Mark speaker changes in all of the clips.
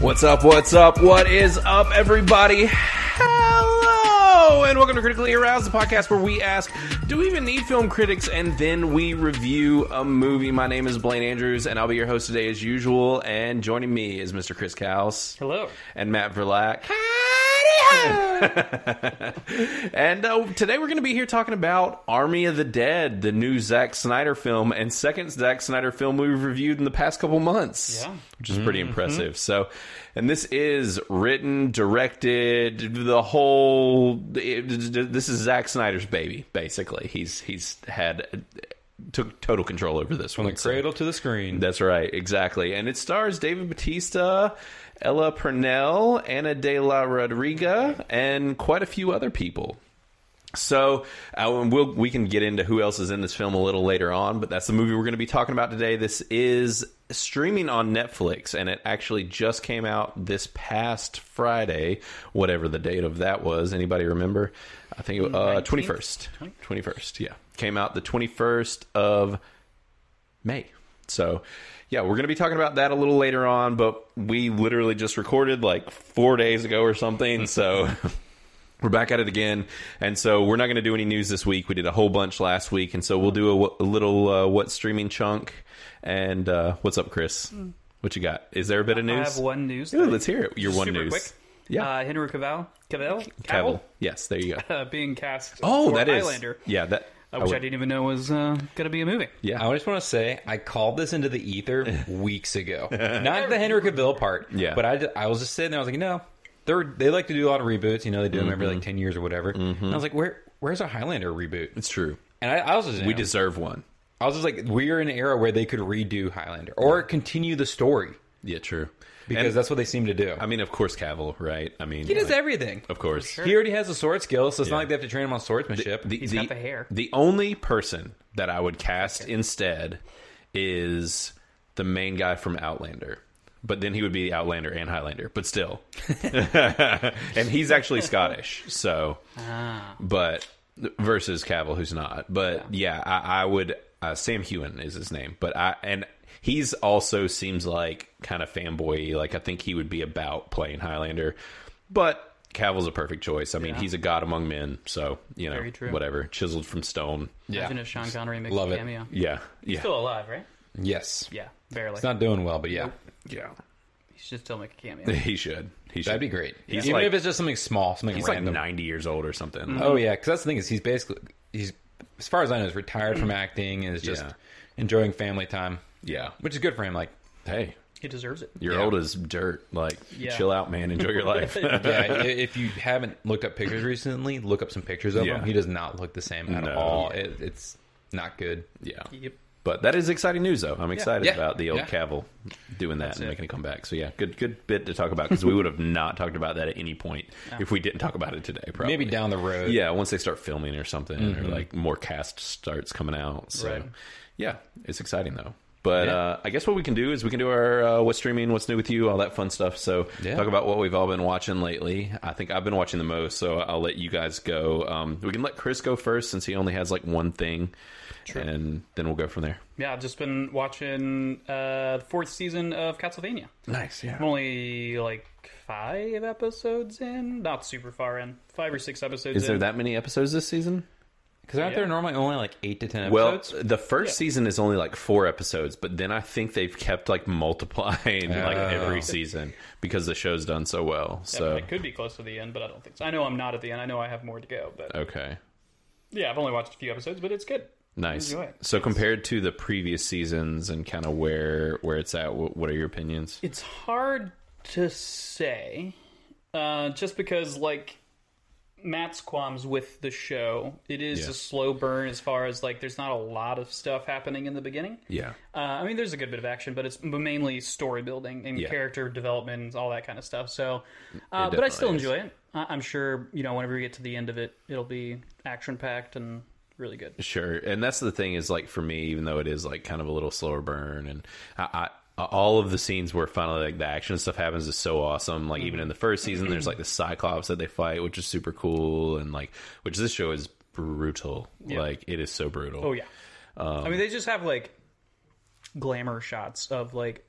Speaker 1: What's up? What's up? What is up, everybody? Hello, and welcome to Critically Aroused, the podcast where we ask, do we even need film critics? And then we review a movie. My name is Blaine Andrews, and I'll be your host today as usual. And joining me is Mr. Chris Kaus
Speaker 2: Hello.
Speaker 1: and Matt Verlack. and uh, today we're going to be here talking about Army of the Dead, the new Zack Snyder film, and second Zack Snyder film we've reviewed in the past couple months,
Speaker 2: Yeah.
Speaker 1: which is pretty impressive. So, and this is written, directed, the whole. It, this is Zack Snyder's baby, basically. He's he's had took total control over this
Speaker 3: From
Speaker 1: one.
Speaker 3: the
Speaker 1: So-
Speaker 3: cradle to the screen.
Speaker 1: that's right, exactly. And it stars David Batista, Ella Purnell, Anna de la Rodriga, and quite a few other people. So uh, and we'll, we can get into who else is in this film a little later on, but that's the movie we're going to be talking about today. This is streaming on Netflix, and it actually just came out this past Friday, whatever the date of that was. Anybody remember? I think it was uh, 21st. 21st, yeah. Came out the 21st of May. So, yeah, we're going to be talking about that a little later on, but we literally just recorded like four days ago or something. So, we're back at it again. And so, we're not going to do any news this week. We did a whole bunch last week. And so, we'll do a, a little uh, what streaming chunk. And uh, what's up, Chris? What you got? Is there a bit of
Speaker 2: Hmm. I
Speaker 1: news?
Speaker 2: have one news.
Speaker 1: Ooh,
Speaker 2: thing.
Speaker 1: let's hear it. Your one
Speaker 2: Super
Speaker 1: news.
Speaker 2: quick.
Speaker 1: Yeah.
Speaker 2: Uh, Henry Cavill, Cavill,
Speaker 1: Cavill. Yes, there you go.
Speaker 2: uh, being cast.
Speaker 1: Oh,
Speaker 2: for
Speaker 1: that is.
Speaker 2: Highlander,
Speaker 1: Yeah, that.
Speaker 2: uh, which I,
Speaker 1: would-
Speaker 2: didn't even know was uh, going to be a movie.
Speaker 1: Yeah.
Speaker 3: I just want to say I called this into the ether weeks ago. Not the Henry Cavill part,
Speaker 1: Yeah.
Speaker 3: But I, ju- I was just sitting there. I was like, no, they're they like to do a lot of reboots. You know, they do them every like ten years or whatever. And I was like, where where's a Highlander reboot?
Speaker 1: It's true.
Speaker 3: And I, I was just
Speaker 1: We
Speaker 3: we just
Speaker 1: deserve one.
Speaker 3: I was just like, we're in an era where they could redo Highlander or continue the story
Speaker 1: Yeah, true.
Speaker 3: because
Speaker 1: And-
Speaker 3: that's what they seem to do.
Speaker 1: I mean, of course, Cavill, right? I mean,
Speaker 3: he does
Speaker 1: like,
Speaker 3: everything.
Speaker 1: Of course.
Speaker 3: He already has the sword skill, so it's
Speaker 1: Yeah.
Speaker 3: not like they have to train him on swordsmanship.
Speaker 2: He's got the hair.
Speaker 1: The only person that I would cast instead is the main guy from Outlander. But then he would be Outlander and Highlander, but still. and he's actually Scottish, so. But versus Cavill, who's not. But yeah, I, I would. Uh, Sam Hewen is his name, but I and he's also seems like kind of fanboy. Like I think he would be about playing Highlander, but Cavill's a perfect choice. I mean, he's a god among men, so you know,
Speaker 2: Very true.
Speaker 1: whatever, chiseled from stone.
Speaker 3: Yeah.
Speaker 2: Imagine if Sean Connery makes
Speaker 3: Love
Speaker 2: a
Speaker 3: it.
Speaker 2: cameo.
Speaker 1: Yeah, yeah,
Speaker 2: Still alive, right?
Speaker 3: yes,
Speaker 2: Yeah, barely.
Speaker 3: it's not doing well, but yeah.
Speaker 1: yeah.
Speaker 2: He should still make a cameo.
Speaker 1: He should. He should.
Speaker 3: That'd be great.
Speaker 1: He's
Speaker 3: Even
Speaker 1: like-
Speaker 3: if it's just something small, something
Speaker 1: He's
Speaker 3: random.
Speaker 1: like ninety years old or something.
Speaker 2: Mm-hmm.
Speaker 3: Oh yeah, because that's the thing is he's basically he's as far as I know is retired from acting and is just
Speaker 1: Yeah.
Speaker 3: enjoying family time,
Speaker 1: Yeah.
Speaker 3: which is good for him. Like
Speaker 1: Hey,
Speaker 2: he deserves it.
Speaker 1: you're
Speaker 3: Yeah.
Speaker 1: old as dirt. Like,
Speaker 2: Yeah.
Speaker 1: chill out, man. Enjoy your life.
Speaker 3: yeah, i- if you haven't looked up pictures recently, look up some pictures of
Speaker 1: Yeah.
Speaker 3: him. He does not look the same at
Speaker 1: No.
Speaker 3: all. It, it's not good.
Speaker 1: yeah.
Speaker 2: Yep.
Speaker 1: But that is exciting news, though. I'm excited
Speaker 3: Yeah.
Speaker 1: about the old
Speaker 3: Yeah.
Speaker 1: Cavill doing that and
Speaker 2: it.
Speaker 1: making a comeback. So yeah, good good bit to talk about because we would have not talked about that at any point if we didn't talk about it today. Probably
Speaker 3: Maybe down the road.
Speaker 1: Yeah, once they start filming or something, or like more cast starts coming out. So
Speaker 2: Right.
Speaker 1: yeah, it's exciting though. But
Speaker 3: Yeah.
Speaker 1: uh, I guess what we can do is we can do our uh, what's streaming, what's new with you, all that fun stuff. So
Speaker 3: Yeah.
Speaker 1: talk about what we've all been watching lately. I think I've been watching the most, so I'll let you guys go. Um, we can let Chris go first since he only has like one thing, and then we'll go from there.
Speaker 2: Yeah, I've just been watching uh, the fourth season of Castlevania.
Speaker 1: Nice, yeah.
Speaker 2: I'm only like five episodes in, not super far in, five or six episodes.
Speaker 1: Is
Speaker 2: in.
Speaker 1: there that many episodes this season?
Speaker 3: because aren't
Speaker 2: Yeah.
Speaker 3: there normally only like eight to ten
Speaker 1: Well,
Speaker 3: episodes?
Speaker 1: the first season is only like four episodes, but then I think they've kept like multiplying like
Speaker 3: Oh.
Speaker 1: every season because the show's done so well.
Speaker 2: Yeah,
Speaker 1: So
Speaker 2: I could be close to the end, but I don't think so. I know I'm not at the end. I know I have more to go, but
Speaker 1: okay,
Speaker 2: yeah, I've only watched a few episodes, but it's good.
Speaker 1: nice.
Speaker 2: Enjoy it.
Speaker 1: So compared to the previous seasons and kind of where where it's at, wh- what are your opinions?
Speaker 2: It's hard to say, uh, just because like Matt's qualms with the show. It is
Speaker 1: Yeah.
Speaker 2: a slow burn as far as like there's not a lot of stuff happening in the beginning.
Speaker 1: Yeah,
Speaker 2: Uh, I mean, there's a good bit of action, but it's mainly story building and
Speaker 1: Yeah.
Speaker 2: character development, and all that kind of stuff. So, uh, but I
Speaker 1: definitely
Speaker 2: still
Speaker 1: is.
Speaker 2: enjoy it. I- I'm sure you know whenever we get to the end of it, it'll be action packed and really good.
Speaker 1: sure. And that's the thing is like for me, even though it is like kind of a little slower burn, and I. I all of the scenes where finally like the action stuff happens is so awesome. Like even in the first season, there's like the Cyclops that they fight, which is super cool, and like which this show is brutal. Like it is so brutal.
Speaker 2: Oh yeah. I mean, they just have like glamour shots of like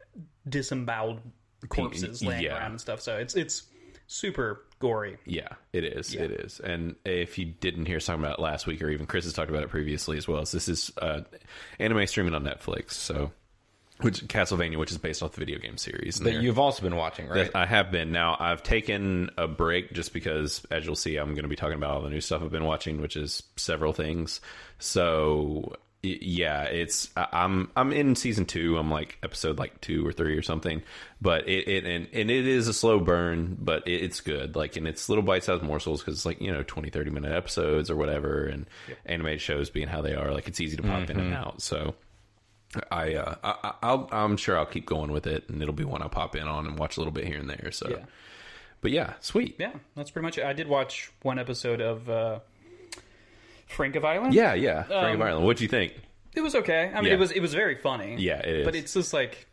Speaker 2: disemboweled corpses laying
Speaker 1: yeah.
Speaker 2: around and stuff. So it's it's super gory.
Speaker 1: Yeah, it is. It is. And if you didn't hear us talking about it last week, or even Chris has talked about it previously as well, is this is uh, anime streaming on Netflix. So, which Castlevania, which is based off the video game series. and
Speaker 3: That
Speaker 1: they're-
Speaker 3: you've also been watching,
Speaker 1: that
Speaker 3: right?
Speaker 1: I have been. Now I've taken a break just because, as you'll see, I'm going to be talking about all the new stuff I've been watching, which is several things. So y- yeah, it's I- I'm I'm in season two. I'm like episode like two or three or something. But it, it and and it is a slow burn, but it, it's good. Like and it's little bite sized morsels because it's like you know 20, 30 minute episodes or whatever, and anime shows being how they are, like it's easy to pop in and out. So. I, uh, I I- I'll I'm sure I'll keep going with it, and it'll be one I'll pop in on and watch a little bit here and there. So,
Speaker 2: Yeah.
Speaker 1: but yeah, sweet.
Speaker 2: Yeah, that's pretty much it. I did watch one episode of uh, Frank of Island.
Speaker 1: Yeah, yeah. Frank
Speaker 2: Um,
Speaker 1: of Ireland. What'd you think?
Speaker 2: it was okay. I mean,
Speaker 1: Yeah.
Speaker 2: it was it was very funny.
Speaker 1: Yeah, it is.
Speaker 2: but it's just like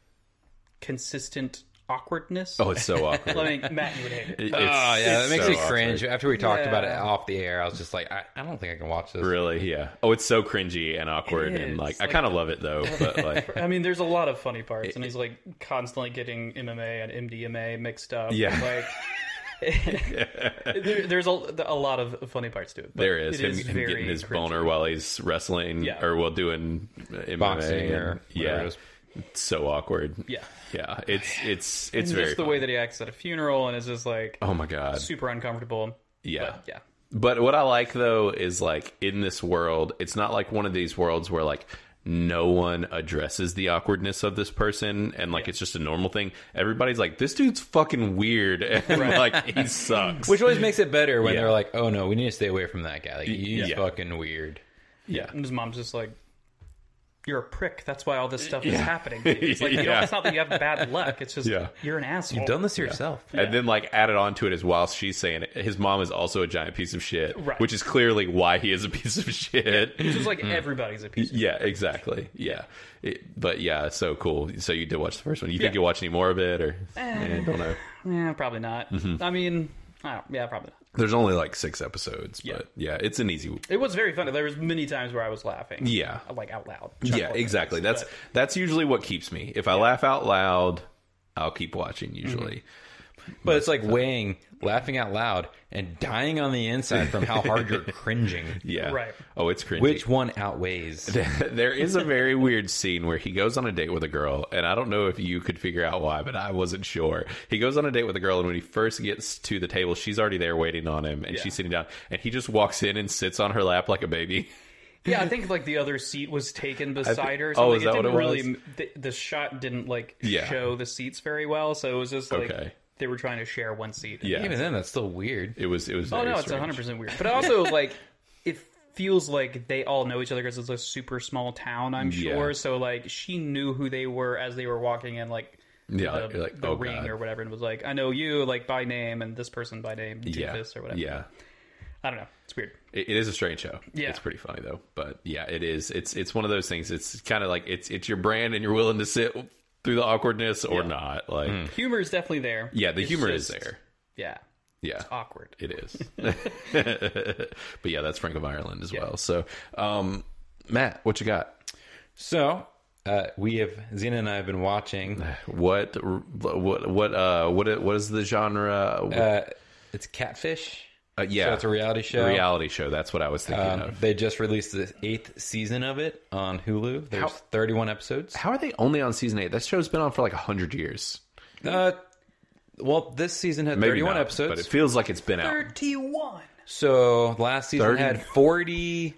Speaker 2: consistent awkwardness.
Speaker 1: Oh, it's so awkward.
Speaker 2: I think Matt, you would hate it.
Speaker 1: It-
Speaker 3: Oh
Speaker 1: it's-
Speaker 3: yeah, that
Speaker 1: it's
Speaker 3: makes
Speaker 1: so
Speaker 3: me cringe.
Speaker 1: awkward.
Speaker 3: After we talked about it
Speaker 2: Yeah.
Speaker 3: off the air, I was just like, I, I don't think I can watch this.
Speaker 1: Really? Yeah. Oh, it's so cringy and awkward,
Speaker 2: It
Speaker 1: and
Speaker 2: is.
Speaker 1: like, I
Speaker 2: Like-
Speaker 1: kind of love it though. But like,
Speaker 2: I mean, there's a lot of funny parts, and he's like constantly getting MMA and MDMA mixed up.
Speaker 1: Yeah.
Speaker 2: Like, there, there's a, a lot of funny parts to it. But
Speaker 1: there is
Speaker 2: it
Speaker 1: him, him
Speaker 2: very
Speaker 1: getting his
Speaker 2: cringy.
Speaker 1: boner while he's wrestling
Speaker 2: Yeah.
Speaker 1: or while doing MMA
Speaker 3: Boxing
Speaker 1: and-
Speaker 3: or whatever it
Speaker 1: yeah,
Speaker 3: is.
Speaker 1: it's so awkward.
Speaker 2: Yeah.
Speaker 1: yeah. It's it's it's
Speaker 2: It's
Speaker 1: very
Speaker 2: just the
Speaker 1: funny.
Speaker 2: way that he acts at a funeral, and is just like
Speaker 1: Oh my god.
Speaker 2: super uncomfortable.
Speaker 1: Yeah.
Speaker 2: But, yeah.
Speaker 1: But what I like though is like in this world, it's not like one of these worlds where like no one addresses the awkwardness of this person and like it's just a normal thing. Everybody's like, this dude's fucking weird and like he sucks.
Speaker 3: Which always makes it better when
Speaker 1: Yeah.
Speaker 3: they're like, oh no, we need to stay away from that guy. Like he's
Speaker 1: yeah.
Speaker 3: fucking weird.
Speaker 1: yeah.
Speaker 2: And his mom's just like, "You're a prick. That's why all this stuff is happening." to you." It's like you
Speaker 1: Yeah.
Speaker 2: don't, it's not that you have bad luck. It's just
Speaker 1: Yeah.
Speaker 2: you're an asshole.
Speaker 3: You've done this to yourself.
Speaker 1: And then like added on to it is while she's saying it, his mom is also a giant piece of shit.
Speaker 2: Right.
Speaker 1: Which is clearly why he is a piece of shit.
Speaker 2: It's just like
Speaker 1: Mm.
Speaker 2: everybody's a piece. of
Speaker 1: Yeah, exactly. Yeah, It- but yeah, so cool. So you did watch the first one. You think
Speaker 2: Yeah.
Speaker 1: you'll watch any more of it, or Eh, don't know.
Speaker 2: Yeah, probably not.
Speaker 1: Mm-hmm.
Speaker 2: I mean, I don't, yeah, probably not.
Speaker 1: There's only like six episodes, but yeah, it's an easy
Speaker 2: It was very funny. There was many times where I was laughing. Uh,
Speaker 1: Yeah.
Speaker 2: like out loud.
Speaker 1: Yeah,
Speaker 2: chuckling.
Speaker 1: exactly. That's that's usually what keeps me. If I laugh out loud, I'll keep watching usually.
Speaker 2: Mm-hmm.
Speaker 3: But it's like weighing, laughing out loud, and dying on the inside from how hard you're cringing.
Speaker 1: Yeah.
Speaker 2: Right.
Speaker 1: Oh, it's cringy.
Speaker 3: Which one outweighs?
Speaker 1: there is a very weird scene where he goes on a date with a girl, and I don't know if you could figure out why, but I wasn't sure. He goes on a date with a girl, and when he first gets to the table, she's already there waiting on him, and she's sitting down, and he just walks in and sits on her lap like a baby.
Speaker 2: Yeah, I think like the other seat was taken beside her.
Speaker 1: oh,
Speaker 2: So like,
Speaker 1: is
Speaker 2: it
Speaker 1: that what
Speaker 2: didn't
Speaker 1: it
Speaker 2: really
Speaker 1: was?
Speaker 2: the, the shot didn't like
Speaker 1: Yeah.
Speaker 2: show the seats very well, so it was just like
Speaker 1: Okay.
Speaker 2: they were trying to share one seat.
Speaker 1: Yeah.
Speaker 3: Even then, that's still weird.
Speaker 1: It was. It was.
Speaker 2: Oh
Speaker 1: very
Speaker 2: no, it's
Speaker 1: strange.
Speaker 2: one hundred percent weird. But also like it feels like they all know each other because it's a super small town. I'm
Speaker 1: Yeah.
Speaker 2: sure. So like she knew who they were as they were walking in. Like
Speaker 1: Yeah,
Speaker 2: the,
Speaker 1: like- you're like,
Speaker 2: the
Speaker 1: oh,
Speaker 2: ring
Speaker 1: God.
Speaker 2: or whatever, and was like, I know you like by name and this person by name, do
Speaker 1: Yeah.
Speaker 2: this or whatever.
Speaker 1: Yeah.
Speaker 2: I don't know. It's weird.
Speaker 1: It, it is a strange show.
Speaker 2: Yeah.
Speaker 1: it's pretty funny though. But yeah, it is. It's it's one of those things. It's kind of like it's it's your brand, and you're willing to sit through the awkwardness or not. Like,
Speaker 2: Humor is definitely there.
Speaker 1: yeah, the
Speaker 2: Mm-hmm. It's
Speaker 1: humor is
Speaker 2: just-
Speaker 1: there.
Speaker 2: Yeah,
Speaker 1: Yeah,
Speaker 2: awkward.
Speaker 1: it is. but yeah, that's Frank of Ireland as well. So, um, Matt, what you got?
Speaker 3: So uh, we have Xena and I have been watching.
Speaker 1: What what what uh what what is the genre?
Speaker 3: Uh, it's Catfish.
Speaker 1: Uh, yeah,
Speaker 3: So it's a reality show.
Speaker 1: reality show. That's what I was thinking
Speaker 3: Um,
Speaker 1: of.
Speaker 3: they just released the eighth season of it on Hulu. There's 31 episodes.
Speaker 1: How are they only on season eight? That show's been on for like hundred years.
Speaker 3: Uh, well, this season had
Speaker 1: Maybe
Speaker 3: 31
Speaker 1: not,
Speaker 3: episodes.
Speaker 1: but it feels like it's been out.
Speaker 2: Thirty-one.
Speaker 3: So last season
Speaker 1: 30.
Speaker 3: had 40.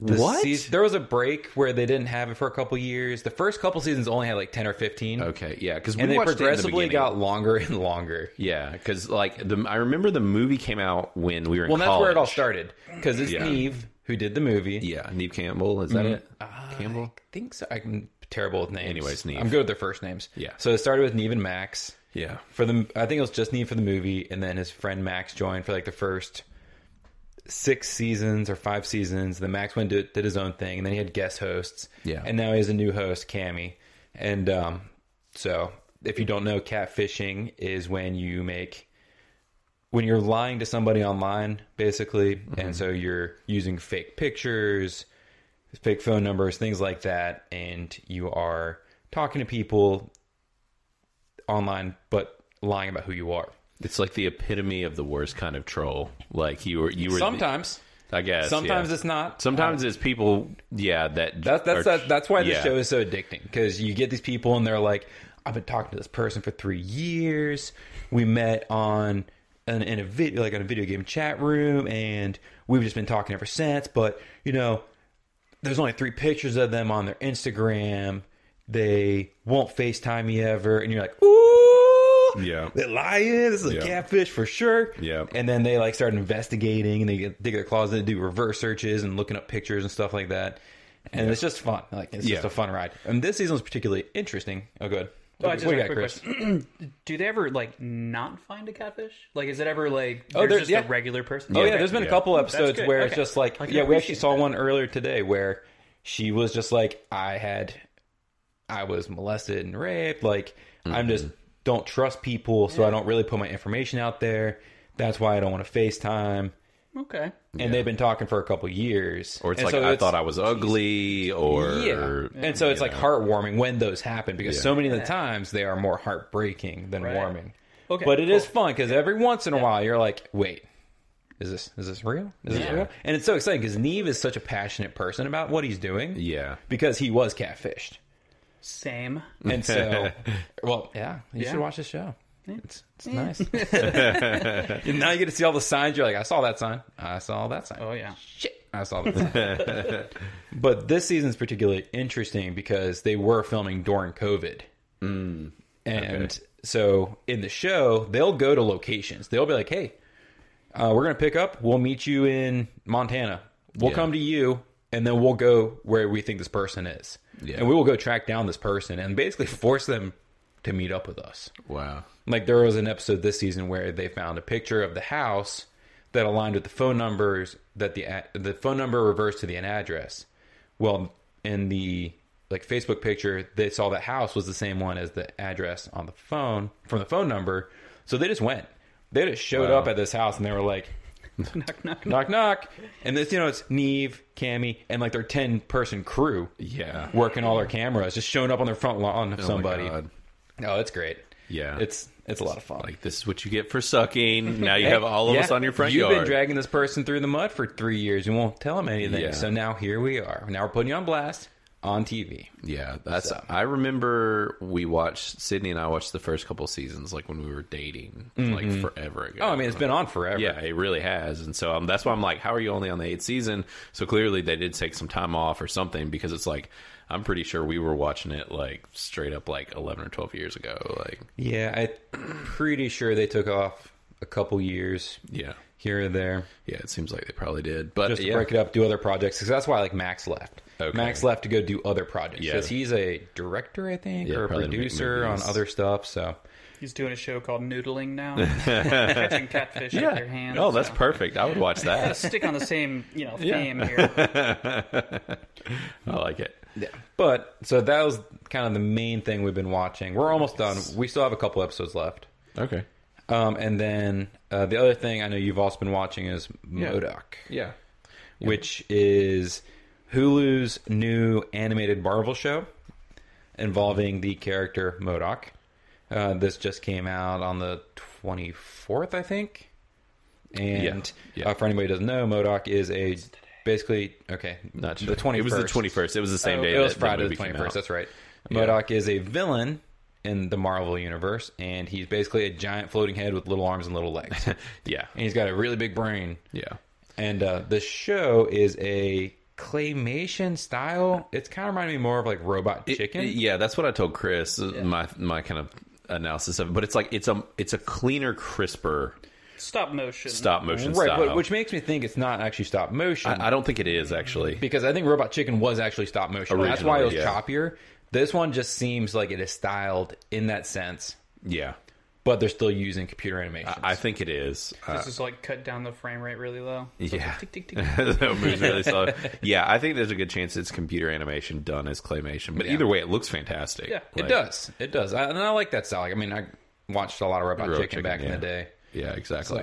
Speaker 3: The
Speaker 1: What?
Speaker 3: seas- there was a break where they didn't have it for a couple years. The first couple seasons only had like 10 or 15.
Speaker 1: Okay, yeah, because we
Speaker 3: And they
Speaker 1: watched it in the
Speaker 3: progressively
Speaker 1: beginning.
Speaker 3: got longer and longer.
Speaker 1: Yeah, because like the I remember the movie came out when we were in
Speaker 3: Well, that's
Speaker 1: college.
Speaker 3: where it all started because it's
Speaker 1: Yeah.
Speaker 3: Neve who did the movie.
Speaker 1: Yeah, Neve Campbell is that it? Campbell.
Speaker 3: Mm-hmm. Ah, I think so. I'm terrible with names.
Speaker 1: Anyways, Neve.
Speaker 3: I'm good with their first names.
Speaker 1: Yeah.
Speaker 3: So it started with Neve and Max.
Speaker 1: Yeah,
Speaker 3: for the I think it was just Neve for the movie, and then his friend Max joined for like the first six seasons or five seasons. Then Max went to, did his own thing, and then he had guest hosts.
Speaker 1: Yeah.
Speaker 3: and now he has a new host, Cammy. And um, so, if you don't know, catfishing is when you make when you're lying to somebody online, basically,
Speaker 1: Mm-hmm.
Speaker 3: and so you're using fake pictures, fake phone numbers, things like that, and you are talking to people online, but lying about who you are.
Speaker 1: It's like the epitome of the worst kind of troll. Like you were, you were. the-
Speaker 3: Sometimes,
Speaker 1: I guess.
Speaker 3: sometimes
Speaker 1: yeah.
Speaker 3: it's not.
Speaker 1: Sometimes it's people. Yeah, that.
Speaker 3: That's that's
Speaker 1: are-
Speaker 3: that's, that's why this
Speaker 1: yeah.
Speaker 3: show is so addicting because you get these people and they're like, I've been talking to this person for three years. We met on an, in a video like on a video game chat room, and we've just been talking ever since. But you know, there's only three pictures of them on their Instagram. They won't FaceTime me ever, and you're like, ooh,
Speaker 1: Yeah.
Speaker 3: they're lying. This is a
Speaker 1: Yeah.
Speaker 3: catfish for sure.
Speaker 1: Yeah.
Speaker 3: and then they like start investigating and they get, dig their closet, do reverse searches and looking up pictures and stuff like that. And it's just fun. Like it's just
Speaker 1: Yeah.
Speaker 3: a fun ride. And this season was particularly interesting. Oh, good.
Speaker 2: Oh, I just have a quick Do they ever like not find a catfish? Like, is it ever like they're
Speaker 3: there-
Speaker 2: just
Speaker 3: yeah.
Speaker 2: a regular person?
Speaker 3: Oh yeah,
Speaker 1: Oh, Yeah.
Speaker 3: there's been a
Speaker 1: Yeah.
Speaker 3: couple episodes
Speaker 2: good.
Speaker 3: where it's
Speaker 2: Okay.
Speaker 3: just like
Speaker 2: I can
Speaker 3: yeah, we actually
Speaker 2: appreciate
Speaker 3: saw one earlier today where she was just like I had I was molested and raped, like I'm just
Speaker 1: Mm-hmm.
Speaker 3: don't trust people, so I don't really put my information out there. That's why I don't want to FaceTime.
Speaker 2: Okay.
Speaker 3: And they've been talking for a couple years.
Speaker 1: Or it's
Speaker 3: And
Speaker 1: like
Speaker 3: so
Speaker 1: I thought I was ugly, or
Speaker 3: Yeah. And so it's like heartwarming when those happen because so many of the times they are more heartbreaking than warming.
Speaker 2: Okay,
Speaker 3: But it is fun because every once in a while you're like, wait, is this is this real? Is this
Speaker 2: Yeah.
Speaker 3: real? And it's so exciting because Neve is such a passionate person about what he's doing.
Speaker 1: yeah,
Speaker 3: Because he was catfished.
Speaker 2: Same.
Speaker 3: And so well, yeah, you
Speaker 2: Yeah.
Speaker 3: should watch this show. It's it's nice. and now you get to see all the signs. You're like, I saw that sign. I saw that sign.
Speaker 2: Oh yeah.
Speaker 3: Shit, I saw that. but this season's particularly interesting because they were filming during COVID.
Speaker 1: Mm.
Speaker 3: and so in the show, they'll go to locations. They'll be like, hey, uh, we're going to pick up. We'll meet you in Montana. We'll
Speaker 1: Yeah.
Speaker 3: come to you, and then we'll go where we think this person is.
Speaker 1: Yeah.
Speaker 3: And we will go track down this person and basically force them to meet up with us.
Speaker 1: wow,
Speaker 3: Like there was an episode this season where they found a picture of the house that aligned with the phone numbers that the ad- the phone number reversed to the an address. Well, in the like Facebook picture, they saw the house was the same one as the address on the phone from the phone number, so they just went. They just showed
Speaker 1: Wow.
Speaker 3: up at this house and they were like,
Speaker 2: Knock knock.
Speaker 3: knock knock, and this you know it's Neve, Cammy, and like their ten person crew
Speaker 1: yeah,
Speaker 3: working all their cameras, just showing up on their front lawn of
Speaker 1: Oh my
Speaker 3: somebody.
Speaker 1: God.
Speaker 3: Oh, it's great.
Speaker 1: Yeah.
Speaker 3: it's it's a lot of fun.
Speaker 1: Like this is what you get for sucking. Now you
Speaker 3: Hey,
Speaker 1: have all of
Speaker 3: yeah,
Speaker 1: us on your front
Speaker 3: You've
Speaker 1: yard.
Speaker 3: been dragging this person through the mud for three years. You won't tell him anything.
Speaker 1: Yeah.
Speaker 3: So now here we are. Now we're putting you on blast on TV.
Speaker 1: Yeah, that's. I remember we watched Sydney and I watched the first couple seasons, like when we were dating, like forever ago.
Speaker 3: Oh, I mean, it's been on forever.
Speaker 1: yeah, it really has, and so um, that's why I'm like, how are you only on the eighth season? So clearly they did take some time off or something because it's like I'm pretty sure we were watching it like straight up like 11 or 12 years ago. Like,
Speaker 3: Yeah, I'm pretty sure they took off a couple years
Speaker 1: yeah,
Speaker 3: here or there
Speaker 1: yeah, it seems like they probably did, but
Speaker 3: just to
Speaker 1: yeah,
Speaker 3: break it up, do other projects. Because that's why like Max left.
Speaker 1: Okay.
Speaker 3: Max left to go do other projects
Speaker 1: Yeah.
Speaker 3: because he's a director, I think,
Speaker 1: Yeah,
Speaker 3: or a
Speaker 1: probably to make
Speaker 3: producer on
Speaker 1: movies.
Speaker 3: other stuff. So
Speaker 2: He's doing a show called Noodling now, catching catfish with
Speaker 1: yeah.
Speaker 2: their hands.
Speaker 1: oh, that's
Speaker 2: so.
Speaker 1: perfect. I would watch that.
Speaker 2: Stick on the same you know
Speaker 1: Yeah.
Speaker 2: theme here.
Speaker 1: I like it.
Speaker 3: Yeah. But so that was kind of the main thing we've been watching. We're almost done. We still have a couple episodes left.
Speaker 1: Okay.
Speaker 3: Um, and then uh, the other thing I know you've also been watching is Modoc,
Speaker 1: Yeah.
Speaker 3: which is Hulu's new animated Marvel show involving the character Modoc. Uh, this just came out on the 24th, I think. And
Speaker 1: Yeah. Yeah.
Speaker 3: Uh, for anybody who doesn't know, Modoc is a basically okay,
Speaker 1: Not sure.
Speaker 3: the 21st.
Speaker 1: It was the 21st. It was the same
Speaker 3: Oh,
Speaker 1: day.
Speaker 3: It was
Speaker 1: that
Speaker 3: Friday the
Speaker 1: movie came
Speaker 3: twenty first.
Speaker 1: out.
Speaker 3: That's right. Modoc is a villain in the Marvel universe, and he's basically a giant floating head with little arms and little legs, and
Speaker 1: Yeah.
Speaker 3: he's got a really big brain.
Speaker 1: Yeah.
Speaker 3: And uh, the show is a claymation style. It's kind of reminding me more of like Robot
Speaker 1: It-
Speaker 3: Chicken.
Speaker 1: it- yeah, that's what I told Chris. uh, My my kind of analysis of it, but it's like it's a it's a cleaner, crisper
Speaker 2: Stop motion.
Speaker 1: stop motion
Speaker 3: right,
Speaker 1: style.
Speaker 3: but, which makes me think it's not actually stop motion
Speaker 1: I, I don't think it is actually.
Speaker 3: because I think Robot Chicken was actually stop motion. That's why it was
Speaker 1: Originally, yeah.
Speaker 3: choppier. This one just seems like it is styled in that sense,
Speaker 1: Yeah,
Speaker 3: but they're still using computer animation.
Speaker 1: I think it is. Uh,
Speaker 2: This is like cut down the frame rate really low. So it's
Speaker 1: yeah,
Speaker 2: like tick, tick, tick.
Speaker 1: That moves really slow. Yeah, I think there's a good chance it's computer animation done as claymation. But either way, it looks fantastic.
Speaker 2: Yeah,
Speaker 1: Like,
Speaker 3: It does. It does. I, and I like that style. Like, I mean, I watched a lot of Robot
Speaker 1: Robot
Speaker 3: Chicken,
Speaker 1: Chicken,
Speaker 3: back in
Speaker 1: yeah.
Speaker 3: the day.
Speaker 1: Yeah, exactly.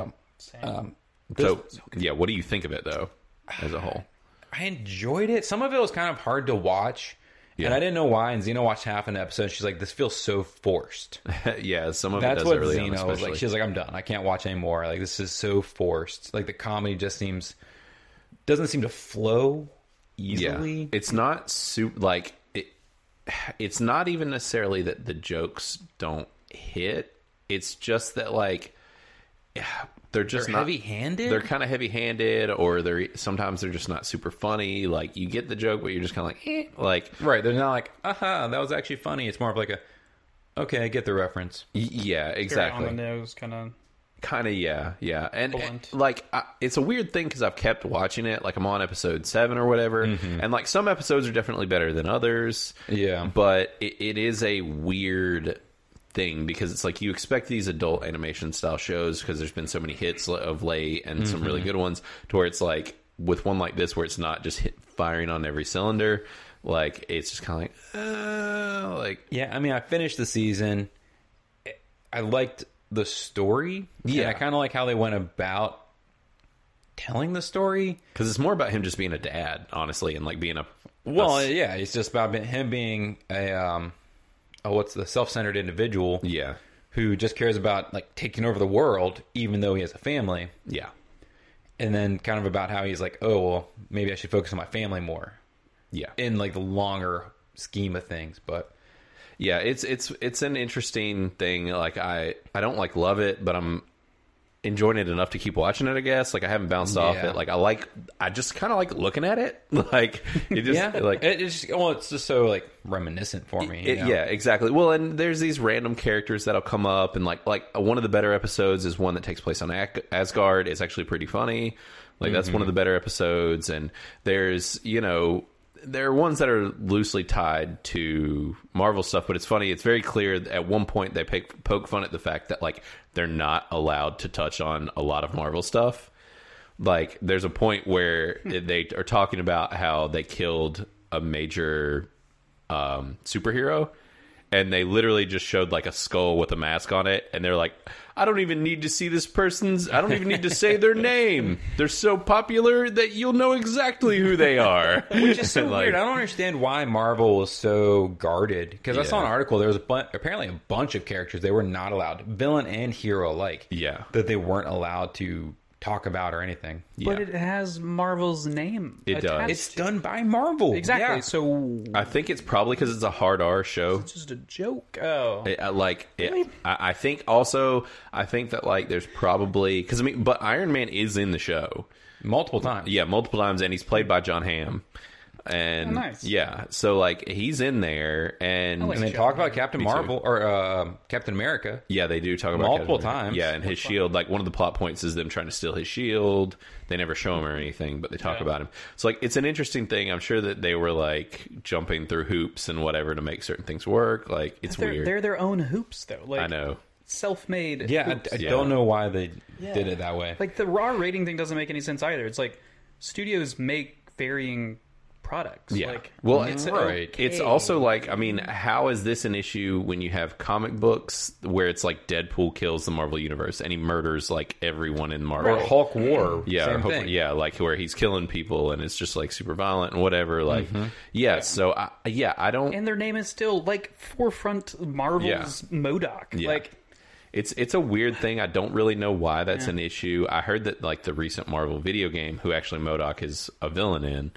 Speaker 3: Um,
Speaker 1: So,
Speaker 2: Same.
Speaker 1: yeah, what do you think of it though, as a whole?
Speaker 3: I enjoyed it. Some of it was kind of hard to watch. And I didn't know why. And Xena watched half an episode. And she's like, "This feels so forced."
Speaker 1: yeah, some of
Speaker 3: That's
Speaker 1: it does
Speaker 3: what
Speaker 1: early on,
Speaker 3: Xena was
Speaker 1: especially.
Speaker 3: like. She was like, "I'm done. I can't watch anymore. Like this is so forced. Like the comedy just seems doesn't seem to flow easily."
Speaker 1: yeah, it's not super like it. It's not even necessarily that the jokes don't hit. It's just that like they're just
Speaker 3: They're
Speaker 1: not
Speaker 3: heavy-handed?
Speaker 1: They're kind of heavy-handed, or they're sometimes they're just not super funny. Like you get the joke, but you're just kind of like, eh. like
Speaker 3: Right. They're not like, "Aha, Uh-huh. that was actually funny." It's more of like a, "Okay, I get the reference."
Speaker 1: y- yeah, exactly.
Speaker 2: on the nose, kind of.
Speaker 1: kind of yeah yeah and
Speaker 2: Blunt.
Speaker 1: and, like I, it's a weird thing because i've kept watching it like i'm on episode seven or whatever and like some episodes are definitely better than others
Speaker 3: Yeah.
Speaker 1: but it, it is a weird thing because it's like you expect these adult animation style shows because there's been so many hits l- of late and some really good ones to where it's like with one like this where it's not just hit firing on every cylinder like it's just kind of like uh, like
Speaker 3: Yeah, I mean, I finished the season. I liked the story.
Speaker 1: Yeah.
Speaker 3: and I kind of like how they went about telling the story.
Speaker 1: because it's more about him just being a dad honestly and like being a
Speaker 3: Well,
Speaker 1: a-
Speaker 3: yeah, it's just about him being a um, oh, what's the self-centered individual
Speaker 1: yeah
Speaker 3: who just cares about like taking over the world, even though he has a family,
Speaker 1: yeah
Speaker 3: and then kind of about how he's like, oh, well, maybe I should focus on my family more
Speaker 1: yeah
Speaker 3: in like the longer scheme of things. But
Speaker 1: yeah it's it's it's an interesting thing like i i don't like love it but i'm enjoying it enough to keep watching it i guess like i haven't bounced off
Speaker 3: Yeah.
Speaker 1: it like i like i just kind of like looking at it like it just
Speaker 3: yeah,
Speaker 1: like
Speaker 3: like it, it's just, well, it's just so like reminiscent for me. you
Speaker 1: it-
Speaker 3: know?
Speaker 1: yeah exactly well and there's these random characters that'll come up and like like one of the better episodes is one that takes place on Ak- asgard it's actually pretty funny like that's
Speaker 3: Mm-hmm.
Speaker 1: one of the better episodes and there's you know there are ones that are loosely tied to marvel stuff but it's funny it's very clear at one point they pick, poke fun at the fact that like they're not allowed to touch on a lot of marvel stuff like there's a point where they are talking about how they killed a major um, superhero and they literally just showed like a skull with a mask on it and they're like i don't even need to see this person's i don't even need to say their name they're so popular that you'll know exactly who they are
Speaker 3: Which is so weird. I don't understand why Marvel was so guarded. Because I saw
Speaker 1: Yeah.
Speaker 3: an article. There was a bu- apparently a bunch of characters they were not allowed, villain and hero alike.
Speaker 1: Yeah.
Speaker 3: that they weren't allowed to talk about or anything.
Speaker 2: But it has Marvel's name.
Speaker 1: It does.
Speaker 2: attached
Speaker 3: It's done by Marvel.
Speaker 2: Exactly.
Speaker 3: Yeah.
Speaker 2: So
Speaker 1: i think it's probably because it's a hard r show
Speaker 2: it's just a joke. Oh,
Speaker 1: It, uh, like, it, I, I think also, I think that like there's probably because I mean, but Iron Man is in the show,
Speaker 3: multiple times.
Speaker 1: yeah, multiple times, and he's played by John Hamm, and
Speaker 2: Oh, nice. Oh,
Speaker 1: yeah, so like he's in there, and
Speaker 2: like
Speaker 3: and they
Speaker 2: John
Speaker 3: talk about Captain
Speaker 1: Me too.
Speaker 3: Marvel or uh, Captain America.
Speaker 1: Yeah, they do talk about
Speaker 3: Multiple
Speaker 1: Captain America.
Speaker 3: times.
Speaker 1: Yeah, and his shield. Like one of the plot points is them trying to steal his shield. They never show him or anything, but they talk
Speaker 2: Yeah.
Speaker 1: about him. So like, it's an interesting thing. I'm sure that they were like jumping through hoops and whatever to make certain things work. Like it's
Speaker 2: they're,
Speaker 1: weird.
Speaker 2: they're their own hoops, though. Like
Speaker 1: I know.
Speaker 2: self-made.
Speaker 3: Yeah,
Speaker 2: hoops.
Speaker 3: I, I
Speaker 1: Yeah.
Speaker 3: don't know why they
Speaker 2: Yeah.
Speaker 3: did it that way.
Speaker 2: like the raw rating thing doesn't make any sense either. It's like studios make varying products.
Speaker 1: Yeah.
Speaker 2: Like,
Speaker 1: well,
Speaker 3: it's
Speaker 1: it's
Speaker 3: right.
Speaker 1: it's also like I mean, how is this an issue when you have comic books where it's like Deadpool kills the Marvel universe and he murders like everyone in Marvel?
Speaker 3: or Hulk War.
Speaker 1: yeah,
Speaker 3: same
Speaker 1: or hope-
Speaker 3: thing.
Speaker 1: yeah, like where he's killing people and it's just like super violent and whatever. Like,
Speaker 3: Mm-hmm.
Speaker 1: yeah, So I, yeah, I don't.
Speaker 2: and their name is still like forefront Marvel's Modoc.
Speaker 1: Yeah.
Speaker 2: Like,
Speaker 1: It's it's a weird thing. I don't really know why that's an issue. I heard that like the recent Marvel video game, who actually Modoc is a villain in.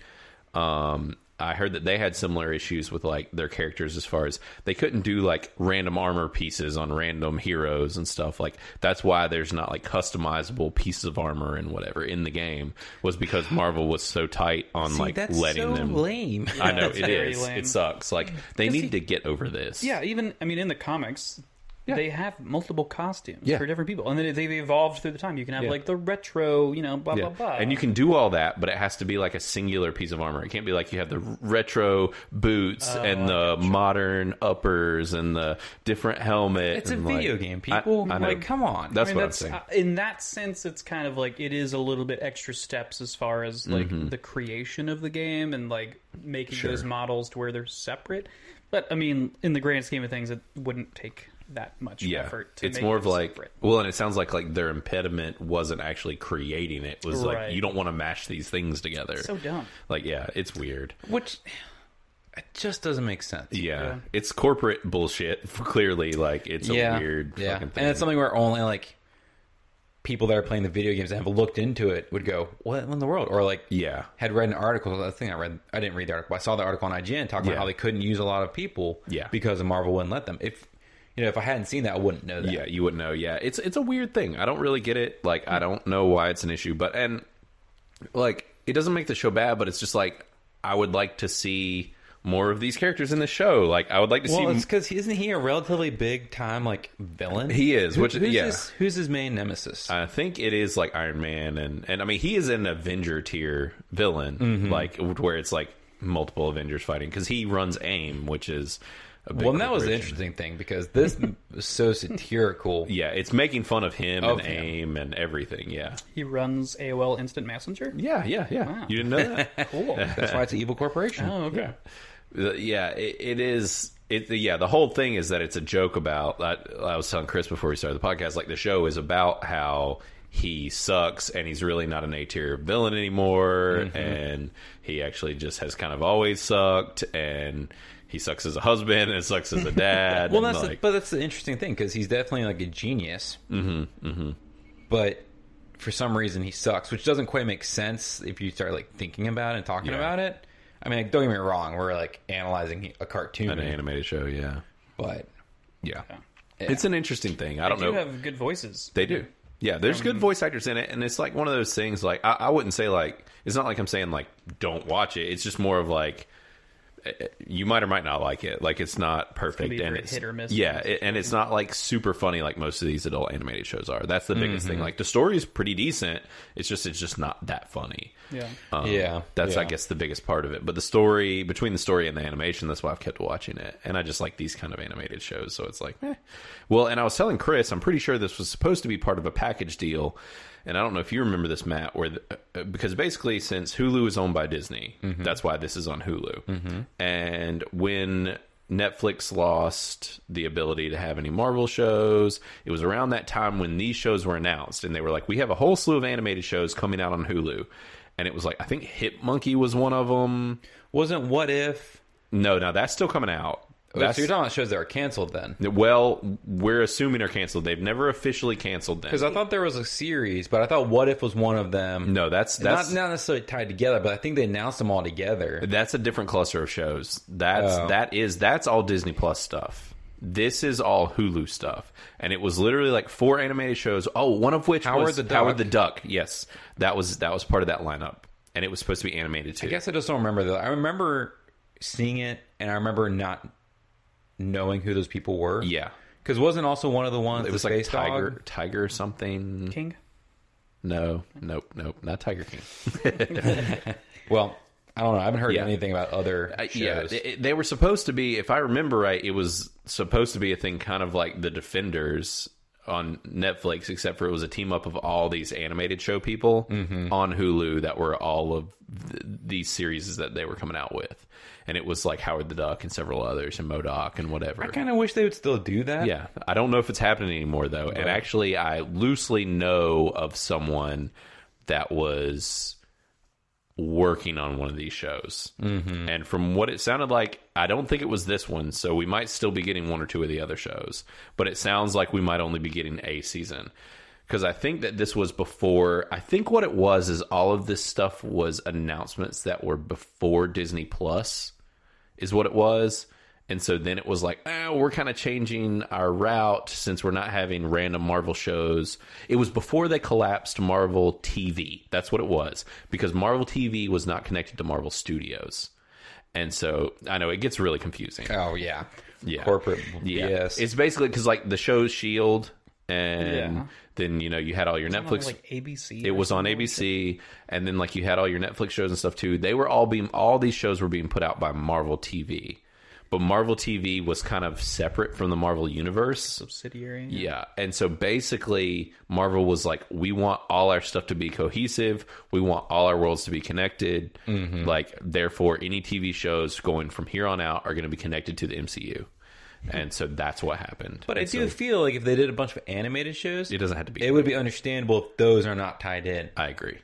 Speaker 1: Um, I heard that they had similar issues with like their characters as far as they couldn't do like random armor pieces on random heroes and stuff. Like that's why there's not like customizable pieces of armor and whatever in the game was because Marvel was so tight on
Speaker 3: See,
Speaker 1: like
Speaker 3: that's
Speaker 1: letting
Speaker 3: so
Speaker 1: them.
Speaker 3: lame.
Speaker 1: I know
Speaker 2: That's
Speaker 1: it
Speaker 2: very
Speaker 1: is.
Speaker 2: lame.
Speaker 1: It sucks. Like they need to get over this.
Speaker 2: yeah, even I mean, in the comics. They have multiple costumes
Speaker 1: Yeah.
Speaker 2: for different people, and then they've evolved through the time. You can have like the retro, you know, blah
Speaker 1: Yeah.
Speaker 2: blah blah,
Speaker 1: And you can do all that, but it has to be like a singular piece of armor. It can't be like you have the retro boots
Speaker 3: Oh,
Speaker 1: and the modern uppers and the different helmet.
Speaker 3: It's a
Speaker 1: and, like-
Speaker 3: video game,
Speaker 1: I-
Speaker 3: people.
Speaker 1: I know.
Speaker 3: like, come on.
Speaker 1: That's
Speaker 2: I mean,
Speaker 1: what
Speaker 2: that's-
Speaker 1: I'm saying.
Speaker 2: uh, in that sense, it's kind of like it is a little bit extra steps as far as like
Speaker 1: Mm-hmm.
Speaker 2: the creation of the game and like making those models to where they're separate. But I mean, in the grand scheme of things, it wouldn't take that much
Speaker 1: yeah,
Speaker 2: effort. To
Speaker 1: it's
Speaker 2: make
Speaker 1: more of
Speaker 2: them
Speaker 1: like
Speaker 2: separate.
Speaker 1: well, and it sounds like like their impediment wasn't actually creating it. It Was
Speaker 2: Right.
Speaker 1: like you don't want to mash these things together.
Speaker 2: so dumb.
Speaker 1: like yeah, it's weird.
Speaker 3: Which It just doesn't make sense.
Speaker 1: Yeah. It's corporate bullshit. Clearly, like it's a weird
Speaker 3: yeah.
Speaker 1: fucking thing.
Speaker 3: And it's something where only like people that are playing the video games that have looked into it would go, "What in the world?" Or like,
Speaker 1: yeah.
Speaker 3: had read an article. I think I read. I didn't read the article. I saw the article on IGN talking
Speaker 1: Yeah.
Speaker 3: about how they couldn't use a lot of people
Speaker 1: Yeah.
Speaker 3: because Marvel wouldn't let them. If you know, if I hadn't seen that, I wouldn't know that.
Speaker 1: Yeah, you wouldn't know. Yeah, it's it's a weird thing. I don't really get it. Like, I don't know why it's an issue, but and like it doesn't make the show bad, but it's just like I would like to see more of these characters in the show. Like, I would like to
Speaker 3: Well,
Speaker 1: see.
Speaker 3: it's because isn't he a relatively big time like villain?
Speaker 1: He is, which-
Speaker 3: who's
Speaker 1: yeah.
Speaker 3: his, who's his main nemesis?
Speaker 1: I think it is like Iron Man, and and I mean he is an Avenger tier villain,
Speaker 3: Mm-hmm.
Speaker 1: like where it's like multiple Avengers fighting because he runs AIM, which is a big
Speaker 3: well, and that was the
Speaker 1: corporation.
Speaker 3: interesting thing because this was so satirical.
Speaker 1: Yeah, it's making fun of him
Speaker 3: Of
Speaker 1: and
Speaker 3: him.
Speaker 1: AIM and everything. Yeah,
Speaker 2: He runs AOL Instant Messenger.
Speaker 1: yeah, yeah, yeah. You didn't know that.
Speaker 2: Cool.
Speaker 3: That's why it's an evil corporation.
Speaker 2: Oh, okay.
Speaker 1: The- yeah it, it is it yeah the whole thing is that it's a joke about I, I was telling chris before we started the podcast like the show is about how he sucks and he's really not an a-tier villain anymore
Speaker 3: Mm-hmm.
Speaker 1: and he actually just has kind of always sucked and he sucks as a husband and sucks as a dad
Speaker 3: Well,
Speaker 1: and
Speaker 3: that's the,
Speaker 1: like,
Speaker 3: but that's the interesting thing because he's definitely like a genius. Mm-hmm. Mm-hmm. But for some reason, he sucks, which doesn't quite make sense if you start like thinking about it and talking
Speaker 1: Yeah.
Speaker 3: about it. I mean, like, don't get me wrong; we're like analyzing a cartoon,
Speaker 1: an animated show yeah.
Speaker 3: but
Speaker 1: yeah
Speaker 3: Yeah.
Speaker 1: it's an interesting thing i don't
Speaker 2: They do
Speaker 1: know
Speaker 2: have good voices.
Speaker 1: They do. Yeah, there's
Speaker 2: Um,
Speaker 1: good voice actors in it, and it's like one of those things. Like I, I wouldn't say like it's not like I'm saying like don't watch it. It's just more of like eh, you might or might not like it. Like it's not perfect
Speaker 2: be
Speaker 1: and
Speaker 2: very
Speaker 1: it's
Speaker 2: hit or miss.
Speaker 1: Yeah, it, and it's not like super funny like most of these adult animated shows are. That's the biggest
Speaker 2: Mm-hmm.
Speaker 1: thing. Like the story is pretty decent. It's just it's just not that funny.
Speaker 2: Yeah.
Speaker 1: Um,
Speaker 3: Yeah,
Speaker 1: that's I
Speaker 3: yeah.
Speaker 1: guess the biggest part of it. But the story between the story and the animation, that's why I've kept watching it. And I just like these kind of animated shows, so it's like, eh. well. And I was telling Chris, I'm pretty sure this was supposed to be part of a package deal. And I don't know if you remember this, Matt, where the, uh, because basically since Hulu is owned by Disney,
Speaker 3: Mm-hmm.
Speaker 1: that's why this is on Hulu. And when Netflix lost the ability to have any Marvel shows. It was around that time when these shows were announced, and they were like, "We have a whole slew of animated shows coming out on Hulu," and it was like, I think Hit Monkey was one of them.
Speaker 3: wasn't what if?
Speaker 1: No, no, that's still coming out.
Speaker 3: That's,
Speaker 1: That's,
Speaker 3: so you're talking about shows that are canceled then?
Speaker 1: well, we're assuming they're canceled. They've never officially canceled them.
Speaker 3: Because I thought there was a series, but I thought what if was one of them.
Speaker 1: No, that's that's
Speaker 3: not not necessarily tied together, but I think they announced them all together.
Speaker 1: That's a different cluster of shows. That's
Speaker 3: Oh.
Speaker 1: that is that's all Disney Plus stuff. This is all Hulu stuff, and it was literally like four animated shows. Oh, one of which
Speaker 3: Howard
Speaker 1: was
Speaker 3: the Duck.
Speaker 1: Howard the Duck. Yes, that was that was part of that lineup, and it was supposed to be animated too.
Speaker 3: I guess I just don't remember though. I remember seeing it, and I remember not knowing who those people were.
Speaker 1: yeah,
Speaker 3: because wasn't also one of the ones
Speaker 1: it
Speaker 3: the
Speaker 1: was like
Speaker 3: space
Speaker 1: Tiger
Speaker 3: dog?
Speaker 1: Tiger something.
Speaker 2: King.
Speaker 1: No, nope, nope, not Tiger King.
Speaker 3: Well, I don't know. I haven't heard
Speaker 1: Yeah.
Speaker 3: anything about other
Speaker 1: Uh,
Speaker 3: shows.
Speaker 1: yeah, they, they were supposed to be. If I remember right, it was supposed to be a thing, kind of like the Defenders on Netflix, except for it was a team up of all these animated show people on Hulu that were all of th- these series that they were coming out with, and it was like Howard the Duck and several others and Modoc and whatever.
Speaker 3: I kind of wish they would still do that.
Speaker 1: Yeah, I don't know if it's happening anymore though. And actually, I loosely know of someone that was working on one of these shows. Mm-hmm. And from what it sounded like, I don't think it was this one. So we might still be getting one or two of the other shows, but it sounds like we might only be getting a season. Because I think that this was before. I think what it was is all of this stuff was announcements that were before Disney Plus is what it was. And so then it was like, oh, we're kind of changing our route since we're not having random Marvel shows. It was before they collapsed Marvel TV. That's what it was because Marvel TV was not connected to Marvel Studios. And so I know it gets really confusing.
Speaker 3: Oh yeah.
Speaker 1: Yeah.
Speaker 3: Corporate.
Speaker 1: Yeah.
Speaker 3: Yes.
Speaker 1: It's basically because like the show's Shield and
Speaker 2: Yeah.
Speaker 1: then, you know, you had all your
Speaker 2: Something
Speaker 1: Netflix.
Speaker 2: like ABC.
Speaker 1: It
Speaker 2: or
Speaker 1: was on
Speaker 2: something.
Speaker 1: ABC, and then like you had all your Netflix shows and stuff too. They were all being all these shows were being put out by Marvel TV, but Marvel TV was kind of separate from the Marvel universe.
Speaker 2: subsidiary.
Speaker 1: Yeah, and so basically, Marvel was like, "We want all our stuff to be cohesive. We want all our worlds to be connected.
Speaker 3: Mm-hmm.
Speaker 1: Like, therefore, any TV shows going from here on out are going to be connected to the MCU." And so that's what happened.
Speaker 3: but I
Speaker 1: And
Speaker 3: do
Speaker 1: so
Speaker 3: feel like if they did a bunch of animated shows,
Speaker 1: it doesn't have to be.
Speaker 3: it would be understandable if those are not tied in,
Speaker 1: I agree.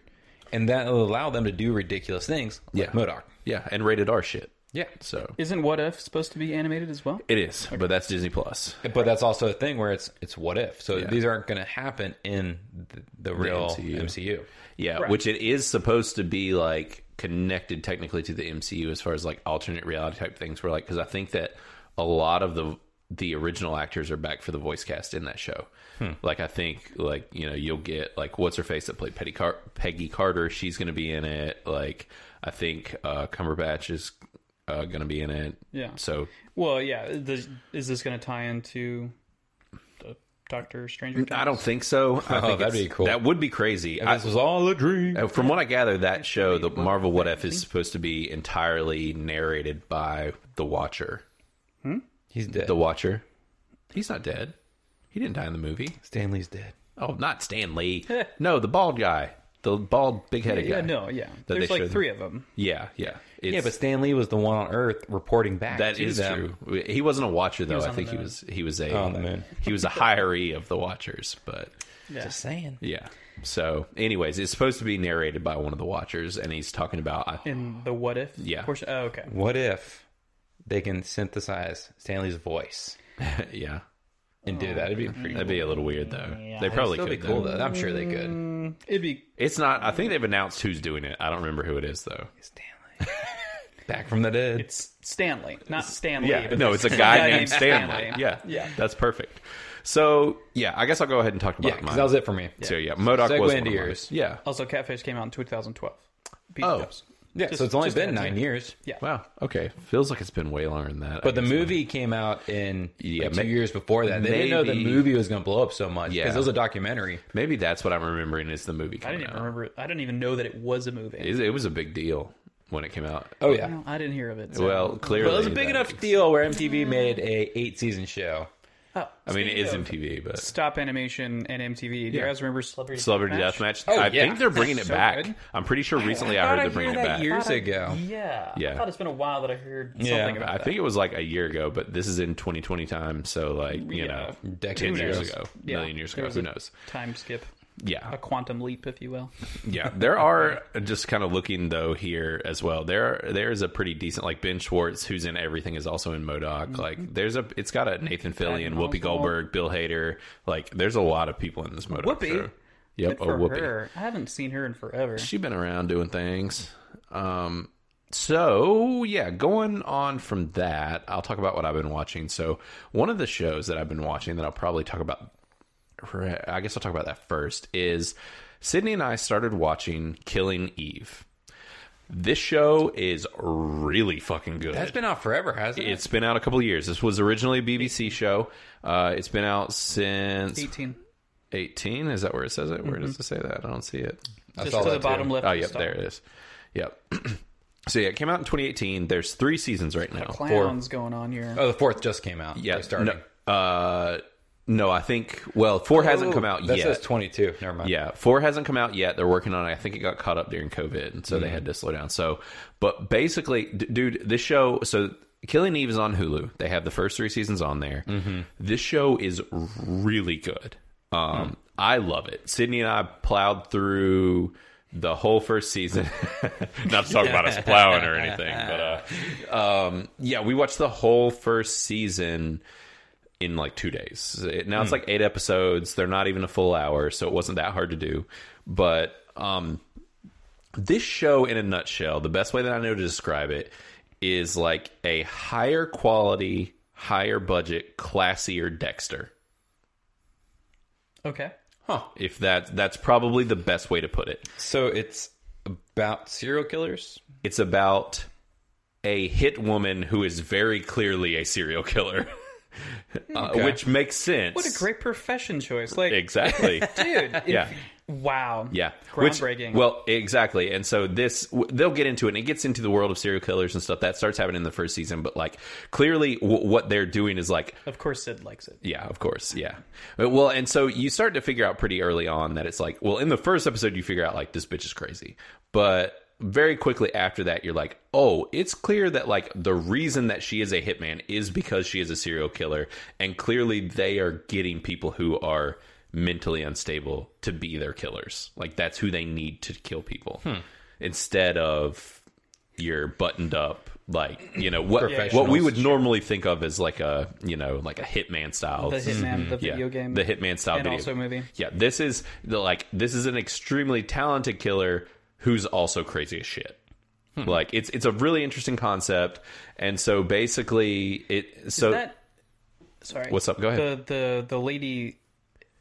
Speaker 3: and that will allow them to do ridiculous things. Like
Speaker 1: Yeah.
Speaker 3: Modoc.
Speaker 1: Yeah, and rated R shit.
Speaker 3: Yeah,
Speaker 1: So
Speaker 2: Isn't What If supposed to be animated as well?
Speaker 1: it is, but that's Disney Plus.
Speaker 3: but that's also a thing where it's it's what if. So
Speaker 1: Yeah.
Speaker 3: these aren't going to happen in the, the real
Speaker 1: MCU.
Speaker 3: MCU.
Speaker 1: Yeah,
Speaker 2: Right.
Speaker 1: which it is supposed to be like connected technically to the MCU as far as like alternate reality type things. Where like because I think that a lot of the the original actors are back for the voice cast in that show.
Speaker 3: Hmm.
Speaker 1: Like I think like you know you'll get like what's her face that played Petty Car- Peggy Carter. She's going to be in it. Like I think uh, Cumberbatch is uh, going to be in it.
Speaker 2: Yeah.
Speaker 1: So
Speaker 2: Well, yeah. The, is this going to tie into the Doctor Stranger?
Speaker 1: Mm, I don't think so. I
Speaker 3: Oh,
Speaker 1: think
Speaker 3: that'd
Speaker 1: it's-
Speaker 3: be cool.
Speaker 1: That would be crazy.
Speaker 3: If
Speaker 1: I-
Speaker 3: this was all a dream.
Speaker 1: Uh, From what I gather, that show, the Marvel What If, is supposed to be entirely narrated by the Watcher.
Speaker 3: He's dead.
Speaker 1: The Watcher. He's not dead. He didn't die in the movie.
Speaker 3: Stanley's dead.
Speaker 1: Oh, not Stan Lee. no, the bald guy. The bald, big headed
Speaker 2: Yeah,
Speaker 1: guy.
Speaker 2: no, yeah.
Speaker 1: That
Speaker 2: There's
Speaker 1: they
Speaker 2: like
Speaker 1: showed-
Speaker 2: three of them.
Speaker 1: Yeah, yeah. It's,
Speaker 3: yeah, but Stanley was the one on Earth reporting back.
Speaker 1: that
Speaker 3: to
Speaker 1: is
Speaker 3: them.
Speaker 1: true. He wasn't a Watcher though.
Speaker 2: was
Speaker 1: I
Speaker 2: on the
Speaker 1: think he
Speaker 2: moon.
Speaker 1: was. He was a.
Speaker 3: Oh, on the moon.
Speaker 1: He was a hiree of the Watchers, but
Speaker 2: Yeah.
Speaker 3: Just saying.
Speaker 1: yeah. So, anyways, it's supposed to be narrated by one of the Watchers, and he's talking about. I,
Speaker 2: In the What If
Speaker 1: Yeah.
Speaker 2: portion. Oh, okay.
Speaker 3: What if they can synthesize Stanley's voice
Speaker 1: yeah.
Speaker 3: and
Speaker 2: Oh,
Speaker 3: do that? It'd be pretty.
Speaker 1: That'd be a little weird though. they
Speaker 3: It'd
Speaker 1: probably
Speaker 3: still
Speaker 1: could
Speaker 3: be cool Mm.
Speaker 1: though.
Speaker 3: though. I'm sure they could.
Speaker 2: It'd be
Speaker 1: It's not. I think they've announced who's doing it. I don't remember who it is though.
Speaker 3: Stanley. Back from the dead.
Speaker 2: it's Stanley, not Stanley.
Speaker 1: Yeah,
Speaker 2: but
Speaker 1: no, it's a guy
Speaker 2: guy
Speaker 1: named
Speaker 2: named
Speaker 1: Stanley.
Speaker 2: Stanley.
Speaker 1: Yeah,
Speaker 2: Yeah.
Speaker 1: that's perfect. So yeah, I guess I'll go ahead and talk about
Speaker 3: yeah, 'cause
Speaker 1: mine.
Speaker 3: that was it for me.
Speaker 1: So yeah, Modoc
Speaker 3: Segue
Speaker 1: was
Speaker 3: into
Speaker 1: one of mine.
Speaker 3: yours.
Speaker 1: Yeah,
Speaker 2: Also, Catfish came out in 2012. Beach
Speaker 1: Oh.
Speaker 2: House.
Speaker 3: Yeah,
Speaker 2: Just-
Speaker 3: so it's only
Speaker 2: just
Speaker 3: been
Speaker 2: add to
Speaker 3: nine
Speaker 2: it.
Speaker 3: years.
Speaker 1: wow. Okay, feels like it's been way longer than that. I
Speaker 3: But the
Speaker 1: guess.
Speaker 3: movie came out in
Speaker 1: Yeah,
Speaker 3: like,
Speaker 1: ma-
Speaker 3: two years before that. They didn't know the
Speaker 1: maybe-
Speaker 3: movie was going to blow up so much because
Speaker 1: Yeah.
Speaker 3: it was a documentary.
Speaker 1: maybe that's what I'm remembering is the movie
Speaker 2: I
Speaker 1: coming
Speaker 2: didn't even
Speaker 1: out.
Speaker 2: remember. it. I didn't even know that it was a movie.
Speaker 1: It, it was a big deal when it came out.
Speaker 3: Oh yeah,
Speaker 2: No, I didn't hear of it. so-
Speaker 1: Well, clearly
Speaker 3: but it was a big
Speaker 1: that-
Speaker 3: enough deal where MTV made a eight season show.
Speaker 2: Oh,
Speaker 1: I mean, it
Speaker 2: speaking
Speaker 1: is
Speaker 2: of
Speaker 1: MTV, but
Speaker 2: Stop Animation and MTV. Do you
Speaker 1: Yeah.
Speaker 2: guys remember Celebrity
Speaker 1: Celebrity Deathmatch.
Speaker 2: Deathmatch?
Speaker 3: Oh,
Speaker 1: I
Speaker 3: yeah.
Speaker 1: think they're bringing it
Speaker 3: So
Speaker 1: back.
Speaker 3: good.
Speaker 1: I'm pretty sure recently I,
Speaker 3: thought
Speaker 1: heard
Speaker 3: I
Speaker 1: they're bringing
Speaker 3: heard
Speaker 1: it
Speaker 3: that
Speaker 1: back.
Speaker 3: years ago.
Speaker 2: Yeah,
Speaker 1: Yeah.
Speaker 2: I thought it's been a while that I heard something
Speaker 3: Yeah,
Speaker 2: about
Speaker 1: I
Speaker 2: that.
Speaker 1: think it was like a year ago, but this is in 2020 time, so like you
Speaker 2: Yeah.
Speaker 1: know,
Speaker 3: Decades
Speaker 1: ten years
Speaker 3: ago.
Speaker 1: ago,
Speaker 2: Yeah.
Speaker 1: million years
Speaker 2: There
Speaker 1: ago,
Speaker 2: was
Speaker 1: who
Speaker 2: a
Speaker 1: knows?
Speaker 2: Time skip,
Speaker 1: Yeah,
Speaker 2: a quantum leap, if you will.
Speaker 1: yeah. There are just kind of looking though here as well. There, there is a pretty decent like Ben Schwartz, who's in everything, is also in Modoc.
Speaker 2: Mm-hmm.
Speaker 1: Like, there's a, it's got a Nathan Fillion,
Speaker 2: Patton
Speaker 1: Whoopi
Speaker 2: Oswalt.
Speaker 1: Goldberg, Bill Hader. Like, there's a lot of people in this Modoc.
Speaker 2: Whoopi?
Speaker 1: show. Yep,
Speaker 2: Good
Speaker 1: oh
Speaker 2: for
Speaker 1: Whoopi.
Speaker 2: her. I haven't seen her in forever.
Speaker 1: She's been around doing things. Um, so yeah, going on from that, I'll talk about what I've been watching. So one of the shows that I've been watching that I'll probably talk about, I guess I'll talk about that first is Sydney and I started watching Killing Eve. This show is really fucking good.
Speaker 3: That's been out forever, hasn't it?
Speaker 1: it's been out a couple of years. This was originally a BBC show. Uh, it's been out since
Speaker 2: 18.
Speaker 1: 18. Is that where it says it? Where
Speaker 3: Mm-hmm.
Speaker 1: does it say that? I don't see it.
Speaker 3: I
Speaker 2: Just
Speaker 3: saw
Speaker 2: to
Speaker 3: that
Speaker 2: the bottom
Speaker 3: too.
Speaker 2: left.
Speaker 1: Oh,
Speaker 2: of the
Speaker 1: yep,
Speaker 2: star.
Speaker 1: there it is. Yep. so yeah, it came out in 2018. There's three seasons right now.
Speaker 2: Clowns going on here.
Speaker 1: Uh,
Speaker 3: Oh, the fourth just came out.
Speaker 1: yeah,
Speaker 3: They're starting.
Speaker 1: No, uh, no, I think. Well, four hasn't come out
Speaker 3: that
Speaker 1: yet.
Speaker 3: says twenty two. Never mind.
Speaker 1: Yeah, four hasn't come out yet. They're working on it. I think it got caught up during COVID, and so they had to slow down. So, but basically, d- dude, this show. So, Killing Eve is on Hulu. They have the first three seasons on there. This show is really good. Um, I love it. Sydney and I plowed through the whole first season. Not to talk about us plowing or anything, but uh, um, yeah, we watched the whole first season in like two days. It- Now
Speaker 2: Hmm.
Speaker 1: it's like eight episodes. They're not even a full hour, so it wasn't that hard to do. But um, this show, in a nutshell, the best way that I know to describe it is like a higher quality, higher budget, classier Dexter.
Speaker 2: Okay.
Speaker 1: Huh. If that that's probably the best way to put it.
Speaker 3: So it's about serial killers.
Speaker 1: It's about a hit woman who is very clearly a serial killer, uh,
Speaker 3: Okay.
Speaker 1: which makes sense.
Speaker 2: What a great profession choice. Like,
Speaker 1: exactly.
Speaker 2: dude. if-
Speaker 1: Yeah.
Speaker 2: Wow.
Speaker 1: Yeah,
Speaker 2: Um, Groundbreaking.
Speaker 1: well, exactly. And so this, w- they'll get into it. And it gets into the world of serial killers and stuff that starts happening in the first season. But like, clearly, w- what they're doing is like
Speaker 2: Of course, Sid likes it.
Speaker 1: yeah, of course. Yeah. But- Well, and so you start to figure out pretty early on that it's like, well, in the first episode, you figure out like this bitch is crazy. But very quickly after that, you're like, oh, it's clear that like the reason that she is a hitman is because she is a serial killer. And clearly they are getting people who are mentally unstable to be their killers. Like that's who they need to kill people instead of your buttoned up like you know what what
Speaker 3: Professionals.
Speaker 1: we would normally think of as like a you know like a hitman style
Speaker 2: The Hitman, the video
Speaker 1: mm-hmm. yeah,
Speaker 2: game,
Speaker 1: the hitman style
Speaker 2: and
Speaker 1: video
Speaker 2: also movie.
Speaker 1: yeah this is the like this is an extremely talented killer who's also crazy as shit
Speaker 2: Hmm.
Speaker 1: like it's it's a really interesting concept and so basically it so
Speaker 2: Is that sorry?
Speaker 1: What's up? Go ahead.
Speaker 2: The the the lady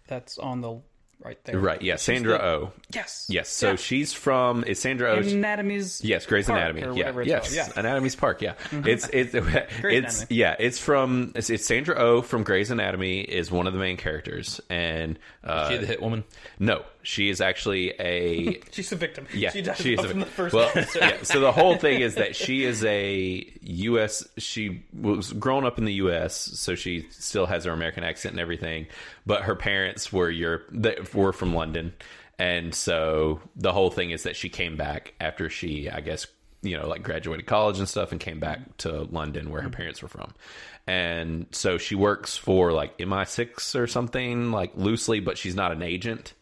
Speaker 2: that's on the right there.
Speaker 1: right yeah sandra oh
Speaker 2: Yes.
Speaker 1: yes so
Speaker 2: Yeah.
Speaker 1: she's from is sandra oh
Speaker 2: Anatomy's.
Speaker 1: Yes, Grey's
Speaker 2: Park,
Speaker 1: Anatomy.
Speaker 2: Or
Speaker 1: Yeah,
Speaker 2: whatever it's
Speaker 1: yes,
Speaker 2: called. Yeah. Mm-hmm.
Speaker 1: Anatomy's Park. Yeah, it's it's it's
Speaker 2: Anatomy.
Speaker 1: yeah, it's from it's, it's Sandra O oh from Grey's Anatomy is one of the main characters, and uh,
Speaker 3: She the hit woman.
Speaker 1: no, she is actually a
Speaker 2: She's a victim.
Speaker 1: yeah,
Speaker 2: She dies
Speaker 1: is a-
Speaker 2: in the first
Speaker 1: well,
Speaker 2: episode.
Speaker 1: yeah, so the whole thing is that she is a U.S. She was grown up in the U.S., so she still has her American accent and everything. But her parents were Europe, they were from London, and so the whole thing is that she came back after she, I guess, you know, like graduated college and stuff, and came back to London where her
Speaker 2: Mm-hmm.
Speaker 1: parents were from. And so she works for like MI6 or something, like loosely, but she's not an agent.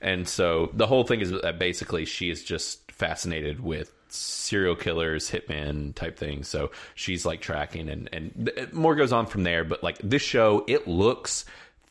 Speaker 1: And so the whole thing is that basically she is just fascinated with serial killers, hitman type things. So she's like tracking and and th- more goes on from there. But like this show, it looks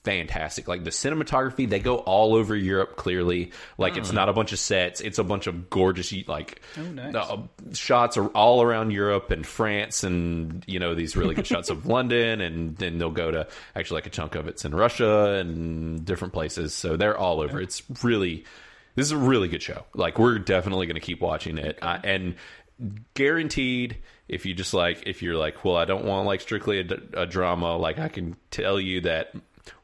Speaker 1: fantastic. Like the cinematography, they go all over Europe. Clearly, like it's not a bunch of sets; it's a bunch of gorgeous like
Speaker 2: nice.
Speaker 1: uh, shots are all around Europe and France, and you know these really good shots of London, and then they'll go to actually like a chunk of it's in Russia and different places. So they're all over. It's really this is a really good show. Like we're definitely going to keep watching it, I, and guaranteed if you just like if you're like well i don't want like strictly a, d- a drama like i can tell you that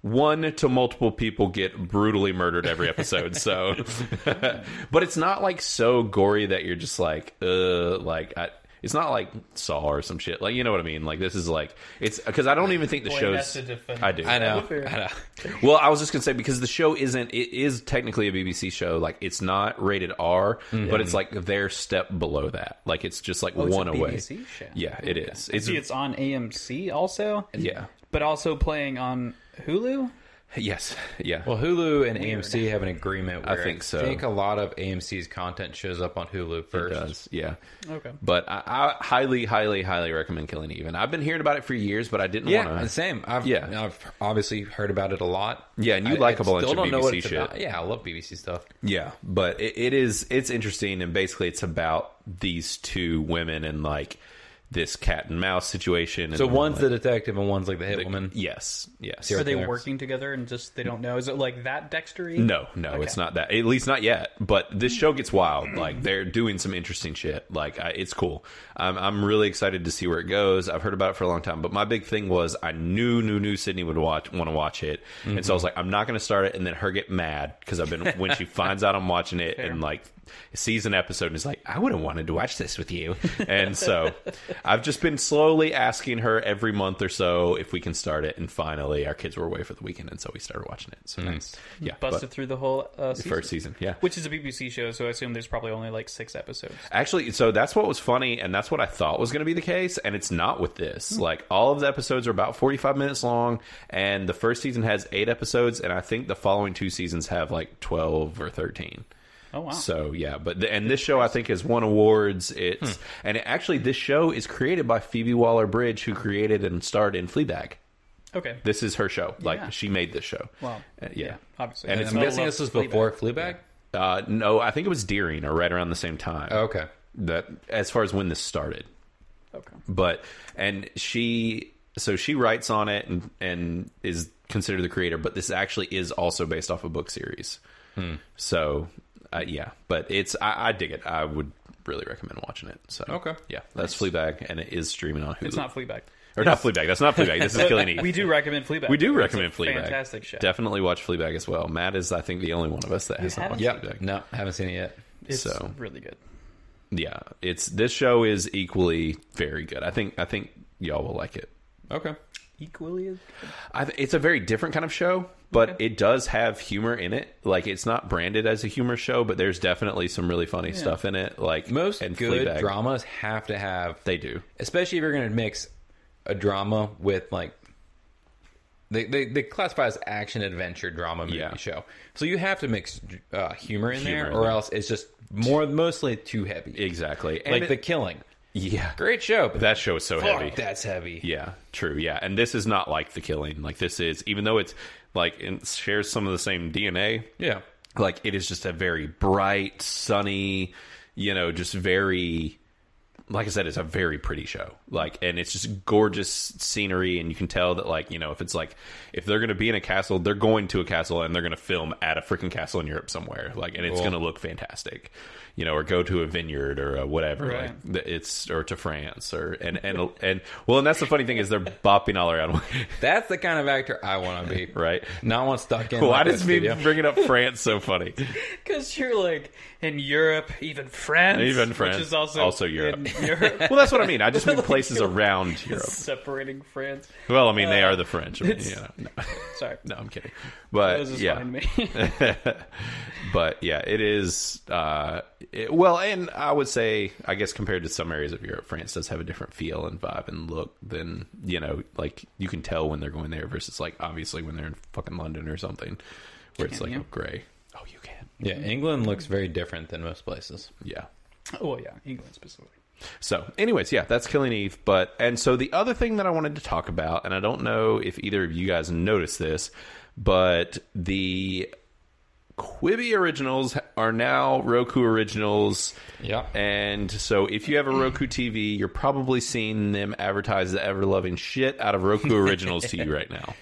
Speaker 1: one to multiple people get brutally murdered every episode so but it's not like so gory that you're just like uh like I, it's not like saw or some shit like you know what i mean like this is like it's because i don't even think the
Speaker 2: Boy,
Speaker 1: show's
Speaker 2: that's a defense.
Speaker 1: i do
Speaker 3: I know.
Speaker 2: Fair.
Speaker 3: I know.
Speaker 1: well, I was just gonna say because the show isn't. It is technically a BBC show. Like it's not rated R,
Speaker 3: Mm-hmm.
Speaker 1: but it's like their step below that. Like it's just like
Speaker 2: Oh,
Speaker 1: one
Speaker 2: it's a
Speaker 1: away.
Speaker 2: BBC show.
Speaker 1: Yeah, it is. It's,
Speaker 2: See, it's on AMC also.
Speaker 1: yeah.
Speaker 2: But also playing on Hulu.
Speaker 1: Yes. Yeah.
Speaker 3: Well, Hulu and AMC have an agreement. Where
Speaker 1: think so.
Speaker 3: I think a lot of AMC's content shows up on Hulu
Speaker 1: it
Speaker 3: first.
Speaker 1: does. Yeah.
Speaker 2: Okay.
Speaker 1: But I, I highly, highly, highly recommend Killing Eve. And I've been hearing about it for years, but I didn't
Speaker 3: Yeah,
Speaker 1: want to.
Speaker 3: and same. I've,
Speaker 1: Yeah.
Speaker 3: yeah, I've obviously heard about it a lot.
Speaker 1: Yeah, and you
Speaker 3: I-
Speaker 1: like
Speaker 3: I
Speaker 1: a bunch
Speaker 3: still
Speaker 1: of
Speaker 3: don't know what
Speaker 1: BBC
Speaker 3: it's
Speaker 1: shit.
Speaker 3: about. Yeah, I love BBC stuff.
Speaker 1: Yeah, but it, it is it's interesting and basically it's about these two women and like this cat and mouse situation. And
Speaker 3: So
Speaker 1: then,
Speaker 3: one's
Speaker 1: like,
Speaker 3: the detective and one's like the hit woman.
Speaker 1: yes, yes.
Speaker 2: Are they
Speaker 3: killers.
Speaker 2: working together and just they don't know? Is it like that Dextery?
Speaker 1: No, no, it's not that. At least not yet. But this show gets wild. Like they're doing some interesting shit. Like I, it's cool. I'm, I'm really excited to see where it goes. I've heard about it for a long time. But my big thing was I knew, knew, knew Sydney would watch, want to watch it, and so I was like, I'm not going to start it, and then her get mad because I've been when she finds out I'm watching it and like sees an episode and is like, I would have wanted to watch this with you, and so I've just been slowly asking her every month or so if we can start it, and finally our kids were away for the weekend, and so we started watching it. So nice, yeah, but-
Speaker 2: Busted through the whole uh, season.
Speaker 1: first season. Yeah.
Speaker 2: Which is a BBC show, so I assume there's probably only like six episodes.
Speaker 1: Actually, so that's what was funny, and that's what I thought was going to be the case, and it's not with this.
Speaker 2: Hmm.
Speaker 1: Like, all of the episodes are about 45 minutes long, and the first season has eight episodes, and I think the following two seasons have like 12 or 13.
Speaker 2: Oh wow.
Speaker 1: So, yeah, but the, and this show I think has won awards. It's
Speaker 2: Hmm.
Speaker 1: and it, actually, this show is created by Phoebe Waller Bridge, who created and starred in Fleabag.
Speaker 2: okay.
Speaker 1: This is her show, like,
Speaker 2: Yeah.
Speaker 1: she made this show.
Speaker 2: Wow.
Speaker 1: Uh,
Speaker 2: Yeah, obviously.
Speaker 1: And
Speaker 2: And
Speaker 1: it's
Speaker 3: I'm
Speaker 2: I
Speaker 3: guessing
Speaker 2: love
Speaker 3: this was
Speaker 2: Fleabag.
Speaker 3: before Fleabag.
Speaker 1: uh, no, I think it was Deering or right around the same time.
Speaker 3: Oh, okay.
Speaker 1: that as far as when this started.
Speaker 2: Okay.
Speaker 1: but and she so she writes on it and and is considered the creator but this actually is also based off a book series
Speaker 2: Hmm.
Speaker 1: so uh, yeah but it's I, I dig it i would really recommend watching it so
Speaker 3: Okay.
Speaker 1: yeah that's fleabag and it is streaming on hulu
Speaker 2: It's not Fleabag.
Speaker 1: or not fleabag that's not fleabag this is killing Eve.
Speaker 2: We do recommend Fleabag.
Speaker 1: we do
Speaker 2: It's a
Speaker 1: recommend fleabag
Speaker 2: Fantastic show.
Speaker 1: definitely watch fleabag as well matt is i think the only one of us that has not
Speaker 2: haven't?
Speaker 1: watched
Speaker 3: Yep.
Speaker 1: fleabag
Speaker 3: No, haven't seen it yet.
Speaker 2: It's
Speaker 1: so.
Speaker 2: really good.
Speaker 1: yeah it's this show is equally very good i think i think y'all will like it
Speaker 3: Okay.
Speaker 2: Equally as
Speaker 1: I th- it's a very different kind of show, but
Speaker 2: Okay.
Speaker 1: it does have humor in it. Like it's not branded as a humor show, but there's definitely some really funny stuff in it. Like
Speaker 3: Most good
Speaker 1: Fleabag.
Speaker 3: dramas have to have,
Speaker 1: they do.
Speaker 3: especially if you're going to mix a drama with like. They, they, they classify as action adventure drama movie
Speaker 1: Yeah.
Speaker 3: show, so you have to mix uh, humor in
Speaker 1: Humor
Speaker 3: there,
Speaker 1: in
Speaker 3: or
Speaker 1: there.
Speaker 3: else it's just more mostly too heavy.
Speaker 1: Exactly. And
Speaker 3: like
Speaker 1: it-
Speaker 3: the killing.
Speaker 1: Yeah.
Speaker 3: Great show, but
Speaker 1: That show is so
Speaker 3: fuck,
Speaker 1: heavy.
Speaker 3: that's heavy.
Speaker 1: Yeah, true. Yeah, and this is not like the killing. Like this is, even though it's like it shares some of the same DNA.
Speaker 3: Yeah.
Speaker 1: Like it is just a very bright, sunny, you know, just very. Like I said, it's a very pretty show. Like, and it's just gorgeous scenery, and you can tell that, like, you know, if it's like, if they're going to be in a castle, they're going to a castle, and they're going to film at a freaking castle in Europe somewhere. Like, and it's
Speaker 3: Cool.
Speaker 1: going to look fantastic, you know, or go to a vineyard or a whatever.
Speaker 2: Right.
Speaker 1: Like, the- it's or to France or and and and well, and that's the funny thing is they're bopping all around,
Speaker 3: That's the kind of actor I want to be.
Speaker 1: right?
Speaker 3: Not one stuck in.
Speaker 1: Why
Speaker 3: like
Speaker 1: does
Speaker 3: this
Speaker 1: me
Speaker 3: video.
Speaker 1: bringing up France so funny?
Speaker 2: Because you're like in Europe, even France,
Speaker 1: Even France,
Speaker 2: which is also
Speaker 1: also Europe.
Speaker 2: in Europe,
Speaker 1: Well, that's what I mean. I just mean places around Europe.
Speaker 2: separating France.
Speaker 1: Well, I mean they are the French. I mean,
Speaker 2: it's-
Speaker 1: you know. no,
Speaker 2: Sorry,
Speaker 1: no, I'm kidding.
Speaker 2: those
Speaker 1: But
Speaker 2: is
Speaker 1: yeah,
Speaker 2: fine to me.
Speaker 1: but yeah, it is. Uh, it, well, and I would say, I guess compared to some areas of Europe, France does have a different feel and vibe and look than you know, like you can tell when they're going there versus like obviously when they're in fucking London or something, where it's
Speaker 2: Can
Speaker 1: like
Speaker 2: you?
Speaker 1: oh gray. Oh, you can.
Speaker 3: Yeah, England looks very different than most places.
Speaker 1: Yeah.
Speaker 2: oh yeah, England specifically.
Speaker 1: So, anyways, yeah, that's Killing Eve. But and so the other thing that I wanted to talk about, and I don't know if either of you guys noticed this, but the Quibi originals are now Roku originals.
Speaker 3: Yeah.
Speaker 1: And so if you have a Roku TV, you're probably seeing them advertise the ever loving shit out of Roku originals to you right now.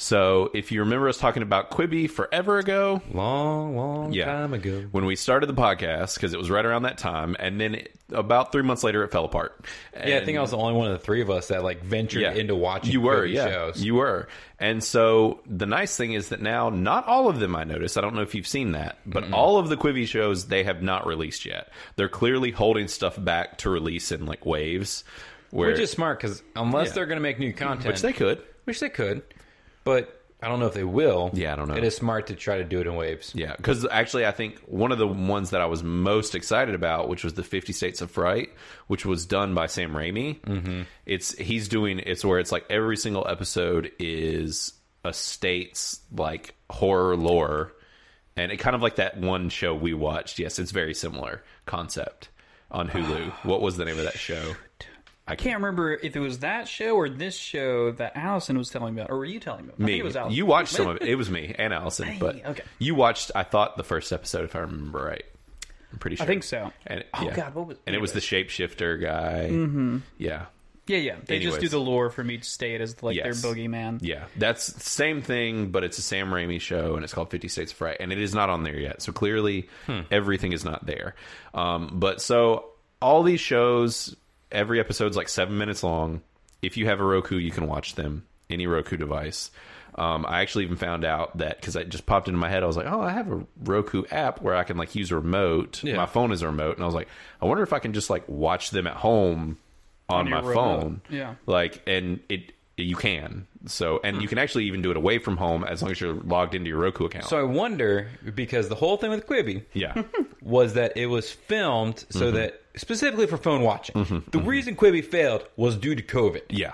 Speaker 1: So if you remember us talking about Quibi forever ago,
Speaker 3: Long, long time ago.
Speaker 1: when we started the podcast because it was right around that time, and then it, about three months later, it fell apart.
Speaker 3: Yeah, I
Speaker 1: And-
Speaker 3: think I was the only one of the three of us that like ventured into watching.
Speaker 1: You were,
Speaker 3: Quibi
Speaker 1: yeah,
Speaker 3: shows.
Speaker 1: you were. And so the nice thing is that now, not all of them. I noticed. I don't know if you've seen that, but all of the Quibi shows they have not released yet. They're clearly holding stuff back to release in like waves, where
Speaker 3: Which is smart because unless
Speaker 1: Yeah.
Speaker 3: they're going to make new content,
Speaker 1: which they could.
Speaker 3: which they could, but I don't know if they will.
Speaker 1: Yeah, I don't know.
Speaker 3: It is smart to try to do it in waves.
Speaker 1: Yeah, because actually, I think one of the ones that I was most excited about, which was the Fifty States of Fright, which was done by Sam Raimi. Mm-hmm. It's he's doing it's where it's like every single episode is a state's like horror lore, and it kind of like that one show we watched. Yes, it's very similar concept on Hulu. what was the name of that show?
Speaker 2: I can't remember if it was that show or this show that Allison was telling me about, or were you telling me? About? I think
Speaker 1: Me,
Speaker 2: it was Allison.
Speaker 1: you watched some of it. It was me and Allison, but
Speaker 2: okay.
Speaker 1: you watched. I thought the first episode, if I remember right. I'm pretty sure.
Speaker 2: I think so.
Speaker 1: And
Speaker 2: Oh,
Speaker 1: yeah.
Speaker 2: God, what was- Mm-hmm.
Speaker 1: and it was the shapeshifter guy. Yeah,
Speaker 2: Yeah, yeah. They just do
Speaker 1: Anyways.
Speaker 2: the lore from each state as like
Speaker 1: Yes.
Speaker 2: their boogeyman.
Speaker 1: yeah. That's the same thing, but it's a Sam Raimi show, and it's called Fifty States of Fright, and it is not on there yet. So clearly,
Speaker 2: Hmm.
Speaker 1: everything is not there. Um, but so all these shows, every episode's like seven minutes long. If you have a Roku, you can watch them any Roku device. Um, I actually even found out that because it just popped into my head, I was like, "Oh, I have a Roku app where I can like use a remote.
Speaker 3: Yeah.
Speaker 1: My phone is a remote, and I was like, I wonder if I can just like watch them at home on,
Speaker 2: On
Speaker 1: my
Speaker 2: your remote.
Speaker 1: phone.
Speaker 2: Yeah.
Speaker 1: Like, and it you can so, and you can actually even do it away from home as long as you're logged into your Roku account.
Speaker 3: So I wonder because the whole thing with Quibi
Speaker 1: yeah,
Speaker 3: was that it was filmed so
Speaker 1: Mm-hmm.
Speaker 3: that specifically for phone watching. the reason Quibi failed was due to COVID
Speaker 1: yeah,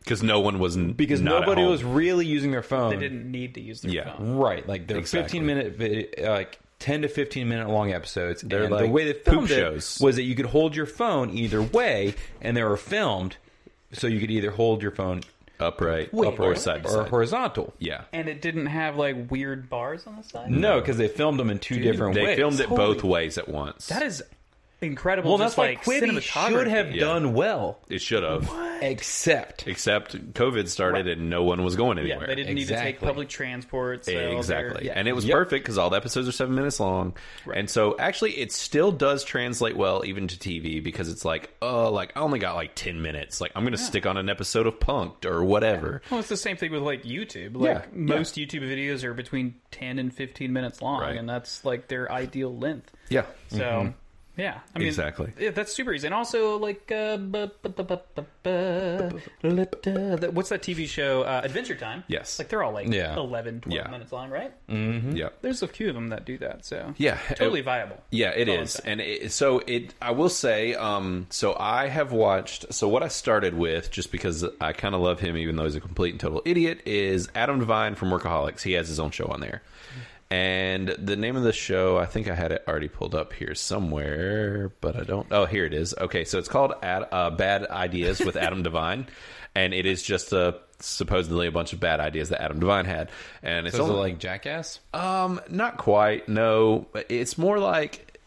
Speaker 1: because no one was n-
Speaker 3: because
Speaker 1: not at
Speaker 3: nobody
Speaker 1: home.
Speaker 3: was really using their phone.
Speaker 2: They didn't need to use their
Speaker 1: Yeah.
Speaker 2: phone.
Speaker 3: Right, like they're
Speaker 1: Exactly.
Speaker 3: 15 minute, vid- like 10 to 15 minute long episodes.
Speaker 1: They're
Speaker 3: and the
Speaker 1: like
Speaker 3: way they
Speaker 1: poop
Speaker 3: filmed it
Speaker 1: shows.
Speaker 3: was that you could hold your phone either way, and they were filmed so you could either hold your phone
Speaker 1: upright,
Speaker 2: Wait,
Speaker 1: up or
Speaker 2: what?
Speaker 1: side to
Speaker 3: or
Speaker 1: side.
Speaker 3: horizontal.
Speaker 1: yeah,
Speaker 2: And it didn't have like weird bars on the side.
Speaker 3: No, because they filmed them in two different
Speaker 1: they
Speaker 3: ways.
Speaker 1: filmed it
Speaker 2: Holy-
Speaker 1: both ways at once.
Speaker 2: that is incredible.
Speaker 3: Well,
Speaker 2: just
Speaker 3: that's like
Speaker 2: like
Speaker 3: Quibi
Speaker 2: cinematography.
Speaker 3: should have done well,
Speaker 1: it should have,
Speaker 3: except
Speaker 1: except COVID started and no one was going
Speaker 2: Yeah,
Speaker 1: anywhere.
Speaker 2: they didn't need to take
Speaker 3: Exactly.
Speaker 2: public transport. So they're-
Speaker 1: exactly
Speaker 2: yeah.
Speaker 1: and it was
Speaker 3: Yep.
Speaker 1: perfect because all the episodes are seven minutes long and so actually it still does translate well even to tv because it's like oh like i only got like 10 minutes like i'm gonna stick on an episode of punked or whatever
Speaker 2: Well, it's the same thing with like YouTube. Like
Speaker 1: Yeah,
Speaker 2: most YouTube videos are between ten and fifteen minutes long,
Speaker 1: Right.
Speaker 2: and that's like their ideal length.
Speaker 1: yeah,
Speaker 2: So, yeah, I mean,
Speaker 1: Mm-hmm. Exactly.
Speaker 2: Yeah, that's super easy, and also like uh, bu- bu- bu- bu- bu- bu- la- da- that- what's that TV show? Uh, Adventure Time.
Speaker 1: Yes.
Speaker 2: like they're all like
Speaker 3: Yeah.
Speaker 2: 11, 12
Speaker 1: Yeah.
Speaker 2: minutes long, right?
Speaker 1: yeah
Speaker 2: There's a few of them that do that, so
Speaker 1: Yeah,
Speaker 2: totally
Speaker 1: it-
Speaker 2: viable.
Speaker 1: yeah it
Speaker 2: That's all I'm
Speaker 1: is
Speaker 2: saying.
Speaker 1: and it, so it i will say um so i have watched so what i started with just because i kind of love him even though he's a complete and total idiot is adam devine from workaholics he has his own show on there And the name of the show, I think I had it already pulled up here somewhere, but I don't. Oh, here it is. Okay, so it's called Ad, uh, Bad Ideas with Adam Devine, and it is just a supposedly a bunch of bad ideas that Adam Devine had, and it's
Speaker 3: So is it
Speaker 1: only
Speaker 3: like Jackass?
Speaker 1: um, not quite. No, it's more like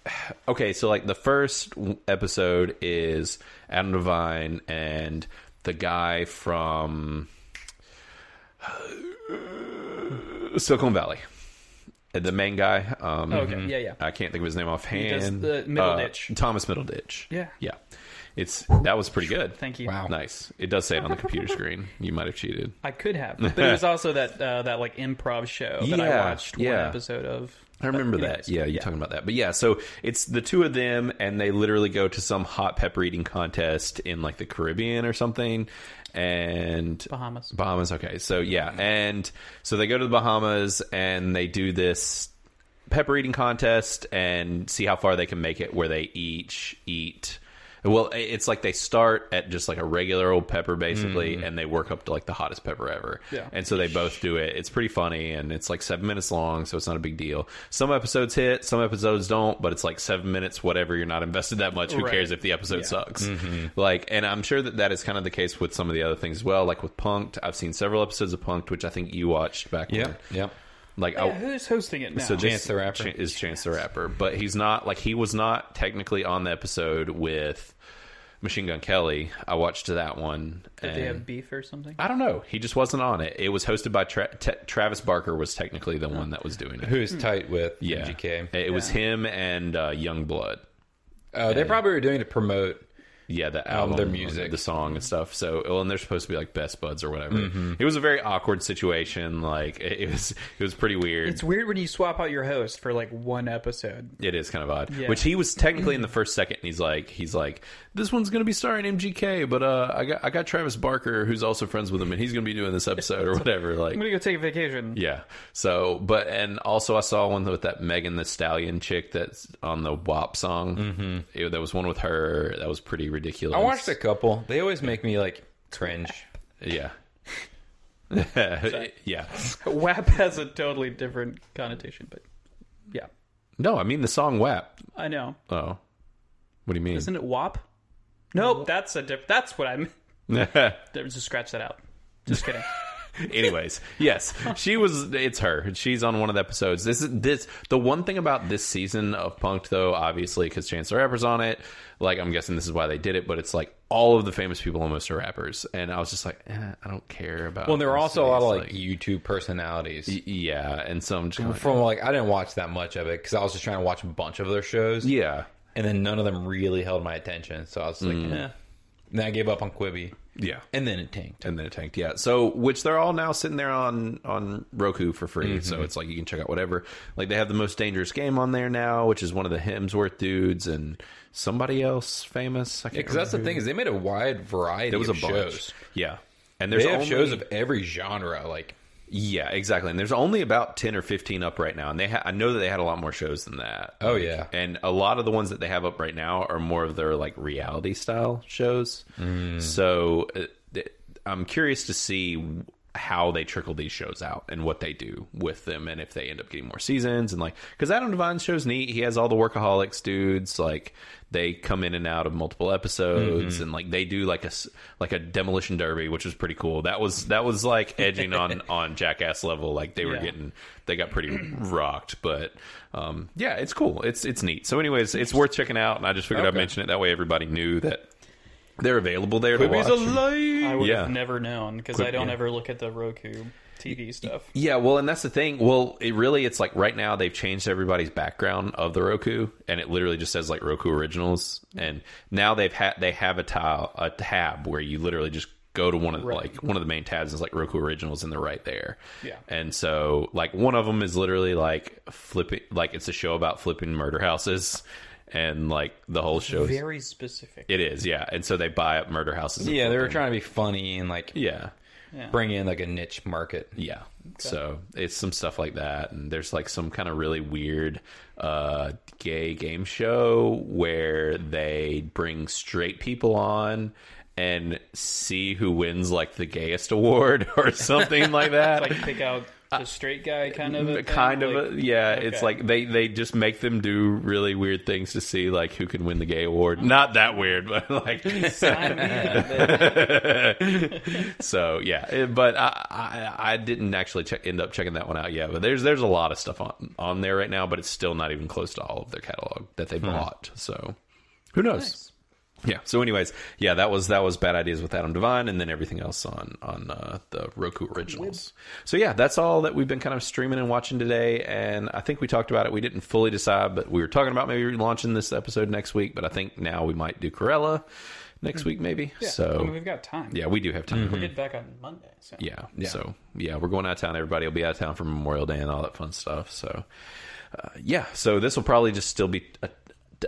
Speaker 1: okay. So like the first episode is Adam Devine and the guy from Silicon Valley, the main guy. Um,
Speaker 2: Oh, Okay, yeah, yeah.
Speaker 1: I can't think of his name offhand.
Speaker 2: He does the Middleditch.
Speaker 1: Uh, Thomas Middleditch.
Speaker 2: Yeah.
Speaker 1: yeah. It's that was pretty good.
Speaker 2: Thank you.
Speaker 3: Wow.
Speaker 1: Nice. It does say it on the computer screen. You might have cheated.
Speaker 2: I could have. But there was also that uh, that like improv show that I
Speaker 1: Yeah,
Speaker 2: watched one
Speaker 1: yeah.
Speaker 2: episode of.
Speaker 1: I remember
Speaker 2: But
Speaker 1: that.
Speaker 2: anyways,
Speaker 1: Yeah, you're talking about that. But yeah, so it's the two of them, and they literally go to some hot pepper eating contest in like the Caribbean or something, and
Speaker 2: Bahamas.
Speaker 1: Bahamas. Okay, so yeah, and so they go to the Bahamas and they do this pepper eating contest and see how far they can make it, where they each eat. Well, i- it's like they start at just like a regular old pepper, basically, and they work up to like the hottest pepper ever.
Speaker 2: Yeah.
Speaker 1: And so they both do it. It's pretty funny, and it's like seven minutes long, so it's not a big deal. Some episodes hit, some episodes don't, but it's like seven minutes, whatever. You're not invested that much. Who
Speaker 2: Right.
Speaker 1: cares if the episode sucks? Like, and I'm sure that that is kind of the case with some of the other things as well. Like with Punked, I've seen several episodes of Punked, which I think you watched back.
Speaker 3: Yeah,
Speaker 1: when.
Speaker 3: yep.
Speaker 1: Like,
Speaker 2: Yeah,
Speaker 1: I,
Speaker 2: who's hosting it now?
Speaker 1: Oh. so
Speaker 3: Chance
Speaker 1: this-
Speaker 3: the Rapper.
Speaker 1: Chan- is Chance the Rapper, but he's not like he was not technically on the episode with Machine Gun Kelly. I watched that one.
Speaker 2: Did
Speaker 1: and-
Speaker 2: they have beef or something?
Speaker 1: I don't know. He just wasn't on it. It was hosted by Tra- T- Travis Barker. Was technically the one that was doing it.
Speaker 3: Who is tight with
Speaker 1: Yeah,
Speaker 3: MGK?
Speaker 1: It, it was him and uh, Young Blood.
Speaker 3: Uh, they probably were doing it to promote.
Speaker 1: Yeah, the album,
Speaker 3: Oh, their music.
Speaker 1: the song and stuff. So, well, and they're supposed to be like best buds or whatever.
Speaker 3: Mm-hmm.
Speaker 1: It was a very awkward situation. Like it, it was, it was pretty weird.
Speaker 2: It's weird when you swap out your host for like one episode.
Speaker 1: It is kind of odd.
Speaker 2: Yeah.
Speaker 1: Which he was technically in the first second. And he's like, he's like, this one's going to be starring MGK, but uh, I got I got Travis Barker, who's also friends with him, and he's going to be doing this episode or whatever.
Speaker 2: I'm
Speaker 1: Like,
Speaker 2: gonna go take a vacation.
Speaker 1: yeah. So, but and also I saw one with that Megan the Stallion chick that's on the WAP song. Mm-hmm. there was one with her that was pretty ridiculous.
Speaker 3: I watched a couple. They always make me like cringe.
Speaker 1: Yeah. yeah.
Speaker 2: WAP has a totally different connotation, but yeah,
Speaker 1: No, I mean the song WAP.
Speaker 2: I know.
Speaker 1: Oh, what do you mean?
Speaker 2: Isn't it WAP? Nope, that's a diff- that's what I'm. Just scratch that out. Just kidding.
Speaker 1: Anyways, yes, she was. It's her. She's on one of the episodes. This is this. The one thing about this season of Punked, though, obviously, because Chance the Rapper's on it. Like, I'm guessing this is why they did it, but it's like all of the famous people almost are rappers, and I was just like, eh, I don't care about.
Speaker 3: Well, there were
Speaker 1: this.
Speaker 3: also a lot of
Speaker 1: It's
Speaker 3: like, YouTube personalities.
Speaker 1: y- yeah, and some just kinda like,
Speaker 3: From like, I didn't watch that much of it because I was just trying to watch a bunch of their shows,
Speaker 1: yeah,
Speaker 3: and then none of them really held my attention. So I was like, eh. Then I gave up on Quibi,
Speaker 1: yeah.
Speaker 3: and then it tanked.
Speaker 1: and then it tanked. Yeah. So which they're all now sitting there on on Roku for free.
Speaker 3: Mm-hmm.
Speaker 1: So it's like you can check out whatever. Like they have the most dangerous game on there now, which is one of the Hemsworth dudes and somebody else famous. I can't
Speaker 3: Because that's the thing is they made a wide variety.
Speaker 1: There was a
Speaker 3: of
Speaker 1: bunch.
Speaker 3: shows.
Speaker 1: Yeah. And
Speaker 3: They
Speaker 1: there's
Speaker 3: have
Speaker 1: only-
Speaker 3: shows of every genre. Like
Speaker 1: yeah, exactly. And there's only about ten or fifteen up right now, and they ha- I know that they had a lot more shows than that.
Speaker 3: Oh, yeah.
Speaker 1: and a lot of the ones that they have up right now are more of their like reality style shows. So uh, th- I'm curious to see how they trickle these shows out and what they do with them, and if they end up getting more seasons and like because Adam Devine's show's neat. He has all the workaholics dudes like they come in and out of multiple episodes and like they do like a s- like a demolition derby which was pretty cool that was that was like edging on on jackass level like they were
Speaker 2: Yeah.
Speaker 1: getting they got pretty rocked but um yeah it's cool it's it's neat so anyways it's worth checking out and i just figured i'd
Speaker 3: Okay.
Speaker 1: mention it that way everybody knew that they're available there
Speaker 3: Quibi's
Speaker 1: to watch
Speaker 2: I
Speaker 3: alive.
Speaker 2: would
Speaker 1: Yeah.
Speaker 2: have never known because
Speaker 1: Quick-
Speaker 2: I don't
Speaker 1: yeah.
Speaker 2: ever look at the Roku TV stuff.
Speaker 1: Yeah, well, and that's the thing. Well, it really it's like right now they've changed everybody's background of the Roku, and it literally just says like Roku Originals, and now they've had they have a tile a tab where you literally just go to one of like one of the main tabs is like Roku Originals, and they're right there.
Speaker 2: Yeah.
Speaker 1: and so like one of them is literally like flipping, like it's a show about flipping murder houses, and like the whole show. is-
Speaker 2: Very specific.
Speaker 1: It is, yeah, and so they buy up murder houses. and
Speaker 3: Yeah, they
Speaker 1: flip
Speaker 3: were
Speaker 1: them.
Speaker 3: trying to be funny and like
Speaker 1: Yeah,
Speaker 3: bring in like a niche market.
Speaker 1: Yeah. So it's some stuff like that. And there's like some kind of really weird uh, gay game show where they bring straight people on and see who wins like the gayest award or something like that.
Speaker 2: Like pick out the straight guy kind of a
Speaker 1: Mm, kind
Speaker 2: thing?
Speaker 1: of
Speaker 2: Like,
Speaker 1: a, yeah it's
Speaker 2: okay.
Speaker 1: like they they just make them do really weird things to see like who can win the gay award not that weird but like
Speaker 2: sign me up, baby.
Speaker 1: so yeah eh, but I, I i didn't actually check end up checking that one out yet but there's there's a lot of stuff on on there right now but it's still not even close to all of their catalog that they bought so who knows
Speaker 2: Nice.
Speaker 1: yeah so anyways yeah that was that was bad ideas with adam devine and then everything else on on uh, the roku originals so yeah that's all that we've been kind of streaming and watching today and i think we talked about it we didn't fully decide but we were talking about maybe launching this episode next week but i think now we might do corella next week maybe
Speaker 2: Hmm. Yeah, I mean,
Speaker 1: so
Speaker 2: we've got time.
Speaker 1: yeah we do have time
Speaker 2: We'll get back on Monday. So.
Speaker 1: yeah. So yeah, we're going out of town. Everybody will be out of town for Memorial Day and all that fun stuff. So uh, yeah. So this will probably just still be a-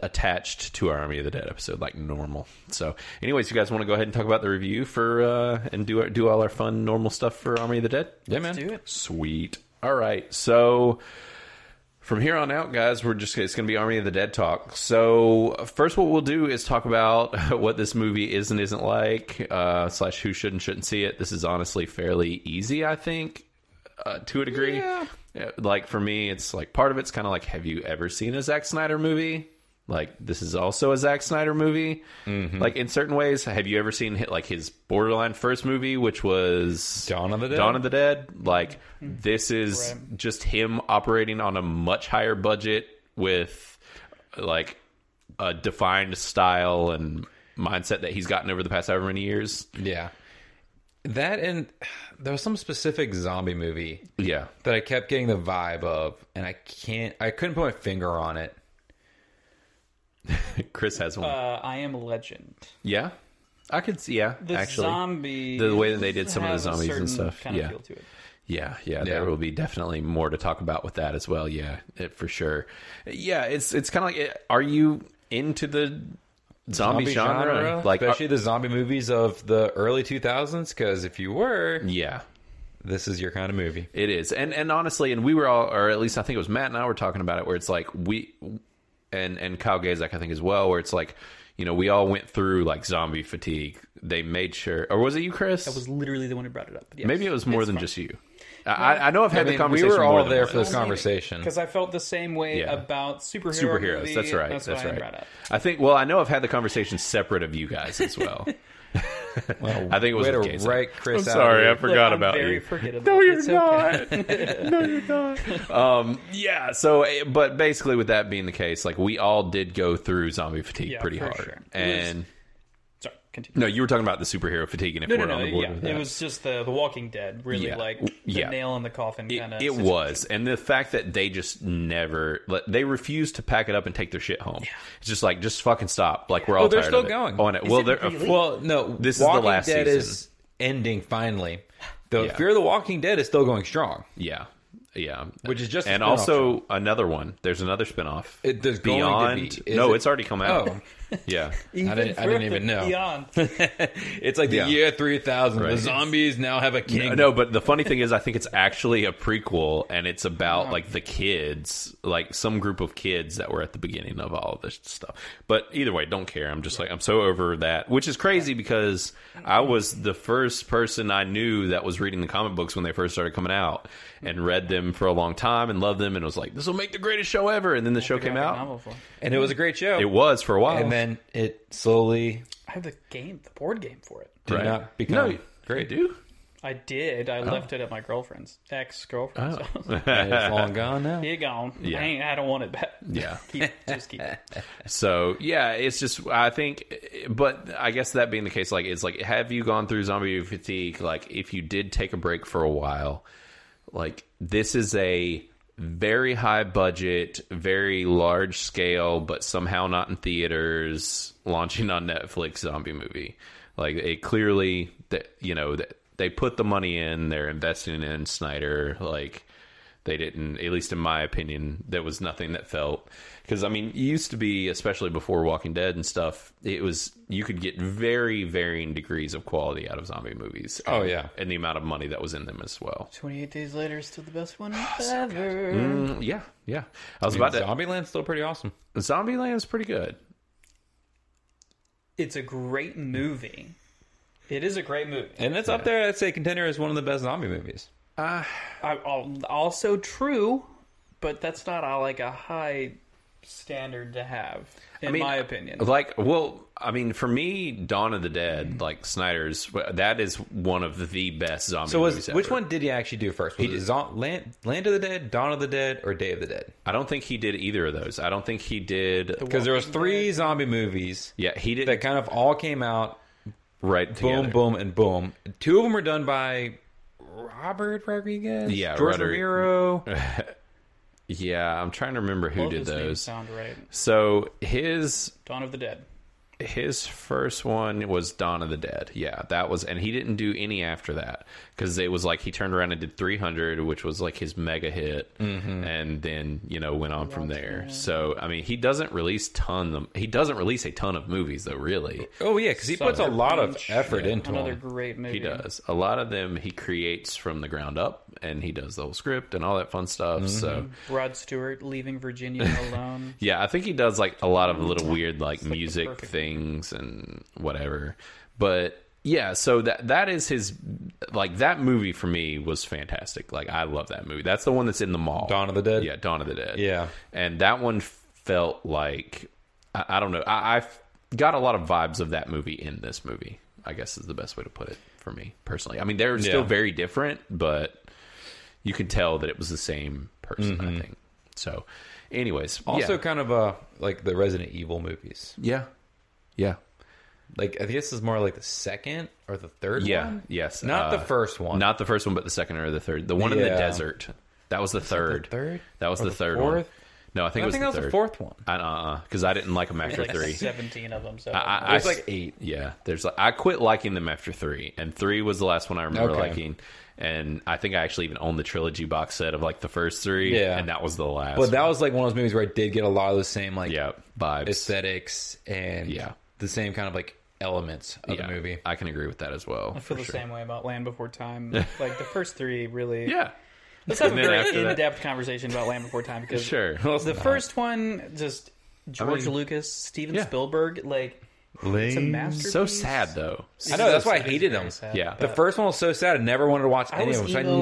Speaker 1: attached to our Army of the Dead episode like normal. So anyways, you guys want to go ahead and talk about the review for uh, and do our, do all our fun normal stuff for Army of the Dead?
Speaker 3: Yeah, man.
Speaker 2: Let's do it.
Speaker 1: Sweet. All right. So from here on out, guys, we're just it's going to be Army of the Dead talk. So first, what we'll do is talk about what this movie is and isn't like, uh, slash who should and shouldn't see it. This is honestly fairly easy, I think, uh, to a degree.
Speaker 3: Yeah.
Speaker 1: Yeah, Like for me, it's like part of it's kind of like, have you ever seen a Zack Snyder movie? Like this is also a Zack Snyder movie.
Speaker 3: Mm-hmm.
Speaker 1: Like in certain ways, have you ever seen hit like his borderline first movie, which was
Speaker 3: Dawn of the Dead? Mm-hmm.
Speaker 1: Dawn of the Dead? Like this is
Speaker 2: Right.
Speaker 1: just him operating on a much higher budget with like a defined style and mindset that he's gotten over the past however many years.
Speaker 3: Yeah. That and there was some specific zombie movie
Speaker 1: Yeah.
Speaker 3: that I kept getting the vibe of, and I can't, I couldn't put my finger on it.
Speaker 1: Chris has one.
Speaker 2: Uh, I am legend.
Speaker 1: yeah. I could see yeah,
Speaker 2: The
Speaker 1: actually.
Speaker 2: zombie.
Speaker 1: the way that they did some of the
Speaker 2: have a
Speaker 1: zombies and
Speaker 2: certain
Speaker 1: stuff,
Speaker 2: Kind of
Speaker 1: yeah.
Speaker 2: feel to it.
Speaker 1: Yeah, yeah,
Speaker 3: Yeah.
Speaker 1: there will be definitely more to talk about with that as well. Yeah, it, for sure. Yeah, it's it's kind of like, eh, are you into the zombie, genre? Like, uh,
Speaker 3: Like,
Speaker 1: are-
Speaker 3: especially the zombie movies of the early 2000s, because if you were,
Speaker 1: yeah,
Speaker 3: this is your kind of movie.
Speaker 1: it is. And and honestly, and we were all, or at least I think it was Matt and I were talking about it, where it's like we and and Kyle Gazak I think as well, where it's like. You know, we all went through like zombie fatigue. They made sure, or was it you, Chris?
Speaker 2: That was literally the one who brought it up. Yes.
Speaker 1: Maybe it was more than just you. I, I- I know I've had
Speaker 3: I mean,
Speaker 1: the
Speaker 3: we
Speaker 1: conversation.
Speaker 3: were
Speaker 1: more
Speaker 3: all
Speaker 1: than
Speaker 3: there
Speaker 1: once.
Speaker 3: for this conversation.
Speaker 2: because I felt the same way
Speaker 1: Yeah.
Speaker 2: about superhero
Speaker 1: superheroes.
Speaker 2: movie.
Speaker 1: That's right. That's,
Speaker 2: That's, what I
Speaker 1: right.
Speaker 2: brought up.
Speaker 1: I think. Well, I know I've had the conversation separate of you guys as well. I think it was
Speaker 3: Way to
Speaker 1: with Jason.
Speaker 3: write Chris
Speaker 1: I'm
Speaker 3: out of
Speaker 1: sorry,
Speaker 3: here.
Speaker 1: I forgot
Speaker 2: Look, I'm
Speaker 1: about
Speaker 2: very
Speaker 1: you.
Speaker 2: forgettable.
Speaker 1: No, you're
Speaker 2: It's okay.
Speaker 1: not. no, you're not. Um, yeah. So, eh, but basically, with that being the case, like we all did go through zombie fatigue
Speaker 2: Yeah,
Speaker 1: pretty
Speaker 2: for
Speaker 1: hard,
Speaker 2: sure. It was-
Speaker 1: and
Speaker 2: Sorry, continue.
Speaker 1: no, you were talking about the superhero fatigue, and if
Speaker 2: No,
Speaker 1: we're
Speaker 2: no, no.
Speaker 1: on the board
Speaker 2: Yeah,
Speaker 1: with that.
Speaker 2: it was just the the Walking Dead. Really,
Speaker 1: Yeah.
Speaker 2: like the
Speaker 1: W- yeah.
Speaker 2: nail in the coffin.
Speaker 1: It,
Speaker 2: kind of
Speaker 1: it was, and the fact that they just never, like, they refused to pack it up and take their shit home. It's just like, just fucking stop. Like we're all
Speaker 3: Oh, they're
Speaker 1: tired
Speaker 3: still
Speaker 1: of it.
Speaker 3: going.
Speaker 1: on it.
Speaker 2: Is
Speaker 1: well,
Speaker 2: it
Speaker 1: they're
Speaker 2: really?
Speaker 3: Well, no,
Speaker 1: This is the
Speaker 3: Walking
Speaker 1: last
Speaker 3: Dead
Speaker 1: season.
Speaker 3: is ending finally. The
Speaker 1: Yeah.
Speaker 3: Fear of the Walking Dead is still going strong.
Speaker 1: Yeah. Yeah.
Speaker 3: Which is just a
Speaker 1: And
Speaker 3: spin-off
Speaker 1: also another one. There's another spinoff.
Speaker 3: It- there's going to
Speaker 1: Beyond.
Speaker 3: be. Is
Speaker 1: no,
Speaker 3: it- Oh.
Speaker 1: it's already come out. Yeah.
Speaker 3: I didn't- I didn't even know.
Speaker 2: Beyond.
Speaker 3: It's like the
Speaker 1: Yeah.
Speaker 3: year 3000.
Speaker 1: Right.
Speaker 3: The zombies now have a king.
Speaker 1: No, but the funny thing is, I think it's actually a prequel, and it's about like the kids, like some group of kids that were at the beginning of all this stuff. But either way, don't care. I'm just like I'm so over that, which is crazy because I was the first person I knew that was reading the comic books when they first started coming out, and read them for a long time and loved them, and was like, this will make the greatest show ever. And then the show came
Speaker 2: Graphic
Speaker 1: out.
Speaker 2: novel form.
Speaker 3: And it was a great show.
Speaker 1: It was for a while,
Speaker 3: And then it slowly
Speaker 2: I have the game, the board game for it.
Speaker 3: did
Speaker 1: Right.
Speaker 3: not become
Speaker 1: No,
Speaker 3: great.
Speaker 1: do.
Speaker 2: I did.
Speaker 1: Oh.
Speaker 2: I left it at my girlfriend's ex girlfriend's.
Speaker 3: And it's long gone now.
Speaker 2: Be gone.
Speaker 1: Yeah.
Speaker 2: I, ain't, I don't want it back.
Speaker 1: Yeah.
Speaker 2: keep, just keep. it.
Speaker 1: So yeah, it's just I think, but I guess that being the case, like it's like, have you gone through zombie fatigue? Like if you did take a break for a while, like this is a very high budget, very large scale, but somehow not in theaters, launching on Netflix zombie movie. Like it clearly that you know that they put the money in, they're investing in Snyder, like they didn't at least in my opinion there was nothing that felt because i mean it used to be especially before walking dead and stuff it was you could get very varying degrees of quality out of zombie movies
Speaker 3: Oh, yeah.
Speaker 1: and the amount of money that was in them as well
Speaker 2: Twenty-eight days later is still the best one ever.
Speaker 1: Mm, yeah yeah i was about
Speaker 3: But
Speaker 1: to
Speaker 3: Zombieland's still pretty awesome.
Speaker 1: zombie land's pretty good
Speaker 2: It's a great movie. It is a great movie.
Speaker 3: And it's up there, I'd say, contender as one of the best zombie movies.
Speaker 2: I, al- also true, but that's not uh, like a high standard to have, in
Speaker 1: I mean,
Speaker 2: my opinion.
Speaker 1: Like, well, I mean, for me, Dawn of the Dead, like Snyder's, that is one of the best zombie
Speaker 3: So was
Speaker 1: movies.
Speaker 3: which
Speaker 1: ever.
Speaker 3: one did he actually do first? Was it Zon- Land, Land of the Dead, Dawn of the Dead, or Day of the Dead?
Speaker 1: I don't think he did either of those. I don't think he did.
Speaker 3: Because there was three zombie movies
Speaker 1: yeah, he did.
Speaker 3: that kind of all came out
Speaker 1: right.
Speaker 3: boom,
Speaker 1: together.
Speaker 3: boom, and boom. Two of them were done by Robert Rodriguez,
Speaker 1: Yeah,
Speaker 3: George
Speaker 1: Rodri-
Speaker 3: Romero.
Speaker 1: Yeah, I'm trying to remember who
Speaker 2: Both
Speaker 1: did
Speaker 2: his names
Speaker 1: those.
Speaker 2: sound right?
Speaker 1: So his
Speaker 2: Dawn of the Dead.
Speaker 1: his first one was Dawn of the Dead. Yeah, that was, and he didn't do any after that because it was like he turned around and did 300, which was like his mega hit, and then you know went on from there. So I mean, he doesn't release ton. Of, he doesn't release a ton of movies though. Really,
Speaker 3: Oh yeah, because he puts a
Speaker 2: Sucker
Speaker 3: lot of
Speaker 2: Punch,
Speaker 3: effort into
Speaker 2: Another
Speaker 3: them.
Speaker 2: great movie.
Speaker 1: he does a lot of them. He creates from the ground up, and he does the whole script and all that fun stuff. So
Speaker 2: Rod Stewart leaving Virginia alone.
Speaker 1: Yeah, I think he does like a lot of little weird like music
Speaker 2: perfect-
Speaker 1: things and whatever. But yeah, so that that is his like that movie for me was fantastic. Like I love that movie. That's the one that's in the mall.
Speaker 3: Dawn of the Dead.
Speaker 1: Yeah, Dawn of the Dead.
Speaker 3: Yeah.
Speaker 1: And that one felt like I, I don't know. I I've got a lot of vibes of that movie in this movie. I guess is the best way to put it for me personally. I mean, they're still
Speaker 3: Yeah.
Speaker 1: very different, but you can tell that it was the same person, I think. So, anyways,
Speaker 3: Mm-hmm. Also,
Speaker 1: yeah.
Speaker 3: kind of uh, like the Resident Evil movies.
Speaker 1: Yeah. Yeah.
Speaker 3: Like I guess is more like the second or the third.
Speaker 1: Yeah.
Speaker 3: one?
Speaker 1: Yes.
Speaker 3: Um, not
Speaker 1: Uh,
Speaker 3: the first one.
Speaker 1: Not the first one, but the second or the third. The one in the
Speaker 3: Yeah.
Speaker 1: desert. That was the third.
Speaker 3: third?
Speaker 1: That was
Speaker 3: Or
Speaker 1: the,
Speaker 3: the
Speaker 1: third one.
Speaker 3: fourth?
Speaker 1: No, I think
Speaker 3: I
Speaker 1: it was
Speaker 3: think
Speaker 1: the
Speaker 3: that was
Speaker 1: third.
Speaker 3: the fourth one.
Speaker 1: I, uh, because I didn't like them after
Speaker 2: like
Speaker 1: three.
Speaker 2: seventeen of them. So
Speaker 1: I, I,
Speaker 3: There's
Speaker 1: I-
Speaker 3: like eight.
Speaker 1: Yeah, there's like I quit liking them after three, and three was the last one I remember
Speaker 3: Okay.
Speaker 1: liking. And I think I actually even owned the trilogy box set of like the first three.
Speaker 3: Yeah.
Speaker 1: and that was the last.
Speaker 3: But that was like one of those movies where I did get a lot of the same like
Speaker 1: yeah vibes.
Speaker 3: aesthetics and
Speaker 1: Yeah.
Speaker 3: the same kind of like elements of
Speaker 1: yeah,
Speaker 3: the movie.
Speaker 1: I can agree with that as well.
Speaker 2: I feel the
Speaker 1: for sure.
Speaker 2: same way about Land Before Time. Like the first three really.
Speaker 1: Yeah,
Speaker 2: Let's have a
Speaker 1: And then
Speaker 2: very
Speaker 1: after that-
Speaker 2: in-depth conversation about Land Before Time because
Speaker 1: sure.
Speaker 2: the first one just George
Speaker 1: mean-
Speaker 2: Lucas, Steven
Speaker 1: Yeah.
Speaker 2: Spielberg, like it's a masterpiece.
Speaker 1: so sad though.
Speaker 3: I know that's why I
Speaker 2: It's
Speaker 3: hated
Speaker 2: very
Speaker 3: them.
Speaker 2: sad.
Speaker 1: Yeah,
Speaker 3: The first one was so sad. I never wanted to watch
Speaker 2: I
Speaker 3: any
Speaker 2: was
Speaker 3: of them. So
Speaker 2: emo
Speaker 3: I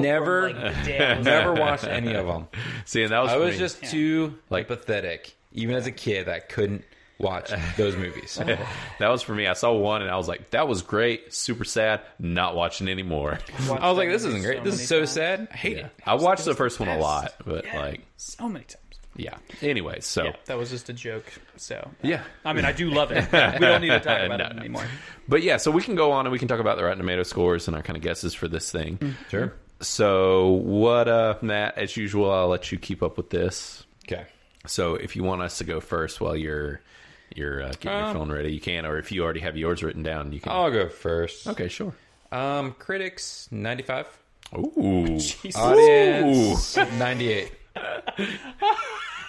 Speaker 3: never,
Speaker 2: from, like, the day I was
Speaker 3: never watched any of them.
Speaker 1: See, and that was
Speaker 3: I
Speaker 1: for
Speaker 3: was
Speaker 1: me.
Speaker 3: just too
Speaker 1: Like-
Speaker 3: like pathetic, even as a kid. that couldn't watch those movies.
Speaker 1: that was for me. I saw one and I was like, that was great, super sad, not watching anymore.
Speaker 2: Watched
Speaker 3: I was like,
Speaker 2: that
Speaker 3: "This
Speaker 2: movie
Speaker 3: isn't great. this
Speaker 2: many
Speaker 3: is so
Speaker 2: times.
Speaker 3: sad. I hate it."
Speaker 1: I watched the first one a
Speaker 2: Yes.
Speaker 1: lot, but
Speaker 2: Yeah.
Speaker 1: like,
Speaker 2: so many times.
Speaker 1: yeah. Anyway, so
Speaker 2: Yeah, that was just a joke. So
Speaker 1: yeah.
Speaker 2: I mean, I do love it. we don't need to talk about it
Speaker 1: No.
Speaker 2: anymore.
Speaker 1: But yeah, so we can go on and we can talk about the Rotten Tomato scores and our kind of guesses for this thing.
Speaker 3: Sure.
Speaker 1: So what, uh, Matt? As usual, I'll let you keep up with this.
Speaker 3: Okay.
Speaker 1: So if you want us to go first while you're you're uh, getting your
Speaker 3: Um, Oh,
Speaker 1: phone ready, you can, or if you already have yours written down, you can.
Speaker 3: I'll go first.
Speaker 1: okay, sure.
Speaker 3: Um, critics ninety five,
Speaker 1: Ooh,
Speaker 3: audience ninety eight.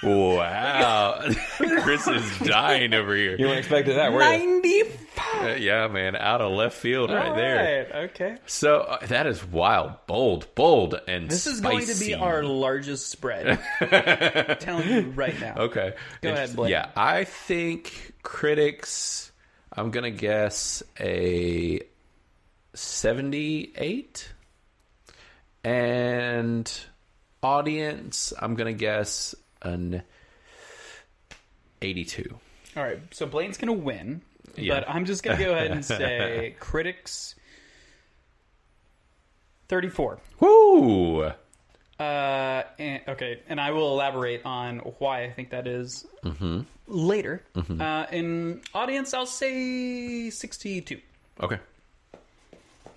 Speaker 1: Wow. Chris is dying over here.
Speaker 3: You weren't expecting that, were you?
Speaker 2: Ninety-five.
Speaker 1: Uh, yeah, man. Out of left field right,
Speaker 2: All
Speaker 1: there.
Speaker 2: right, Okay.
Speaker 1: So uh, that is wild, bold, bold, and
Speaker 2: This is going to be
Speaker 1: spicy.
Speaker 2: our largest spread. I'm telling you right now.
Speaker 1: Okay.
Speaker 2: Go ahead,
Speaker 1: Interesting.
Speaker 2: Blake.
Speaker 1: Yeah, I think critics, I'm going to guess a 78. And audience, I'm going to guess an 82.
Speaker 2: All right. So Blaine's going to win,
Speaker 1: Yeah.
Speaker 2: but I'm just going to go ahead and say critics 34.
Speaker 1: Woo!
Speaker 2: Uh, and, okay, and I will elaborate on why I think that is
Speaker 1: Mm-hmm.
Speaker 2: later. Uh, in audience, I'll say 62.
Speaker 1: Okay.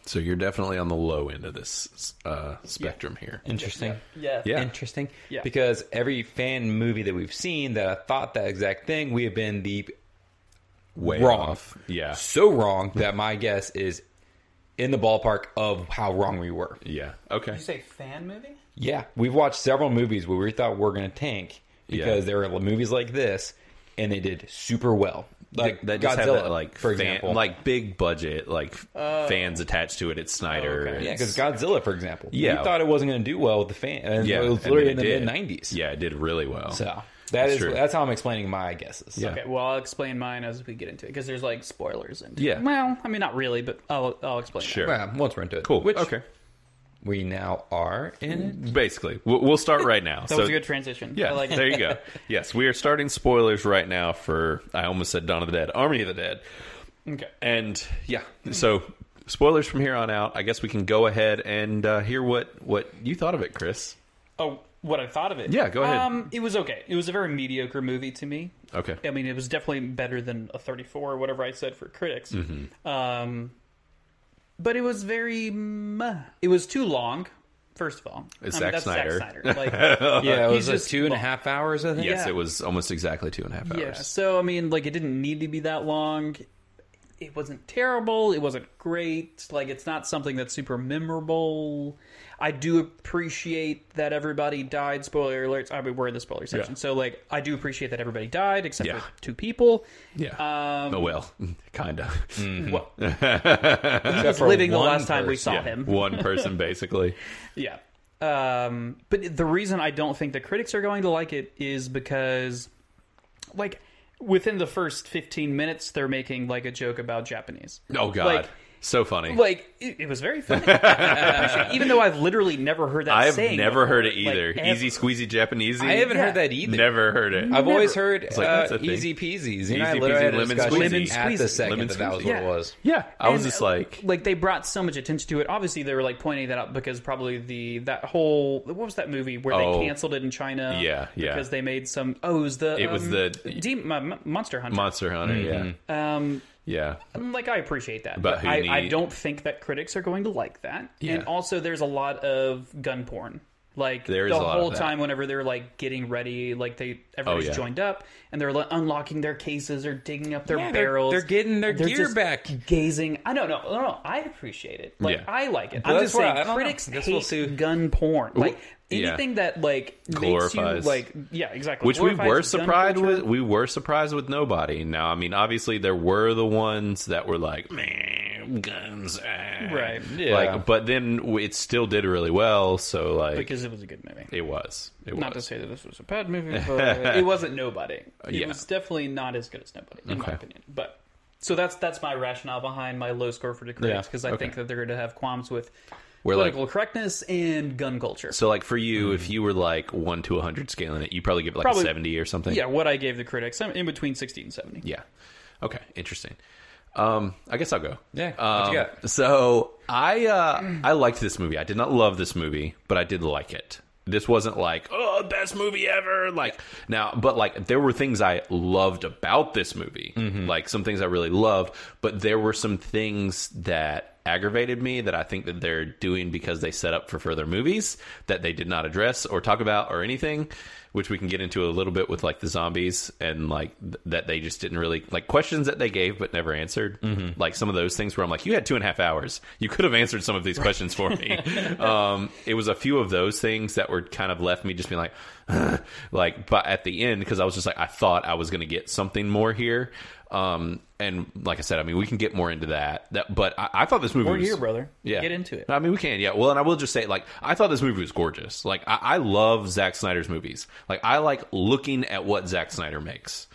Speaker 1: So you're definitely on the low end of this uh, spectrum here.
Speaker 3: Interesting.
Speaker 2: Yeah.
Speaker 1: Yeah.
Speaker 3: Interesting.
Speaker 2: Yeah.
Speaker 3: Because every fan movie that we've seen that I thought that exact thing, we have been the
Speaker 1: Way
Speaker 3: Wrong.
Speaker 1: off. Yeah.
Speaker 3: so wrong that my guess is in the ballpark of how wrong we were.
Speaker 1: Yeah. Okay.
Speaker 2: You say fan movie?
Speaker 3: Yeah, we've watched several movies where we thought we're going to tank because
Speaker 1: Yeah.
Speaker 3: there were movies like this, and they did super well. Like
Speaker 1: that just had
Speaker 3: Godzilla,
Speaker 1: that, like
Speaker 3: for
Speaker 1: fan-
Speaker 3: example. Uh,
Speaker 1: like big budget, like fans attached to it. It's Snyder.
Speaker 2: Oh, okay.
Speaker 3: yeah, because Godzilla, for example,
Speaker 1: Yeah.
Speaker 3: we thought it wasn't going to do well with the fan, and
Speaker 1: Yeah,
Speaker 3: it was
Speaker 1: and
Speaker 3: literally in
Speaker 1: then
Speaker 3: the
Speaker 1: it
Speaker 3: mid
Speaker 1: did.
Speaker 3: nineties.
Speaker 1: yeah, it did really well.
Speaker 3: so
Speaker 1: That's
Speaker 3: that's
Speaker 1: true.
Speaker 3: that's how I'm explaining my guesses.
Speaker 1: Yeah.
Speaker 2: Okay, well, I'll explain mine as we get into it because there's like spoilers and
Speaker 1: Yeah.
Speaker 2: Well, I mean, not really, but I'll I'll explain. that.
Speaker 1: sure,
Speaker 3: Well, once we're into it,
Speaker 1: cool.
Speaker 3: Which
Speaker 1: okay,
Speaker 3: we now are in it.
Speaker 1: Basically, we'll, we'll start right now.
Speaker 2: That
Speaker 1: so,
Speaker 2: was a good transition.
Speaker 1: yeah,
Speaker 2: I like
Speaker 1: there you go. Yes, we are starting spoilers right now for I almost said Dawn of the Dead, Army of the Dead,
Speaker 2: Okay.
Speaker 1: and yeah. So spoilers from here on out. I guess we can go ahead and uh, hear what what you thought of it, Chris.
Speaker 2: Oh, what I thought of it.
Speaker 1: Yeah, go ahead.
Speaker 2: Um, it was okay. It was a very mediocre movie to me.
Speaker 1: Okay.
Speaker 2: I mean, it was definitely better than a 34 or whatever I said for critics.
Speaker 1: Mm-hmm.
Speaker 2: Um, but it was very. Meh. It was too long. First of all,
Speaker 1: It's
Speaker 2: I
Speaker 1: Zack
Speaker 2: mean, that's Zack
Speaker 1: Snyder.
Speaker 2: Snyder. Like,
Speaker 3: Yeah, it
Speaker 2: He's
Speaker 3: Uh, was like
Speaker 2: just-
Speaker 3: two and a half hours, I think.
Speaker 1: Yes,
Speaker 2: Yeah.
Speaker 1: it was almost exactly two and a half hours.
Speaker 2: yeah. So I mean, like, it didn't need to be that long. It wasn't terrible. It wasn't great. Like, it's not something that's super memorable. I do appreciate that everybody died. Spoiler alerts. I mean, we're in the spoiler section,
Speaker 1: Yeah.
Speaker 2: so like, I do appreciate that everybody died except
Speaker 1: Yeah.
Speaker 2: for two people.
Speaker 1: Yeah.
Speaker 2: Um,
Speaker 1: oh well, kind of.
Speaker 2: Well,
Speaker 3: Except for
Speaker 2: living the
Speaker 3: one
Speaker 2: last time we
Speaker 3: person.
Speaker 2: saw him.
Speaker 1: One person basically.
Speaker 2: Yeah. Um, but the reason I don't think the critics are going to like it is because, like, within the first 15 minutes, they're making, like, a joke about Japanese.
Speaker 1: Oh god,
Speaker 2: Like-
Speaker 1: so funny.
Speaker 2: Like, it, it was very funny. I appreciate- Even though I've literally never heard that
Speaker 1: I have
Speaker 2: saying.
Speaker 1: never heard it
Speaker 2: before, like,
Speaker 1: either.
Speaker 2: ever.
Speaker 1: Easy squeezy Japanesey.
Speaker 3: I haven't
Speaker 2: Yeah.
Speaker 3: heard that either.
Speaker 1: Never heard it.
Speaker 3: I've always
Speaker 2: Never.
Speaker 3: heard
Speaker 1: It's like, that's
Speaker 3: uh,
Speaker 1: a thing.
Speaker 3: easy peasy. You know, I
Speaker 1: Easy
Speaker 3: literally
Speaker 1: peasy,
Speaker 3: had a
Speaker 1: lemon
Speaker 3: discussion
Speaker 2: squeezy.
Speaker 3: at
Speaker 2: Lemon
Speaker 3: the second
Speaker 1: squeezy.
Speaker 3: that that was
Speaker 2: Yeah.
Speaker 3: what it was.
Speaker 1: yeah, I was
Speaker 2: And, uh,
Speaker 1: just like,
Speaker 2: like they brought so much attention to it. Obviously, they were like pointing that out because probably the that whole what was that movie where
Speaker 1: Oh.
Speaker 2: they canceled it in China?
Speaker 1: Yeah, yeah.
Speaker 2: Because they made some. Oh, it was the
Speaker 1: It was
Speaker 2: um,
Speaker 1: the-
Speaker 2: Dem- uh, Monster Hunter.
Speaker 1: Monster Hunter.
Speaker 2: um,
Speaker 1: Yeah, yeah.
Speaker 2: like I appreciate that,
Speaker 1: But
Speaker 2: but,
Speaker 1: who
Speaker 2: I, I
Speaker 1: need-
Speaker 2: don't think that critics are going to like that.
Speaker 1: Yeah.
Speaker 2: And also, there's a lot of gun porn. Like
Speaker 1: There is
Speaker 2: the
Speaker 1: a lot of
Speaker 2: whole
Speaker 1: that. Oh,
Speaker 2: time, whenever they're like getting ready, like they everybody's
Speaker 1: yeah.
Speaker 2: joined up and they're like, unlocking their cases or digging up their
Speaker 3: Yeah, they're-
Speaker 2: barrels.
Speaker 3: they're getting their gear
Speaker 2: just
Speaker 3: back.
Speaker 2: Gazing, I don't know. No, no, I appreciate it. Like
Speaker 1: Yeah.
Speaker 2: I like it.
Speaker 3: Well,
Speaker 2: I'm
Speaker 3: that's
Speaker 2: just
Speaker 3: why I
Speaker 2: saying,
Speaker 3: don't know.
Speaker 2: critics
Speaker 3: Guess
Speaker 2: hate
Speaker 3: we'll see.
Speaker 2: gun porn. Like
Speaker 1: yeah.
Speaker 2: anything that like
Speaker 1: Glorifies.
Speaker 2: makes you like yeah, exactly.
Speaker 1: Which we
Speaker 2: Glorifies
Speaker 1: were
Speaker 2: gun
Speaker 1: surprised
Speaker 2: culture.
Speaker 1: with. We were surprised with nobody. Now, I mean, obviously there were the ones that were like, man, guns, ah."
Speaker 2: right?
Speaker 3: Yeah.
Speaker 1: Like, but then w- it still did really well. So, like,
Speaker 2: because it was a good movie.
Speaker 1: it was. It
Speaker 2: Not to
Speaker 1: was.
Speaker 2: say that this was a bad movie, but it wasn't nobody. It
Speaker 1: Yeah.
Speaker 2: was definitely not as good as nobody, in
Speaker 1: Okay.
Speaker 2: my opinion. But so that's that's my rationale behind my low score for the critics
Speaker 3: Yeah,
Speaker 2: because I think
Speaker 1: okay.
Speaker 2: that they're going to have qualms with
Speaker 1: We're like-
Speaker 2: political correctness and gun culture.
Speaker 1: So, like for you, if you were like one to hundred scaling it, you probably give it like
Speaker 2: Hmm. Probably-
Speaker 1: a seventy or something.
Speaker 2: yeah, what I gave the critics, I'm in between sixty and seventy.
Speaker 1: Yeah. Okay. Interesting. Um, I guess I'll go.
Speaker 3: Yeah,
Speaker 1: Um,
Speaker 3: what you got?
Speaker 1: So I uh, I liked this movie. I did not love this movie, but I did like it. This wasn't like oh best movie ever. Like now, but like there were things I loved about this movie.
Speaker 3: Mm-hmm.
Speaker 1: Like some things I really loved, but there were some things that aggravated me that I think that they're doing because they set up for further movies that they did not address or talk about or anything, which we can get into a little bit with like the zombies and like th- that they just didn't really like questions that they gave but never answered. Like some of those things where I'm like, you had two and a half hours, you could have answered some of these questions for me. um, it was a few of those things that were kind of left me just being like, like, but at the end because I was just like, I thought I was going to get something more here. Um, and like I said, I mean, we can get more into that. That, but I, I thought this movie
Speaker 2: We're
Speaker 1: was
Speaker 2: here, brother.
Speaker 1: yeah.
Speaker 2: get into it.
Speaker 1: I mean, we can. Yeah. Well, and I will just say, like, I thought this movie was gorgeous. Like, I, I love Zack Snyder's movies. Like, I like looking at what Zack Snyder makes.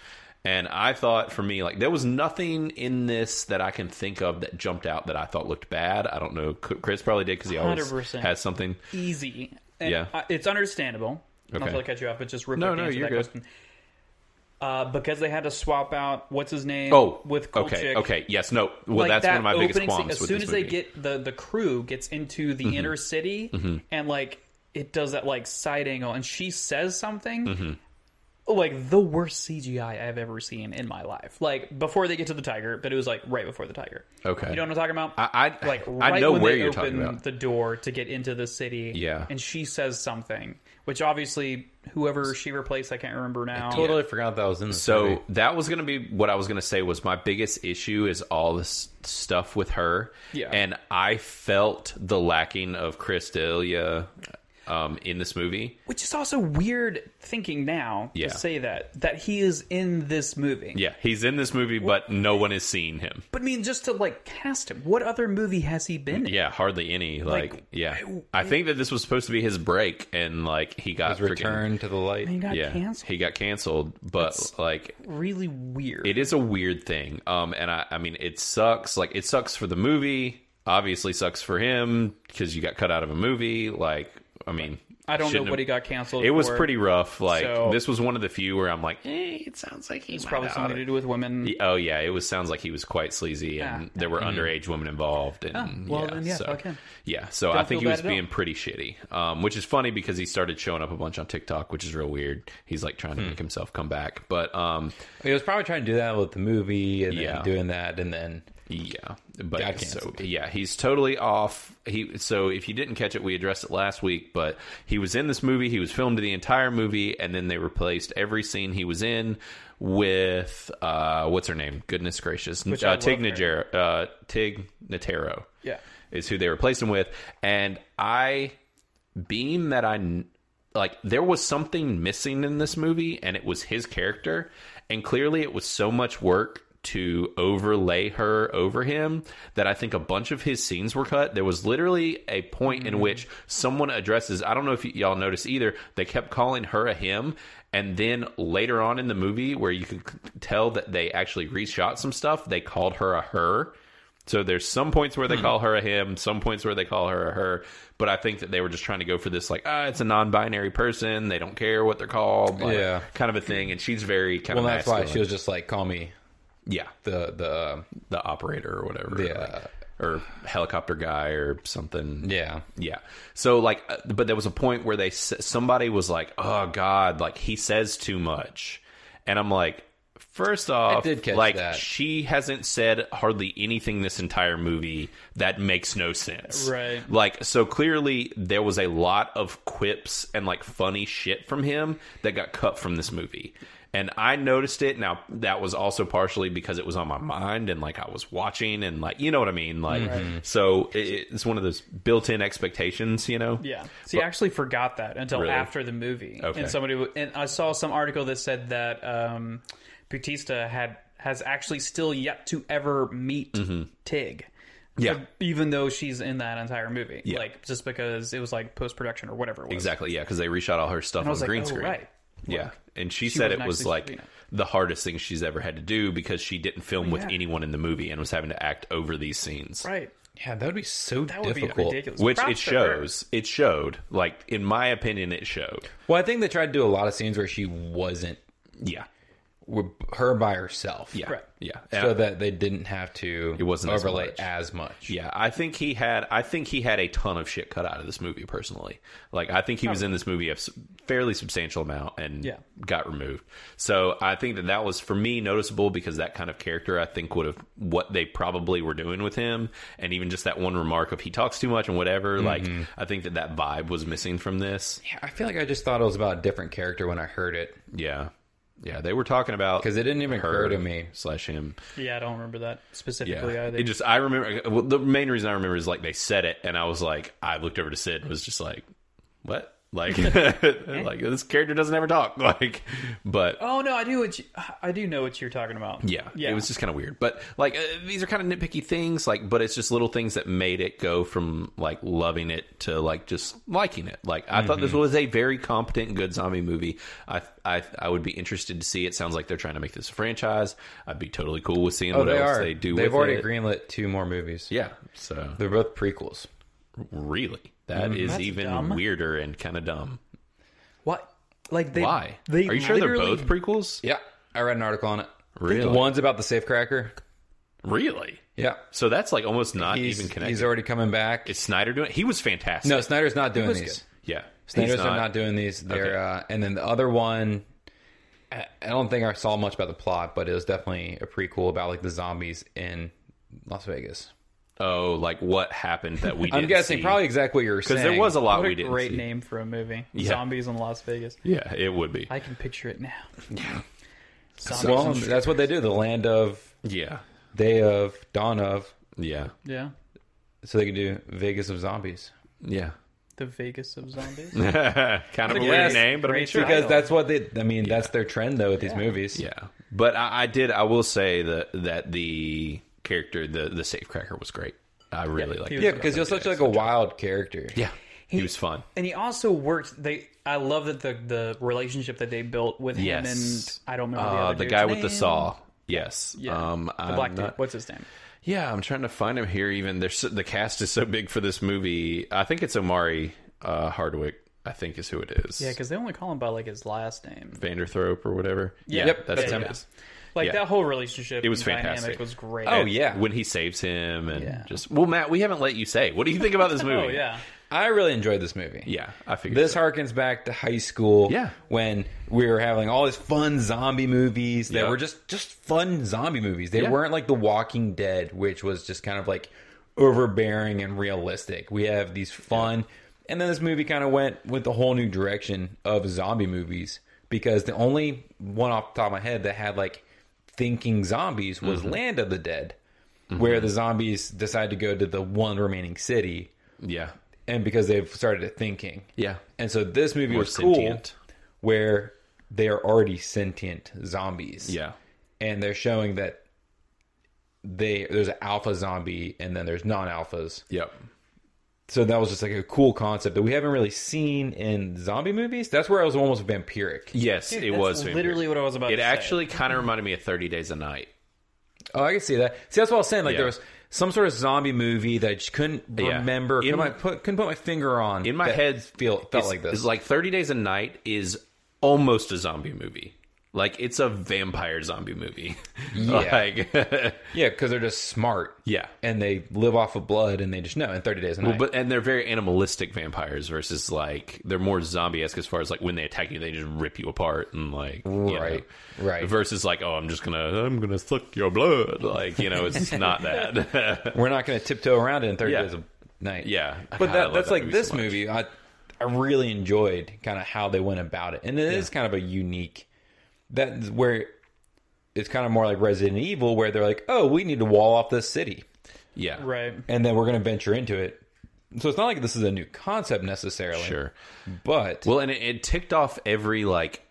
Speaker 1: And I thought for me, like, there was nothing in this that I can think of that jumped out that I thought looked bad. I don't know. C- Chris probably did because he always
Speaker 2: 100%.
Speaker 1: has something.
Speaker 2: Easy, and
Speaker 1: Yeah.
Speaker 2: I, it's understandable. Not
Speaker 1: Okay.
Speaker 2: to cut you off, but just real
Speaker 1: No,
Speaker 2: quick
Speaker 1: no,
Speaker 2: to answer
Speaker 1: you're
Speaker 2: that
Speaker 1: good.
Speaker 2: question. Uh, because they had to swap out what's his name
Speaker 1: Oh,
Speaker 2: with Kolchik.
Speaker 1: okay, okay, yes, no. Well,
Speaker 2: like
Speaker 1: that's
Speaker 2: that
Speaker 1: one of my biggest
Speaker 2: opening scene-
Speaker 1: qualms.
Speaker 2: As
Speaker 1: with
Speaker 2: soon
Speaker 1: this
Speaker 2: as
Speaker 1: movie. Mm-hmm.
Speaker 2: they get the the crew gets into the inner city and like it does that like side angle and she says something
Speaker 1: Mm-hmm.
Speaker 2: like the worst CGI I have ever seen in my life. Like before they get to the tiger, but it was like right before the tiger.
Speaker 1: Okay.
Speaker 2: you know what I'm talking about?
Speaker 1: I- I-
Speaker 2: like
Speaker 1: I
Speaker 2: right
Speaker 1: know
Speaker 2: when
Speaker 1: where
Speaker 2: they
Speaker 1: you're
Speaker 2: open
Speaker 1: talking about.
Speaker 2: the door to get into the city.
Speaker 1: Yeah.
Speaker 2: and she says something, which obviously whoever she replaced, I can't remember now.
Speaker 3: Totally forgot that was in the
Speaker 1: So
Speaker 3: movie.
Speaker 1: that was going to be what I was going to say was my biggest issue is all this stuff with her.
Speaker 2: Yeah.
Speaker 1: And I felt the lacking of Chris D'Elia um, in this movie.
Speaker 2: Which is also weird thinking now
Speaker 1: Yeah.
Speaker 2: to say that that he is in this movie.
Speaker 1: Yeah, he's in this movie, but no one is seeing him.
Speaker 2: But I mean, just to like cast him. What other movie has he been in?
Speaker 1: Yeah, hardly any. Like,
Speaker 2: Like,
Speaker 1: yeah, I think that this was supposed to be his break, and like he got
Speaker 3: His
Speaker 1: freaking-
Speaker 3: return to the light.
Speaker 2: He got
Speaker 1: Yeah,
Speaker 2: canceled.
Speaker 1: he got canceled, but like
Speaker 2: Really weird.
Speaker 1: it is a weird thing um and i i mean it sucks like it sucks for the movie obviously sucks for him because you got cut out of a movie. Like, I mean,
Speaker 2: I don't know
Speaker 1: shouldn't have-
Speaker 2: what he got canceled.
Speaker 1: It was
Speaker 2: for.
Speaker 1: pretty rough. Like,
Speaker 2: So-
Speaker 1: this was one of the few where I'm like, eh, it sounds like he's
Speaker 2: It's probably something to do with women.
Speaker 1: Oh yeah, it was sounds like he was quite sleazy, and
Speaker 2: Yeah. Mm-hmm. Oh,
Speaker 1: there were underage women involved. And
Speaker 2: well,
Speaker 1: yeah,
Speaker 2: then, yeah,
Speaker 1: so,
Speaker 2: fuck him.
Speaker 1: yeah. So I
Speaker 2: Don't
Speaker 1: think he
Speaker 2: feel
Speaker 1: was
Speaker 2: bad at all.
Speaker 1: being pretty shitty, um, which is funny because he started showing up a bunch on TikTok, which is real weird. He's like trying to make himself come back, but um,
Speaker 3: He was probably trying to do that with the movie and
Speaker 1: Yeah.
Speaker 3: then doing that and then
Speaker 1: Yeah, but
Speaker 3: Got
Speaker 1: so
Speaker 3: canceled.
Speaker 1: yeah, he's totally off. He so if you didn't catch it, we addressed it last week, but he was in this movie. He was filmed the entire movie, and then they replaced every scene he was in with uh, what's her name? Goodness gracious,
Speaker 2: Which I
Speaker 1: uh,
Speaker 2: love
Speaker 1: Tig
Speaker 2: her.
Speaker 1: Notaro. Uh, Tig Notaro
Speaker 2: Yeah.
Speaker 1: is who they replaced him with, and I being that I kn- like there was something missing in this movie and it was his character and clearly it was so much work to overlay her over him that I think a bunch of his scenes were cut. There was literally a point in which someone addresses I don't know if y- y'all noticed either, they kept calling her a him and then later on in the movie where you could c- tell that they actually reshot some stuff, they called her a her. So there's some points where they
Speaker 3: Hmm.
Speaker 1: call her a him, some points where they call her a her, but I think that they were just trying to go for this like, ah, it's a non-binary person, they don't care what they're called, blah,
Speaker 3: Yeah.
Speaker 1: kind of a thing. And she's very kind
Speaker 3: well
Speaker 1: of
Speaker 3: that's why she was just like call me
Speaker 1: yeah,
Speaker 3: the the
Speaker 1: the operator or whatever,
Speaker 3: Yeah.
Speaker 1: like- or helicopter guy or something.
Speaker 3: yeah
Speaker 1: Yeah. So like, uh, but there was a point where they s- somebody was like, "Oh God, like he says too much," and I'm like, first off,
Speaker 3: did catch
Speaker 1: like
Speaker 3: that.
Speaker 1: she hasn't said hardly anything this entire movie that makes no sense,
Speaker 2: Right.
Speaker 1: Like, so clearly there was a lot of quips and like funny shit from him that got cut from this movie. And I noticed it. Now that was also partially because it was on my mind and like I was watching and like you know what I mean. Like so, it, it's one of those built-in expectations, you know.
Speaker 2: Yeah. See, I actually forgot that until
Speaker 1: Really?
Speaker 2: after the movie.
Speaker 1: Okay.
Speaker 2: And somebody w- and I saw some article that said that um, Bautista had has actually still yet to ever meet Tig.
Speaker 1: Mm-hmm. Yeah.
Speaker 2: Uh, Even though she's in that entire movie,
Speaker 1: Yeah.
Speaker 2: like just because it was like post production or whatever. It was.
Speaker 1: Exactly. Yeah, because they reshot all her stuff
Speaker 2: I
Speaker 1: on
Speaker 2: was like,
Speaker 1: green
Speaker 2: oh,
Speaker 1: screen.
Speaker 2: right.
Speaker 1: Yeah, and she, said it
Speaker 2: wasn't
Speaker 1: was
Speaker 2: actually
Speaker 1: like
Speaker 2: doing it.
Speaker 1: the hardest thing she's ever had to do because she didn't film with
Speaker 2: Oh, yeah.
Speaker 1: anyone in the movie and was having to act over these scenes.
Speaker 2: Right.
Speaker 3: yeah that would be so
Speaker 2: That would
Speaker 3: difficult
Speaker 2: be ridiculous.
Speaker 1: Which
Speaker 2: Props
Speaker 1: it
Speaker 2: to her.
Speaker 1: shows. It showed. Like in my opinion, it showed.
Speaker 3: well I think they tried to do a lot of scenes where she wasn't
Speaker 1: Yeah.
Speaker 3: with her by herself
Speaker 1: Yeah.
Speaker 2: Right.
Speaker 1: Yeah.
Speaker 3: so that they didn't have to it
Speaker 1: wasn't as
Speaker 3: overlay
Speaker 1: much.
Speaker 3: as much.
Speaker 1: Yeah, I think he had. I think he had a ton of shit cut out of this movie. Personally, like I think he was in this movie a s- fairly substantial amount and
Speaker 2: Yeah.
Speaker 1: got removed. So I think that that was for me noticeable because that kind of character I think would have what they probably were doing with him, and even just that one remark of he talks too much and whatever.
Speaker 3: Mm-hmm.
Speaker 1: Like I think that that vibe was missing from this.
Speaker 3: Yeah, I feel like I just thought it was about a different character when I heard it
Speaker 1: Yeah, yeah, they were talking about
Speaker 3: because it didn't even
Speaker 1: her
Speaker 3: occur to me.
Speaker 1: slash him.
Speaker 2: Yeah, I don't remember that
Speaker 1: Yeah,
Speaker 2: specifically either.
Speaker 1: it just I remember. Well, the main reason I remember is like they said it, and I was like, I looked over to Sid and was just like, what? Like, like this character doesn't ever talk. Like, but
Speaker 2: oh no, I do. What you, I do know what you're talking about.
Speaker 1: yeah,
Speaker 2: Yeah.
Speaker 1: it was just kind of weird. But like uh, these are kind of nitpicky things. Like, but it's just little things that made it go from like loving it to like just liking it. Like I thought
Speaker 3: Mm-hmm.
Speaker 1: this was a very competent, good zombie movie. I I I would be interested to see. It sounds like they're trying to make this a franchise. I'd be totally cool with seeing
Speaker 3: Oh,
Speaker 1: what
Speaker 3: they
Speaker 1: else
Speaker 3: are.
Speaker 1: they do.
Speaker 3: They've
Speaker 1: with
Speaker 3: already
Speaker 1: it.
Speaker 3: greenlit two more movies.
Speaker 1: Yeah, so
Speaker 3: They're both prequels.
Speaker 1: Really? that is
Speaker 2: Mm-hmm. That's
Speaker 1: even
Speaker 2: dumb.
Speaker 1: weirder and kind of dumb.
Speaker 2: What? Like they?
Speaker 1: Why?
Speaker 2: They
Speaker 1: Are you sure they're
Speaker 2: literally-
Speaker 1: both prequels?
Speaker 3: Yeah, I read an article on it.
Speaker 1: Really?
Speaker 3: The one's about the safecracker.
Speaker 1: Really?
Speaker 3: Yeah,
Speaker 1: So that's like almost not
Speaker 3: he's,
Speaker 1: even connected.
Speaker 3: he's already coming back.
Speaker 1: is Snyder doing? it? He was fantastic.
Speaker 3: no, Snyder's not doing
Speaker 2: was
Speaker 3: these.
Speaker 2: good.
Speaker 1: yeah,
Speaker 3: Snyder's
Speaker 1: He's
Speaker 3: not. not doing these. They're uh, and then the other one. I I don't think I saw much about the plot, but it was definitely a prequel about like the zombies in Las Vegas.
Speaker 1: Oh, like what happened that we? Didn't
Speaker 3: I'm guessing probably exactly what you were saying.
Speaker 1: because there was a lot
Speaker 2: What
Speaker 1: we
Speaker 2: a
Speaker 1: didn't
Speaker 2: great
Speaker 1: see.
Speaker 2: name for a movie. Zombies in Las Vegas.
Speaker 1: Yeah, it would be.
Speaker 2: I can picture it now. Yeah. Zombies
Speaker 3: Well,
Speaker 2: and shit.
Speaker 3: that's what they do. The land of
Speaker 1: yeah,
Speaker 3: day of dawn of,
Speaker 1: yeah,
Speaker 2: yeah.
Speaker 3: so they can do Vegas of zombies
Speaker 1: yeah.
Speaker 2: The Vegas of zombies.
Speaker 1: kind of a
Speaker 3: guess.
Speaker 1: weird name, but I mean,
Speaker 2: Great
Speaker 1: sure.
Speaker 3: because
Speaker 2: Title.
Speaker 3: that's what they. I mean, that's their trend though with these movies.
Speaker 1: Yeah, but I, I did. I will say that that the character, the the safecracker, was great. I really liked.
Speaker 2: was
Speaker 1: it.
Speaker 3: yeah, because he was such like a wild character.
Speaker 1: Yeah, he was fun.
Speaker 2: and he also worked. They. I love that the the relationship that they built with him
Speaker 1: Yes.
Speaker 2: and I don't remember the
Speaker 1: Uh,
Speaker 2: other
Speaker 1: the
Speaker 2: dude's
Speaker 1: guy with the
Speaker 2: name.
Speaker 1: saw. Yes.
Speaker 2: Yeah.
Speaker 1: Um,
Speaker 2: the
Speaker 1: I'm
Speaker 2: black dude.
Speaker 1: not-
Speaker 2: What's his name?
Speaker 1: Yeah, I'm trying to find him here. Even there's the cast is so big for this movie. I think it's Omari uh, Hardwick. I think is who it is.
Speaker 2: Yeah, because they only call him by like his last name.
Speaker 1: Vanderthrope or whatever.
Speaker 2: Yeah.
Speaker 1: Yeah,
Speaker 2: Yep,
Speaker 1: that's
Speaker 2: that's
Speaker 1: him.
Speaker 2: him. Like
Speaker 1: Yeah.
Speaker 2: that whole relationship.
Speaker 1: It was
Speaker 2: and
Speaker 1: fantastic.
Speaker 2: Dynamic was great.
Speaker 3: Oh, yeah.
Speaker 1: when he saves him and
Speaker 2: Yeah.
Speaker 1: just well, Matt, we haven't let you say. What do you think about this movie?
Speaker 2: Oh yeah.
Speaker 3: I really enjoyed this movie.
Speaker 1: yeah, I figured
Speaker 3: This
Speaker 1: so.
Speaker 3: harkens back to high school,
Speaker 1: Yeah.
Speaker 3: when we were having all these fun zombie movies that
Speaker 1: Yeah.
Speaker 3: were just just fun zombie movies. They
Speaker 1: Yeah.
Speaker 3: weren't like The Walking Dead, which was just kind of like overbearing and realistic. We have these fun, and then this movie kind of went with the whole new direction of zombie movies because the only one off the top of my head that had like thinking zombies was
Speaker 1: Mm-hmm.
Speaker 3: Land of the Dead, where the zombies decide to go to the one remaining city,
Speaker 1: Yeah,
Speaker 3: and because they've started thinking,
Speaker 1: yeah,
Speaker 3: and so this movie
Speaker 1: More
Speaker 3: was cool
Speaker 1: sentient.
Speaker 3: where they are already sentient zombies.
Speaker 1: yeah.
Speaker 3: And they're showing that they there's an alpha zombie and then there's non-alphas.
Speaker 1: Yep.
Speaker 3: So that was just like a cool concept that we haven't really seen in zombie movies. That's where I was almost vampiric.
Speaker 1: Yes,
Speaker 2: Dude,
Speaker 1: it
Speaker 2: that's
Speaker 1: was
Speaker 2: literally what I was about
Speaker 1: It
Speaker 2: to say.
Speaker 1: actually kind of reminded me of Thirty Days a Night.
Speaker 3: Oh, I can see that. See, that's what I was saying. Like
Speaker 1: Yeah.
Speaker 3: there was some sort of zombie movie that I just couldn't
Speaker 1: Yeah.
Speaker 3: remember.
Speaker 1: In-
Speaker 3: couldn't, I put, couldn't put my finger on.
Speaker 1: In my
Speaker 3: that
Speaker 1: head,
Speaker 3: feel felt
Speaker 1: it's-
Speaker 3: like this.
Speaker 1: It's like Thirty Days a Night is almost a zombie movie. Like it's a vampire zombie movie.
Speaker 3: Yeah.
Speaker 1: Like-
Speaker 3: yeah, because they're just smart.
Speaker 1: Yeah.
Speaker 3: and they live off of blood and they just know in 30 days. A night.
Speaker 1: But and they're very animalistic vampires versus like they're more zombie esque as far as like when they attack you they just rip you apart and like you know.
Speaker 3: Right, right.
Speaker 1: versus like oh I'm just gonna I'm gonna suck your blood like you know it's not that
Speaker 3: we're not going to tiptoe around it in 30
Speaker 1: Yeah.
Speaker 3: days of night.
Speaker 1: Yeah.
Speaker 3: But
Speaker 1: God, I
Speaker 3: that,
Speaker 1: love
Speaker 3: that's
Speaker 1: that
Speaker 3: like
Speaker 1: movie
Speaker 3: this
Speaker 1: so much.
Speaker 3: movie. I, I really enjoyed kind of how they went about it. And it is kind of a unique, that's where it's kind of more like Resident Evil, where they're like, oh, we need to wall off this city.
Speaker 1: yeah
Speaker 2: Right.
Speaker 3: And then we're going to venture into it. So it's not like this is a new concept necessarily.
Speaker 1: sure
Speaker 3: But
Speaker 1: well and it, it ticked off every like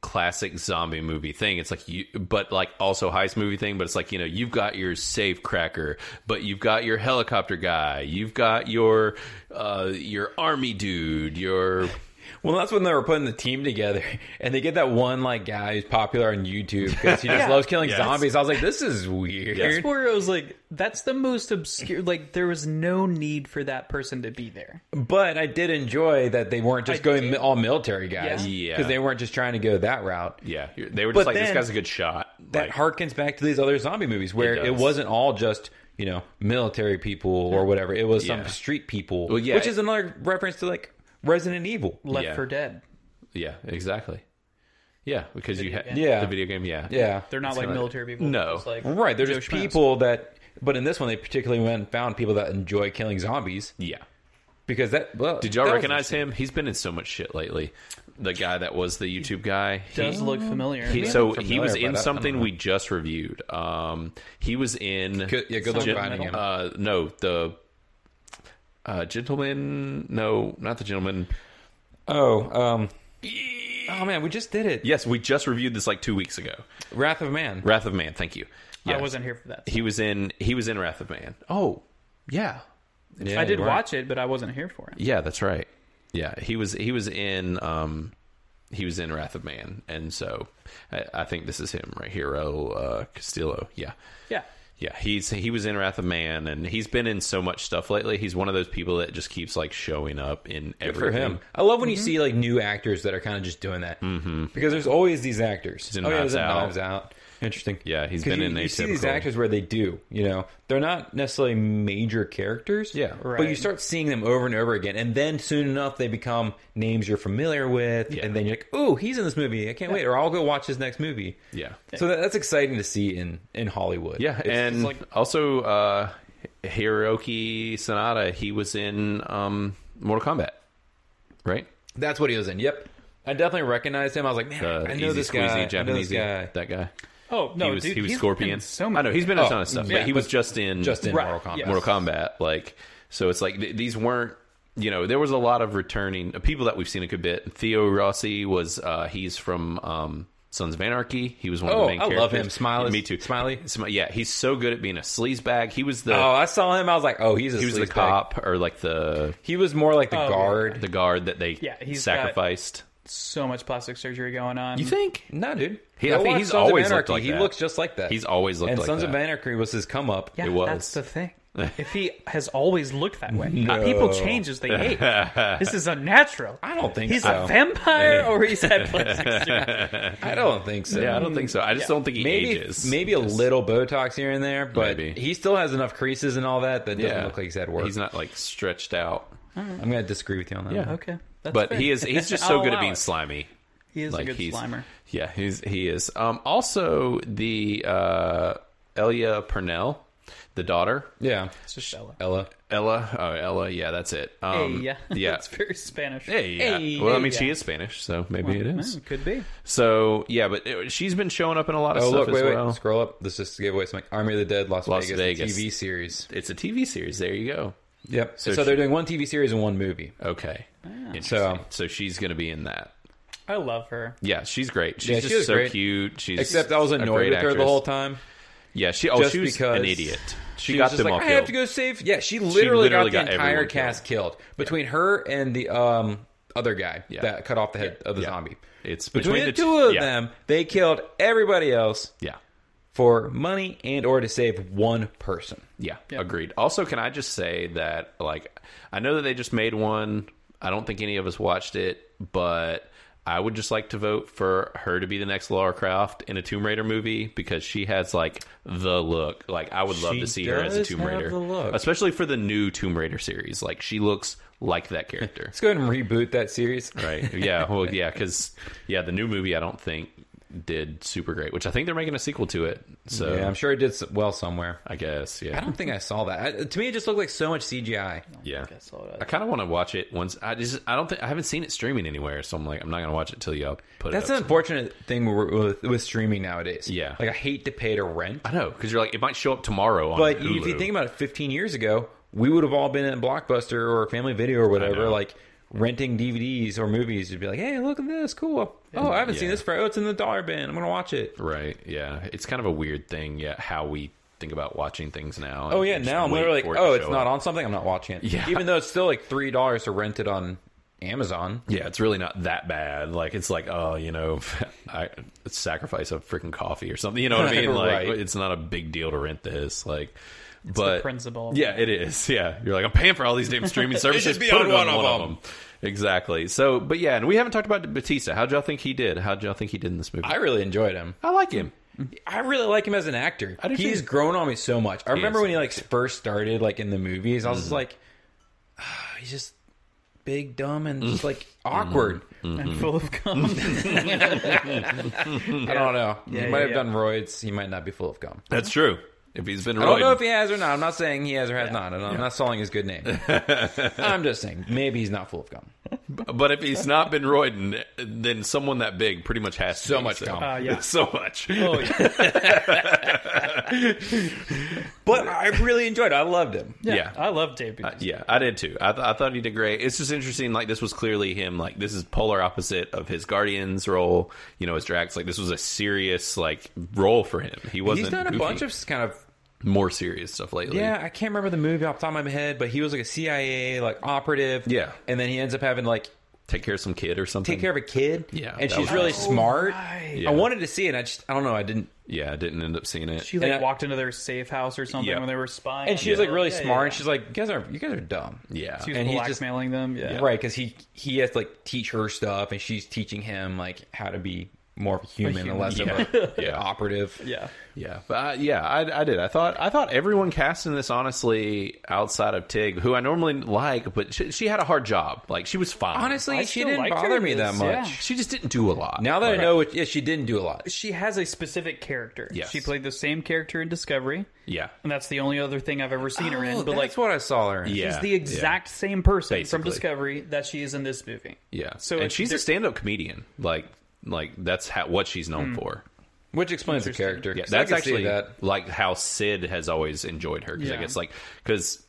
Speaker 1: classic zombie movie thing it's like you but like also heist movie thing but it's like you know you've got your safe cracker but you've got your helicopter guy you've got your uh your army dude your
Speaker 3: Well, that's when they were putting the team together, and they get that one like guy who's popular on YouTube because he just loves killing
Speaker 1: Yes.
Speaker 3: zombies. I was like, this is weird.
Speaker 2: That's where I was like, that's the most obscure. Like, there was no need for that person to be there.
Speaker 3: But I did enjoy that they weren't just
Speaker 2: I
Speaker 3: going
Speaker 2: did.
Speaker 3: mi- all military guys,
Speaker 1: Yeah.
Speaker 3: because they weren't just trying to go that route.
Speaker 1: Yeah, you're- they were
Speaker 3: But
Speaker 1: just like,
Speaker 3: then-
Speaker 1: this guy's a good shot.
Speaker 3: That
Speaker 1: Like,
Speaker 3: harkens back to these other zombie movies where
Speaker 1: It
Speaker 3: it,
Speaker 1: does.
Speaker 3: wasn't all just you know military people or whatever. It was
Speaker 1: Yeah.
Speaker 3: some street people,
Speaker 1: Well, yeah.
Speaker 3: which is another reference to like Resident Evil.
Speaker 2: Left
Speaker 1: Yeah.
Speaker 2: for Dead.
Speaker 1: yeah, exactly. Yeah, because you had
Speaker 2: game.
Speaker 3: Yeah.
Speaker 1: the video game. Yeah,
Speaker 3: Yeah,
Speaker 2: They're not like
Speaker 1: kinda-
Speaker 2: military people.
Speaker 1: No.
Speaker 2: It's like
Speaker 3: right. They're
Speaker 2: Joe
Speaker 3: just
Speaker 2: Schmoes.
Speaker 3: people that. But in this one, they particularly went and found people that enjoy killing zombies
Speaker 1: yeah.
Speaker 3: because that. Well,
Speaker 1: Did y'all
Speaker 3: that was
Speaker 1: recognize him? He's been in so much shit lately. The guy that was the YouTube guy. He-
Speaker 2: Does look familiar.
Speaker 1: he-
Speaker 2: Yeah.
Speaker 1: so
Speaker 3: familiar,
Speaker 1: he was
Speaker 3: but I- I
Speaker 1: in
Speaker 3: don't
Speaker 1: something
Speaker 3: know.
Speaker 1: we just reviewed. Um, he was in.
Speaker 3: Good- yeah, good luck
Speaker 1: Gen-
Speaker 3: finding him.
Speaker 1: Uh, no, the uh, gentleman. No, not the gentleman.
Speaker 3: Oh, um, oh man, we just did it.
Speaker 1: Yes, we just reviewed this like two weeks ago.
Speaker 3: Wrath of Man.
Speaker 1: Wrath of Man. Thank you.
Speaker 2: I
Speaker 1: Yes.
Speaker 2: wasn't here for that.
Speaker 1: He was in. He was in Wrath of Man. Oh, yeah.
Speaker 3: Yeah,
Speaker 2: I did
Speaker 3: you're right.
Speaker 2: watch it, but I wasn't here for it.
Speaker 1: Yeah, that's right. Yeah, he was he was in um he was in Wrath of Man, and so I, I think this is him right here, oh, uh, Castillo. Yeah,
Speaker 2: Yeah.
Speaker 1: yeah, he's he was in Wrath of Man, and he's been in so much stuff lately. He's one of those people that just keeps like showing up in
Speaker 3: for
Speaker 1: everything.
Speaker 3: him. I love when
Speaker 1: Mm-hmm.
Speaker 3: you see like new actors that are kind of just doing that mm-hmm. because there's always these actors. Oh,
Speaker 1: in
Speaker 3: he was
Speaker 1: Knives Out.
Speaker 3: Knives Out. Interesting.
Speaker 1: Yeah, he's
Speaker 3: 'Cause
Speaker 1: been
Speaker 3: you,
Speaker 1: in
Speaker 3: You see these
Speaker 1: Atypical.
Speaker 3: actors where they do. You know, they're not necessarily major characters.
Speaker 1: Yeah.
Speaker 3: But you
Speaker 2: Right.
Speaker 3: start seeing them over and over again, and then soon enough they become names you're familiar with,
Speaker 1: Yeah.
Speaker 3: and then you're like, "Oh, he's in this movie. I can't wait," or "I'll go watch his next movie."
Speaker 1: Yeah.
Speaker 3: So that, that's exciting to see in in Hollywood.
Speaker 1: Yeah,
Speaker 3: It's-
Speaker 1: and
Speaker 2: just like-
Speaker 1: also uh, Hiroki Sanada. He was in um, Mortal Kombat, right?
Speaker 3: That's what he was in. Yep. I definitely recognized him. I was like, man,
Speaker 1: The
Speaker 3: I know
Speaker 1: Uh, easy
Speaker 3: this
Speaker 1: squeezy
Speaker 3: guy.
Speaker 1: Japanese
Speaker 3: I know this guy.
Speaker 1: that guy.
Speaker 2: Oh no,
Speaker 1: he was
Speaker 2: dude,
Speaker 1: he was
Speaker 2: he's
Speaker 1: Scorpion.
Speaker 2: been So much.
Speaker 1: I know he's been in a
Speaker 3: Oh,
Speaker 1: ton of stuff,
Speaker 2: yeah,
Speaker 1: but he was
Speaker 3: but
Speaker 1: just in
Speaker 3: just in
Speaker 2: Right,
Speaker 3: Mortal Kombat.
Speaker 2: yeah.
Speaker 1: Mortal Kombat. Like, so it's like th- these weren't. You know, there was a lot of returning uh, people that we've seen a good bit. Theo Rossi was uh he's from um Sons of Anarchy. He was one of
Speaker 3: Oh,
Speaker 1: the main
Speaker 3: I
Speaker 1: characters.
Speaker 3: love him. Smiley-
Speaker 1: Me too.
Speaker 3: Smiley?
Speaker 1: Smi- yeah, he's so good at being a sleazebag. He was the
Speaker 3: Oh, I saw him. I was like, oh, he's a
Speaker 1: he was the
Speaker 3: sleazebag.
Speaker 1: cop or like the
Speaker 3: He was more like the
Speaker 2: Oh,
Speaker 3: guard.
Speaker 1: the guard that they
Speaker 2: Yeah, he's got-
Speaker 1: sacrificed.
Speaker 2: so much plastic surgery going on.
Speaker 1: You think?
Speaker 3: No, dude.
Speaker 1: He-
Speaker 3: Go
Speaker 1: I think
Speaker 3: watch
Speaker 1: he's
Speaker 3: Sons of
Speaker 1: always looked
Speaker 3: Anarchy.
Speaker 1: like
Speaker 3: he
Speaker 1: that.
Speaker 3: looks just like that.
Speaker 1: He's always looked
Speaker 3: and
Speaker 1: like
Speaker 3: Sons of
Speaker 1: that.
Speaker 3: Anarchy was his come up.
Speaker 2: yeah,
Speaker 1: It was.
Speaker 2: that's the thing. If he has always looked that way, uh, people change as they age. This is unnatural.
Speaker 3: I don't think
Speaker 2: He's
Speaker 3: so.
Speaker 2: a vampire, or he's had plastic surgery.
Speaker 3: I don't think so.
Speaker 1: Yeah, I don't think so. I just don't think he
Speaker 3: maybe
Speaker 1: ages.
Speaker 3: maybe a little Botox here and there, but
Speaker 1: Maybe.
Speaker 3: he still has enough creases and all that that doesn't look like he's had work.
Speaker 1: He's not like stretched out.
Speaker 3: I'm gonna disagree with you on that.
Speaker 1: Yeah.
Speaker 3: one.
Speaker 2: Okay, that's Oh,
Speaker 1: but
Speaker 2: fair.
Speaker 1: he is he's just so
Speaker 2: I'll
Speaker 1: good at
Speaker 2: allow
Speaker 1: being
Speaker 2: it.
Speaker 1: slimy.
Speaker 2: He is
Speaker 1: like
Speaker 2: a good
Speaker 1: he's
Speaker 2: slimer.
Speaker 1: Yeah, he's he is. Um also the uh Elia Purnell, the daughter.
Speaker 3: yeah.
Speaker 2: It's just shallow.
Speaker 3: Ella.
Speaker 1: Ella, oh Ella, yeah, that's it. Um
Speaker 2: hey, yeah,
Speaker 1: yeah.
Speaker 2: it's very Spanish.
Speaker 1: Hey, yeah.
Speaker 3: Hey,
Speaker 1: well, I mean,
Speaker 2: yeah.
Speaker 1: she is Spanish, so maybe it is.
Speaker 2: Hmm, could be.
Speaker 1: So, yeah, but it, she's been showing up in a lot of
Speaker 3: Oh
Speaker 1: stuff
Speaker 3: look,
Speaker 1: as
Speaker 3: wait, wait,
Speaker 1: well.
Speaker 3: scroll up. This just gave away something. Army of the Dead, Las,
Speaker 1: Las
Speaker 3: Vegas, the
Speaker 1: Vegas.
Speaker 3: TV series.
Speaker 1: It's a TV series. There you go.
Speaker 3: Yep. So,
Speaker 1: she-
Speaker 3: they're doing one TV series and one movie.
Speaker 1: Okay.
Speaker 2: Ah.
Speaker 3: So- um,
Speaker 1: So, so she's going to be in that.
Speaker 2: I love her.
Speaker 1: Yeah, she's great. She's
Speaker 3: Yeah, she
Speaker 1: just
Speaker 3: was
Speaker 1: so
Speaker 3: great.
Speaker 1: cute. She's
Speaker 3: Except I was
Speaker 1: a
Speaker 3: annoyed
Speaker 1: great
Speaker 3: with her
Speaker 1: actress.
Speaker 3: the whole time.
Speaker 1: Yeah, she. Oh,
Speaker 3: Just
Speaker 1: she was
Speaker 3: because
Speaker 1: an idiot. She,
Speaker 3: She
Speaker 1: got
Speaker 3: was just
Speaker 1: them
Speaker 3: like,
Speaker 1: all
Speaker 3: I
Speaker 1: killed.
Speaker 3: have to go save. Yeah, she literally,
Speaker 1: literally got
Speaker 3: got the
Speaker 1: everyone
Speaker 3: entire
Speaker 1: killed.
Speaker 3: cast killed between her and the um other guy
Speaker 1: Yeah.
Speaker 3: that cut off the head of the
Speaker 1: Yeah.
Speaker 3: zombie.
Speaker 1: It's
Speaker 3: Between,
Speaker 1: between the
Speaker 3: the two
Speaker 1: t-
Speaker 3: of
Speaker 1: yeah.
Speaker 3: them, they killed everybody else
Speaker 1: Yeah,
Speaker 3: for money and or to save one person.
Speaker 1: yeah, agreed. Also, can I just say that like I know that they just made one. I don't think any of us watched it, but I would just like to vote for her to be the next Lara Croft in a Tomb Raider movie because she has like the look. Like I would love
Speaker 3: She
Speaker 1: to see her as a
Speaker 3: does
Speaker 1: Tomb
Speaker 3: have
Speaker 1: Raider,
Speaker 3: the look.
Speaker 1: especially for the new Tomb Raider series. Like she looks like that character.
Speaker 3: Let's go ahead and reboot that series.
Speaker 1: right yeah well yeah because yeah the new movie i don't think did super great which i think they're making a sequel to it so
Speaker 3: Yeah, I'm sure it did s- well somewhere.
Speaker 1: i guess yeah
Speaker 3: I don't think I saw that. I, to me, it just looked like so much CGI.
Speaker 1: yeah
Speaker 2: I saw
Speaker 1: i
Speaker 2: that.
Speaker 1: kind of want to watch it once i just i don't think i haven't seen it streaming anywhere so i'm like i'm not gonna watch it till y'all put
Speaker 3: That's
Speaker 1: it
Speaker 3: an
Speaker 1: up
Speaker 3: unfortunate thing with, with streaming nowadays.
Speaker 1: Yeah.
Speaker 3: like I hate to pay to rent.
Speaker 1: i know because you're like it might show up tomorrow on
Speaker 3: But
Speaker 1: Hulu.
Speaker 3: if you think about it, 15 years ago, we would have all been in Blockbuster or Family Video or whatever,
Speaker 1: know.
Speaker 3: like renting DVDs or movies. You'd be like, hey, look at this, cool. Oh, I haven't seen
Speaker 1: Yeah.
Speaker 3: this for. Oh, it's in the dollar bin. I'm gonna watch it.
Speaker 1: right yeah it's kind of a weird thing yeah how we think about watching things now
Speaker 3: Oh yeah, now I'm literally like, oh, it's not on something. I'm not watching it.
Speaker 1: Yeah.
Speaker 3: even though it's still like three dollars to rent it on Amazon.
Speaker 1: yeah, it's really not that bad. Like it's like, oh, you know, I sacrifice a freaking coffee or something. You know what I mean? Like
Speaker 3: Right.
Speaker 1: it's not a big deal to rent this. Like, but
Speaker 2: principle.
Speaker 1: Yeah, it is. Yeah, you're like I'm paying for all these damn streaming services.
Speaker 3: should be
Speaker 1: Put
Speaker 3: on
Speaker 1: it
Speaker 3: one of them.
Speaker 1: Exactly. So, but yeah, and we haven't talked about Batista. How'd y'all think he did? How'd y'all think he did in this movie?
Speaker 3: I really enjoyed him.
Speaker 1: I like him.
Speaker 3: I really like him as an actor.
Speaker 1: do
Speaker 3: He's
Speaker 1: too.
Speaker 3: grown on me so much. I remember
Speaker 1: is. Mm-hmm.
Speaker 3: when he like first started like in the movies, I was just like, "Ah, he's just big, dumb, and just like
Speaker 1: Mm-hmm.
Speaker 3: awkward.
Speaker 2: And full of cum.
Speaker 3: I don't know.
Speaker 2: Yeah,
Speaker 3: he might
Speaker 2: yeah,
Speaker 3: have
Speaker 2: yeah.
Speaker 3: done roids. He might not be full of gum.
Speaker 1: That's true. If he's been,
Speaker 3: I don't know if he has or not. I'm not saying he has or has not. And I'm not selling his good name. I'm just saying maybe he's not full of gum.
Speaker 1: but if he's not been roiding, then someone that big pretty much has to
Speaker 3: So
Speaker 1: be,
Speaker 3: much gum.
Speaker 2: Uh, yeah.
Speaker 1: so much.
Speaker 2: Oh, yeah.
Speaker 3: But I really enjoyed. it. I loved him.
Speaker 2: Yeah,
Speaker 1: Yeah.
Speaker 2: I love Dave. Bautista.
Speaker 1: Yeah, I did too. I, th- I thought he did great. It's just interesting. Like this was clearly him. Like this is polar opposite of his Guardians role. You know, as Drax. Like this was a serious like role for him. He wasn't.
Speaker 3: He's done a
Speaker 1: goofy.
Speaker 3: bunch of kind of
Speaker 1: more serious stuff lately.
Speaker 3: Yeah, I can't remember the movie off the top of my head, but he was like a CIA like operative.
Speaker 1: Yeah.
Speaker 3: and then he ends up having like
Speaker 1: take care of some kid or something.
Speaker 3: take care of a kid.
Speaker 1: Yeah,
Speaker 3: and
Speaker 1: that
Speaker 3: she's
Speaker 1: was
Speaker 3: really
Speaker 1: awesome.
Speaker 3: smart.
Speaker 2: right.
Speaker 1: Yeah.
Speaker 3: I wanted to see it. And I just I don't know. I didn't.
Speaker 1: Yeah, I didn't end up seeing it.
Speaker 2: She like
Speaker 3: And I-
Speaker 2: walked into their safe house or something
Speaker 1: Yeah.
Speaker 2: when they were spying.
Speaker 3: And
Speaker 2: on
Speaker 3: she was
Speaker 2: them.
Speaker 3: like really
Speaker 2: Yeah, yeah,
Speaker 3: smart.
Speaker 2: yeah.
Speaker 3: And she's like, you guys are you guys are dumb.
Speaker 1: yeah,
Speaker 2: She was
Speaker 3: and he's just-
Speaker 2: blackmailing them. Yeah.
Speaker 3: Right, because he he has to like teach her stuff, and she's teaching him like how to be more of a human, and
Speaker 2: human.
Speaker 3: less of
Speaker 1: Yeah.
Speaker 3: a
Speaker 1: Yeah.
Speaker 3: operative.
Speaker 2: Yeah.
Speaker 1: yeah, but I, yeah, I, I did. I thought I thought everyone casting this honestly outside of Tig, who I normally like, but she, she had a hard job. Like she was fine.
Speaker 3: Honestly,
Speaker 2: I
Speaker 3: she
Speaker 2: still
Speaker 3: didn't
Speaker 2: liked her
Speaker 3: bother
Speaker 2: in
Speaker 3: me that
Speaker 2: this,
Speaker 3: much.
Speaker 2: yeah.
Speaker 1: she just didn't do a lot.
Speaker 3: Now that
Speaker 1: Like,
Speaker 3: I know, it, yeah, she didn't do a lot.
Speaker 2: She has a specific character.
Speaker 1: Yes.
Speaker 2: She played the same character in Discovery,
Speaker 1: yeah,
Speaker 2: and that's the only other thing I've ever seen her in.
Speaker 3: Oh,
Speaker 2: But like,
Speaker 3: that's what I saw her. in.
Speaker 1: Yeah.
Speaker 2: she's the exact same person from
Speaker 1: Basically.
Speaker 2: Discovery that she is in this movie.
Speaker 1: Yeah.
Speaker 2: So
Speaker 1: and
Speaker 2: it's-
Speaker 1: she's
Speaker 2: they're-
Speaker 1: a stand-up comedian. Like like that's how, what she's
Speaker 2: Hmm.
Speaker 1: known for.
Speaker 3: which explains the character.
Speaker 1: Yeah,
Speaker 3: 'cause I
Speaker 1: that's
Speaker 3: could see
Speaker 1: actually
Speaker 3: that.
Speaker 1: like how Sid has always enjoyed her because I
Speaker 2: Yeah.
Speaker 1: guess like because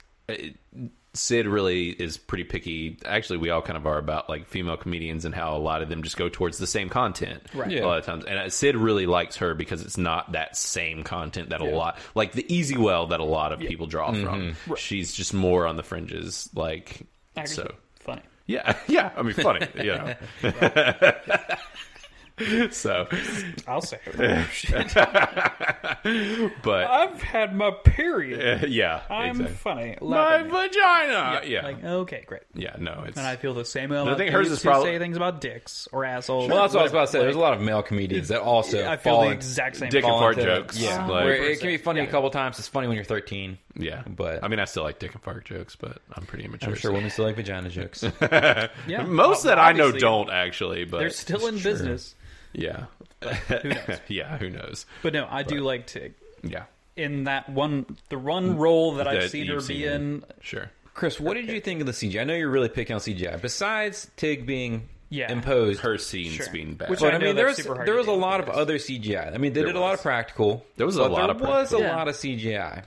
Speaker 1: Sid really is pretty picky. Actually, we all kind of are about like female comedians and how a lot of them just go towards the same content
Speaker 2: Right.
Speaker 3: Yeah.
Speaker 1: a lot of times. And uh, Sid really likes her because it's not that same content that a lot like the easy well that a
Speaker 3: Mm-hmm.
Speaker 1: lot of people draw from. She's just more on the fringes. Like
Speaker 2: Actors
Speaker 1: so.
Speaker 2: are funny.
Speaker 1: Yeah, yeah. I mean, funny, you know. so,
Speaker 2: I'll say it.
Speaker 1: but
Speaker 2: I've had my period.
Speaker 1: uh, yeah,
Speaker 2: I'm
Speaker 1: exactly.
Speaker 2: funny.
Speaker 1: My
Speaker 2: Laughing.
Speaker 1: vagina. Yeah, yeah.
Speaker 2: Like, okay, great.
Speaker 1: no, it's
Speaker 2: And I feel the same way.
Speaker 1: I
Speaker 2: about
Speaker 1: think hers
Speaker 2: dudes
Speaker 1: is
Speaker 2: who
Speaker 1: probably-
Speaker 2: say things about dicks or assholes.
Speaker 3: Well, that's what I was
Speaker 2: whatever.
Speaker 3: about to say. There's a lot of male comedians that also
Speaker 2: I feel
Speaker 3: fall
Speaker 2: the
Speaker 3: in-
Speaker 2: exact same.
Speaker 1: dick and
Speaker 2: thing.
Speaker 1: fart
Speaker 3: into-
Speaker 1: jokes.
Speaker 3: Yeah,
Speaker 1: like-
Speaker 3: where it can be funny
Speaker 2: Yeah.
Speaker 3: a couple times. It's funny when you're 13.
Speaker 1: yeah.
Speaker 3: But-
Speaker 1: I mean, I still like dick and fart jokes, but I'm pretty immature.
Speaker 3: I'm sure women still like vagina jokes.
Speaker 2: Yeah.
Speaker 1: Most that I know
Speaker 2: Obviously,
Speaker 1: don't actually, but
Speaker 2: They're still in business.
Speaker 1: yeah, yeah. Who knows?
Speaker 2: But no, I do like to.
Speaker 1: Yeah,
Speaker 2: In that one, the one role that, I've
Speaker 1: That
Speaker 2: seen
Speaker 1: you've
Speaker 2: her
Speaker 1: seen
Speaker 2: be
Speaker 1: her.
Speaker 2: in,
Speaker 1: sure.
Speaker 3: Chris, what did you think of the CGI? I know you're really picking on CGI. Besides Tig being
Speaker 2: Yeah.
Speaker 3: imposed,
Speaker 1: Her scenes
Speaker 2: Sure.
Speaker 1: being bad.
Speaker 2: Which I
Speaker 3: but I,
Speaker 2: know
Speaker 3: mean, there
Speaker 2: that's
Speaker 3: was
Speaker 2: super hard
Speaker 3: there
Speaker 2: to
Speaker 3: was a
Speaker 2: do,
Speaker 3: lot of
Speaker 2: yes.
Speaker 3: other CGI. I mean, they did a lot
Speaker 1: was.
Speaker 3: of practical.
Speaker 1: There was a
Speaker 3: but
Speaker 1: lot of
Speaker 3: There was a
Speaker 1: practical.
Speaker 2: Yeah.
Speaker 3: lot of CGI.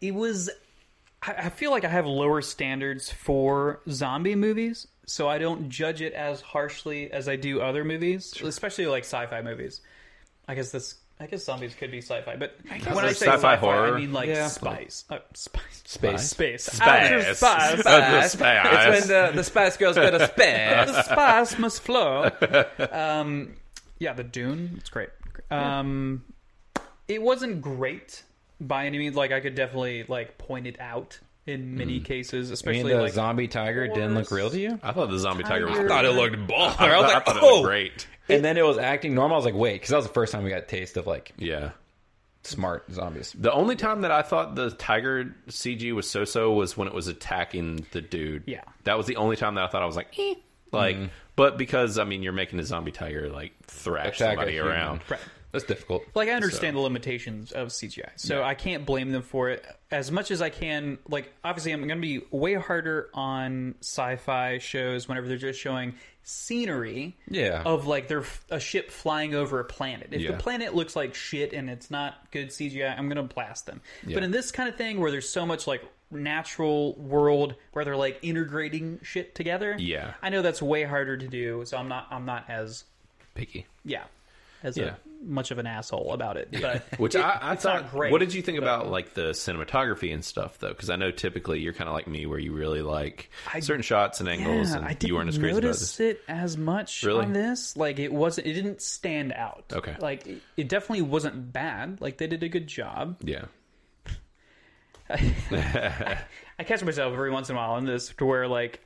Speaker 2: it was. I, I feel like I have lower standards for zombie movies, so I don't judge it as harshly as I do other movies, especially like sci-fi movies. I guess this. I guess zombies could be sci-fi, but when I
Speaker 1: there's
Speaker 2: say
Speaker 1: sci-fi
Speaker 2: sci-fi,
Speaker 1: horror.
Speaker 2: I mean like
Speaker 3: Yeah.
Speaker 2: spice, uh, spice,
Speaker 3: Space.
Speaker 2: space,
Speaker 1: Space.
Speaker 2: Outer spice.
Speaker 1: The
Speaker 3: It's
Speaker 1: spice.
Speaker 3: when the, the Spice Girls go to space.
Speaker 2: the spice must flow. Um, yeah, the Dune. It's great. Um, It wasn't great by any means. Like I could definitely like point it out in many cases,
Speaker 3: I Mm. mean,
Speaker 2: especially
Speaker 3: the
Speaker 2: like
Speaker 3: zombie tiger didn't look real to you.
Speaker 1: I thought the zombie tiger was.
Speaker 2: Tiger.
Speaker 1: great.
Speaker 2: thought it
Speaker 3: looked baller.
Speaker 1: I
Speaker 3: I was like,
Speaker 1: thought it
Speaker 3: oh.
Speaker 1: looked great.
Speaker 3: And then it was acting normal. I was like, wait, because that was the first time we got a taste of like
Speaker 1: Yeah.
Speaker 3: smart zombies.
Speaker 1: The only time that I thought the tiger CG was so so was when it was attacking the dude.
Speaker 2: Yeah.
Speaker 1: That was the only time that I thought I was like, eh. Like,
Speaker 3: Mm-hmm.
Speaker 1: but because, I mean, you're making a zombie tiger, like, thrash
Speaker 3: Attack a
Speaker 1: somebody
Speaker 3: human.
Speaker 1: around.
Speaker 2: Right.
Speaker 3: That's difficult.
Speaker 2: Like I understand the limitations of CGI, so I can't blame them for it as much as I can. Like obviously, I'm going to be way harder on sci-fi shows whenever they're just showing scenery.
Speaker 3: Yeah.
Speaker 2: Of like they're f- a ship flying over a planet. If
Speaker 1: Yeah.
Speaker 2: the planet looks like shit and it's not good CGI, I'm going to blast them.
Speaker 1: Yeah.
Speaker 2: But in this kind of thing where there's so much like natural world where they're like integrating shit together,
Speaker 1: Yeah.
Speaker 2: I know that's way harder to do. So I'm not. I'm not as
Speaker 1: Picky.
Speaker 2: yeah, as
Speaker 1: Yeah.
Speaker 2: A, much of an asshole about it. But
Speaker 1: Which I, I thought
Speaker 2: not great,
Speaker 1: What did you think about like the cinematography and stuff though? Because I know typically you're kind of like me, where you really like certain shots and angles,
Speaker 2: yeah,
Speaker 1: and
Speaker 2: I didn't
Speaker 1: you weren't as crazy about
Speaker 2: notice
Speaker 1: this.
Speaker 2: it as much
Speaker 1: Really?
Speaker 2: on this. Like it wasn't. It didn't stand out.
Speaker 1: Okay.
Speaker 2: Like it, it definitely wasn't bad. Like they did a good job.
Speaker 1: Yeah,
Speaker 2: I catch myself every once in a while in this to where like.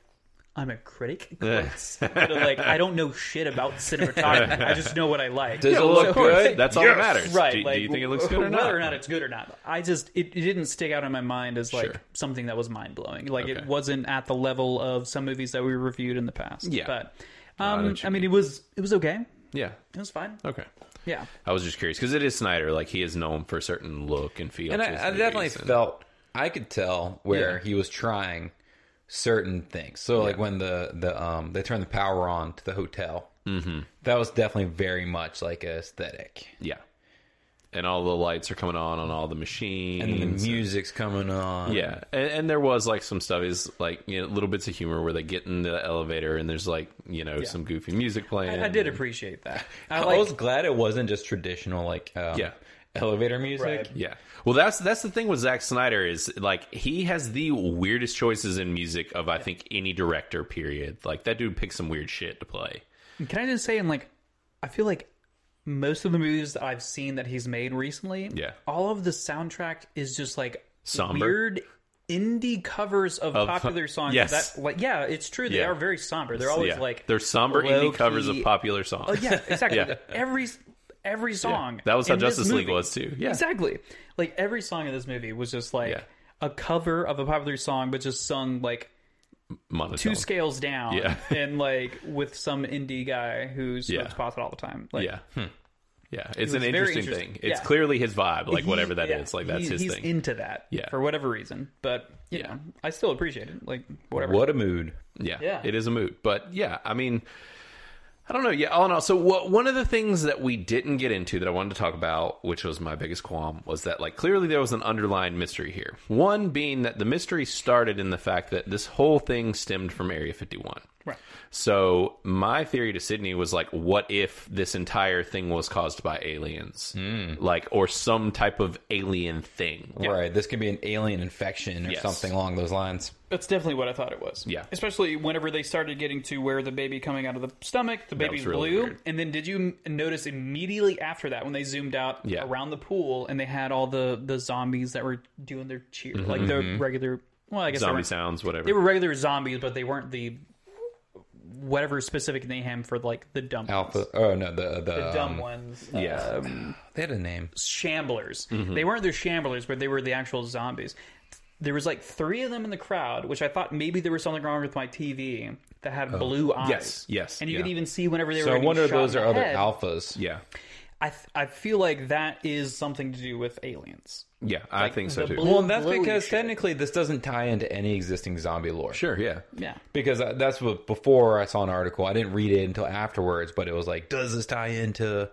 Speaker 2: I'm a critic,
Speaker 3: Eh.
Speaker 2: Quotes. But, like I don't know shit about cinematography. I just know what I like.
Speaker 3: Does it
Speaker 1: well,
Speaker 3: look
Speaker 1: of course,
Speaker 3: good?
Speaker 1: that's all that matters.
Speaker 2: Right?
Speaker 1: Do, do
Speaker 2: like,
Speaker 1: you think it looks good or not?
Speaker 2: Whether or not it's good or not, I just it, it didn't stick out in my mind as like
Speaker 1: Sure.
Speaker 2: something that was mind blowing. Like
Speaker 1: Okay.
Speaker 2: it wasn't at the level of some movies that we reviewed in the past.
Speaker 1: Yeah.
Speaker 2: but
Speaker 1: I know
Speaker 2: um,
Speaker 1: what you Uh,
Speaker 2: I mean, it was it was okay.
Speaker 1: yeah.
Speaker 2: It was fine.
Speaker 1: Okay.
Speaker 2: Yeah,
Speaker 1: I was just curious because it is Snyder. Like he is known for a certain look and feel.
Speaker 3: and
Speaker 1: to his
Speaker 3: I, I
Speaker 1: movies,
Speaker 3: definitely
Speaker 1: and-
Speaker 3: felt I could tell where
Speaker 1: Yeah.
Speaker 3: he was trying certain things. So like when the the um they turned the power on to the hotel, mm-hmm. that was definitely very much like a aesthetic.
Speaker 1: yeah. And all the lights are coming on on all the machines.
Speaker 3: And then the music's coming on.
Speaker 1: Yeah, and, and there was like some stuff is like you know, little bits of humor where they get in the elevator and there's like you know some goofy music playing.
Speaker 2: I, I did appreciate that. I
Speaker 3: I,
Speaker 2: like
Speaker 3: was glad it wasn't just traditional like um,
Speaker 1: Yeah.
Speaker 3: elevator music.
Speaker 2: Right.
Speaker 1: Yeah. Well, that's that's the thing with Zack Snyder is like he has the weirdest choices in music of I think any director. Period. Like that dude picks some weird shit to play.
Speaker 2: Can I just say, and like, I feel like most of the movies that I've seen that he's made recently,
Speaker 1: Yeah.
Speaker 2: all of the soundtrack is just like
Speaker 1: Somber.
Speaker 2: weird indie covers of, popular songs.
Speaker 1: yes.
Speaker 2: that, like, yeah, it's true. They
Speaker 1: Yeah.
Speaker 2: are very somber. They're always
Speaker 1: yeah.
Speaker 2: like
Speaker 1: they're somber indie
Speaker 2: low-key-
Speaker 1: covers of popular songs.
Speaker 2: Oh, yeah, exactly.
Speaker 1: Yeah.
Speaker 2: Every every song
Speaker 1: That was how
Speaker 2: in this
Speaker 1: Justice League
Speaker 2: movie-
Speaker 1: was too. Yeah.
Speaker 2: Exactly. Like every song in this movie was just like
Speaker 1: Yeah.
Speaker 2: a cover of a popular song, but just sung like
Speaker 1: Monotone.
Speaker 2: two scales down
Speaker 1: Yeah.
Speaker 2: and like with some indie guy who smokes
Speaker 1: Yeah.
Speaker 2: pot all the time. Like,
Speaker 1: Yeah. Hmm. Yeah. It's an
Speaker 2: was very
Speaker 1: interesting,
Speaker 2: interesting.
Speaker 1: thing. It's
Speaker 2: Yeah.
Speaker 1: clearly his vibe. Like
Speaker 2: He-
Speaker 1: whatever that is.
Speaker 2: yeah,
Speaker 1: Like that's
Speaker 2: he-
Speaker 1: his
Speaker 2: he's
Speaker 1: thing.
Speaker 2: into that
Speaker 1: Yeah.
Speaker 2: for whatever reason. But you
Speaker 1: Yeah.
Speaker 2: know, I still appreciate it. Like whatever.
Speaker 3: What a mood.
Speaker 1: Yeah,
Speaker 2: Yeah.
Speaker 1: it is a mood. But yeah, I mean, I don't know. Yeah, all in all. So what, one of the things that we didn't get into that I wanted to talk about, which was my biggest qualm, was that like clearly there was an underlying mystery here. One being that the mystery started in the fact that this whole thing stemmed from Area 51.
Speaker 2: Right.
Speaker 1: So my theory to Sydney was like, what if this entire thing was caused by aliens,
Speaker 2: Hmm.
Speaker 1: like or some type of alien thing?
Speaker 3: Right. This could be an alien infection or
Speaker 1: Yes.
Speaker 3: something along those lines.
Speaker 2: That's definitely what I thought it was.
Speaker 1: Yeah.
Speaker 2: Especially whenever they started getting to where the baby coming out of the stomach, the baby's
Speaker 1: was really
Speaker 2: blue.
Speaker 1: weird.
Speaker 2: And then did you m- notice immediately after that when they zoomed out
Speaker 1: Yeah.
Speaker 2: around the pool and they had all the, the zombies that were doing their cheer,
Speaker 1: Mm-hmm,
Speaker 2: like the regular, well, I guess they
Speaker 1: Zombie
Speaker 2: weren't,
Speaker 1: sounds, whatever.
Speaker 2: they were regular zombies, but they weren't the whatever specific name for like the dumb
Speaker 3: Alpha.
Speaker 2: ones.
Speaker 3: Oh no, the the,
Speaker 2: The dumb
Speaker 3: um,
Speaker 2: ones. Uh,
Speaker 1: yeah.
Speaker 3: They had a name.
Speaker 2: shamblers.
Speaker 3: Mm-hmm.
Speaker 2: They weren't the shamblers, but they were the actual zombies. There was like three of them in the crowd, which I thought maybe there was something wrong with my TV that
Speaker 3: Oh.
Speaker 2: had blue eyes.
Speaker 1: Yes, yes,
Speaker 2: and you
Speaker 1: yeah.
Speaker 2: could even see whenever they
Speaker 3: So
Speaker 2: were.
Speaker 3: I
Speaker 2: getting
Speaker 3: wonder if
Speaker 2: shot
Speaker 3: those
Speaker 2: in
Speaker 3: are
Speaker 2: the
Speaker 3: other
Speaker 2: head.
Speaker 3: alphas.
Speaker 1: yeah,
Speaker 2: I th- I feel like that is something to do with aliens.
Speaker 1: yeah. I think so
Speaker 2: the
Speaker 1: too.
Speaker 2: blue-
Speaker 3: Well, and that's
Speaker 2: Blowy
Speaker 3: because
Speaker 2: shit.
Speaker 3: technically this doesn't tie into any existing zombie lore.
Speaker 1: sure, yeah.
Speaker 2: Yeah,
Speaker 3: Because I- that's what before I saw an article. I didn't read it until afterwards, but it was like, does this tie into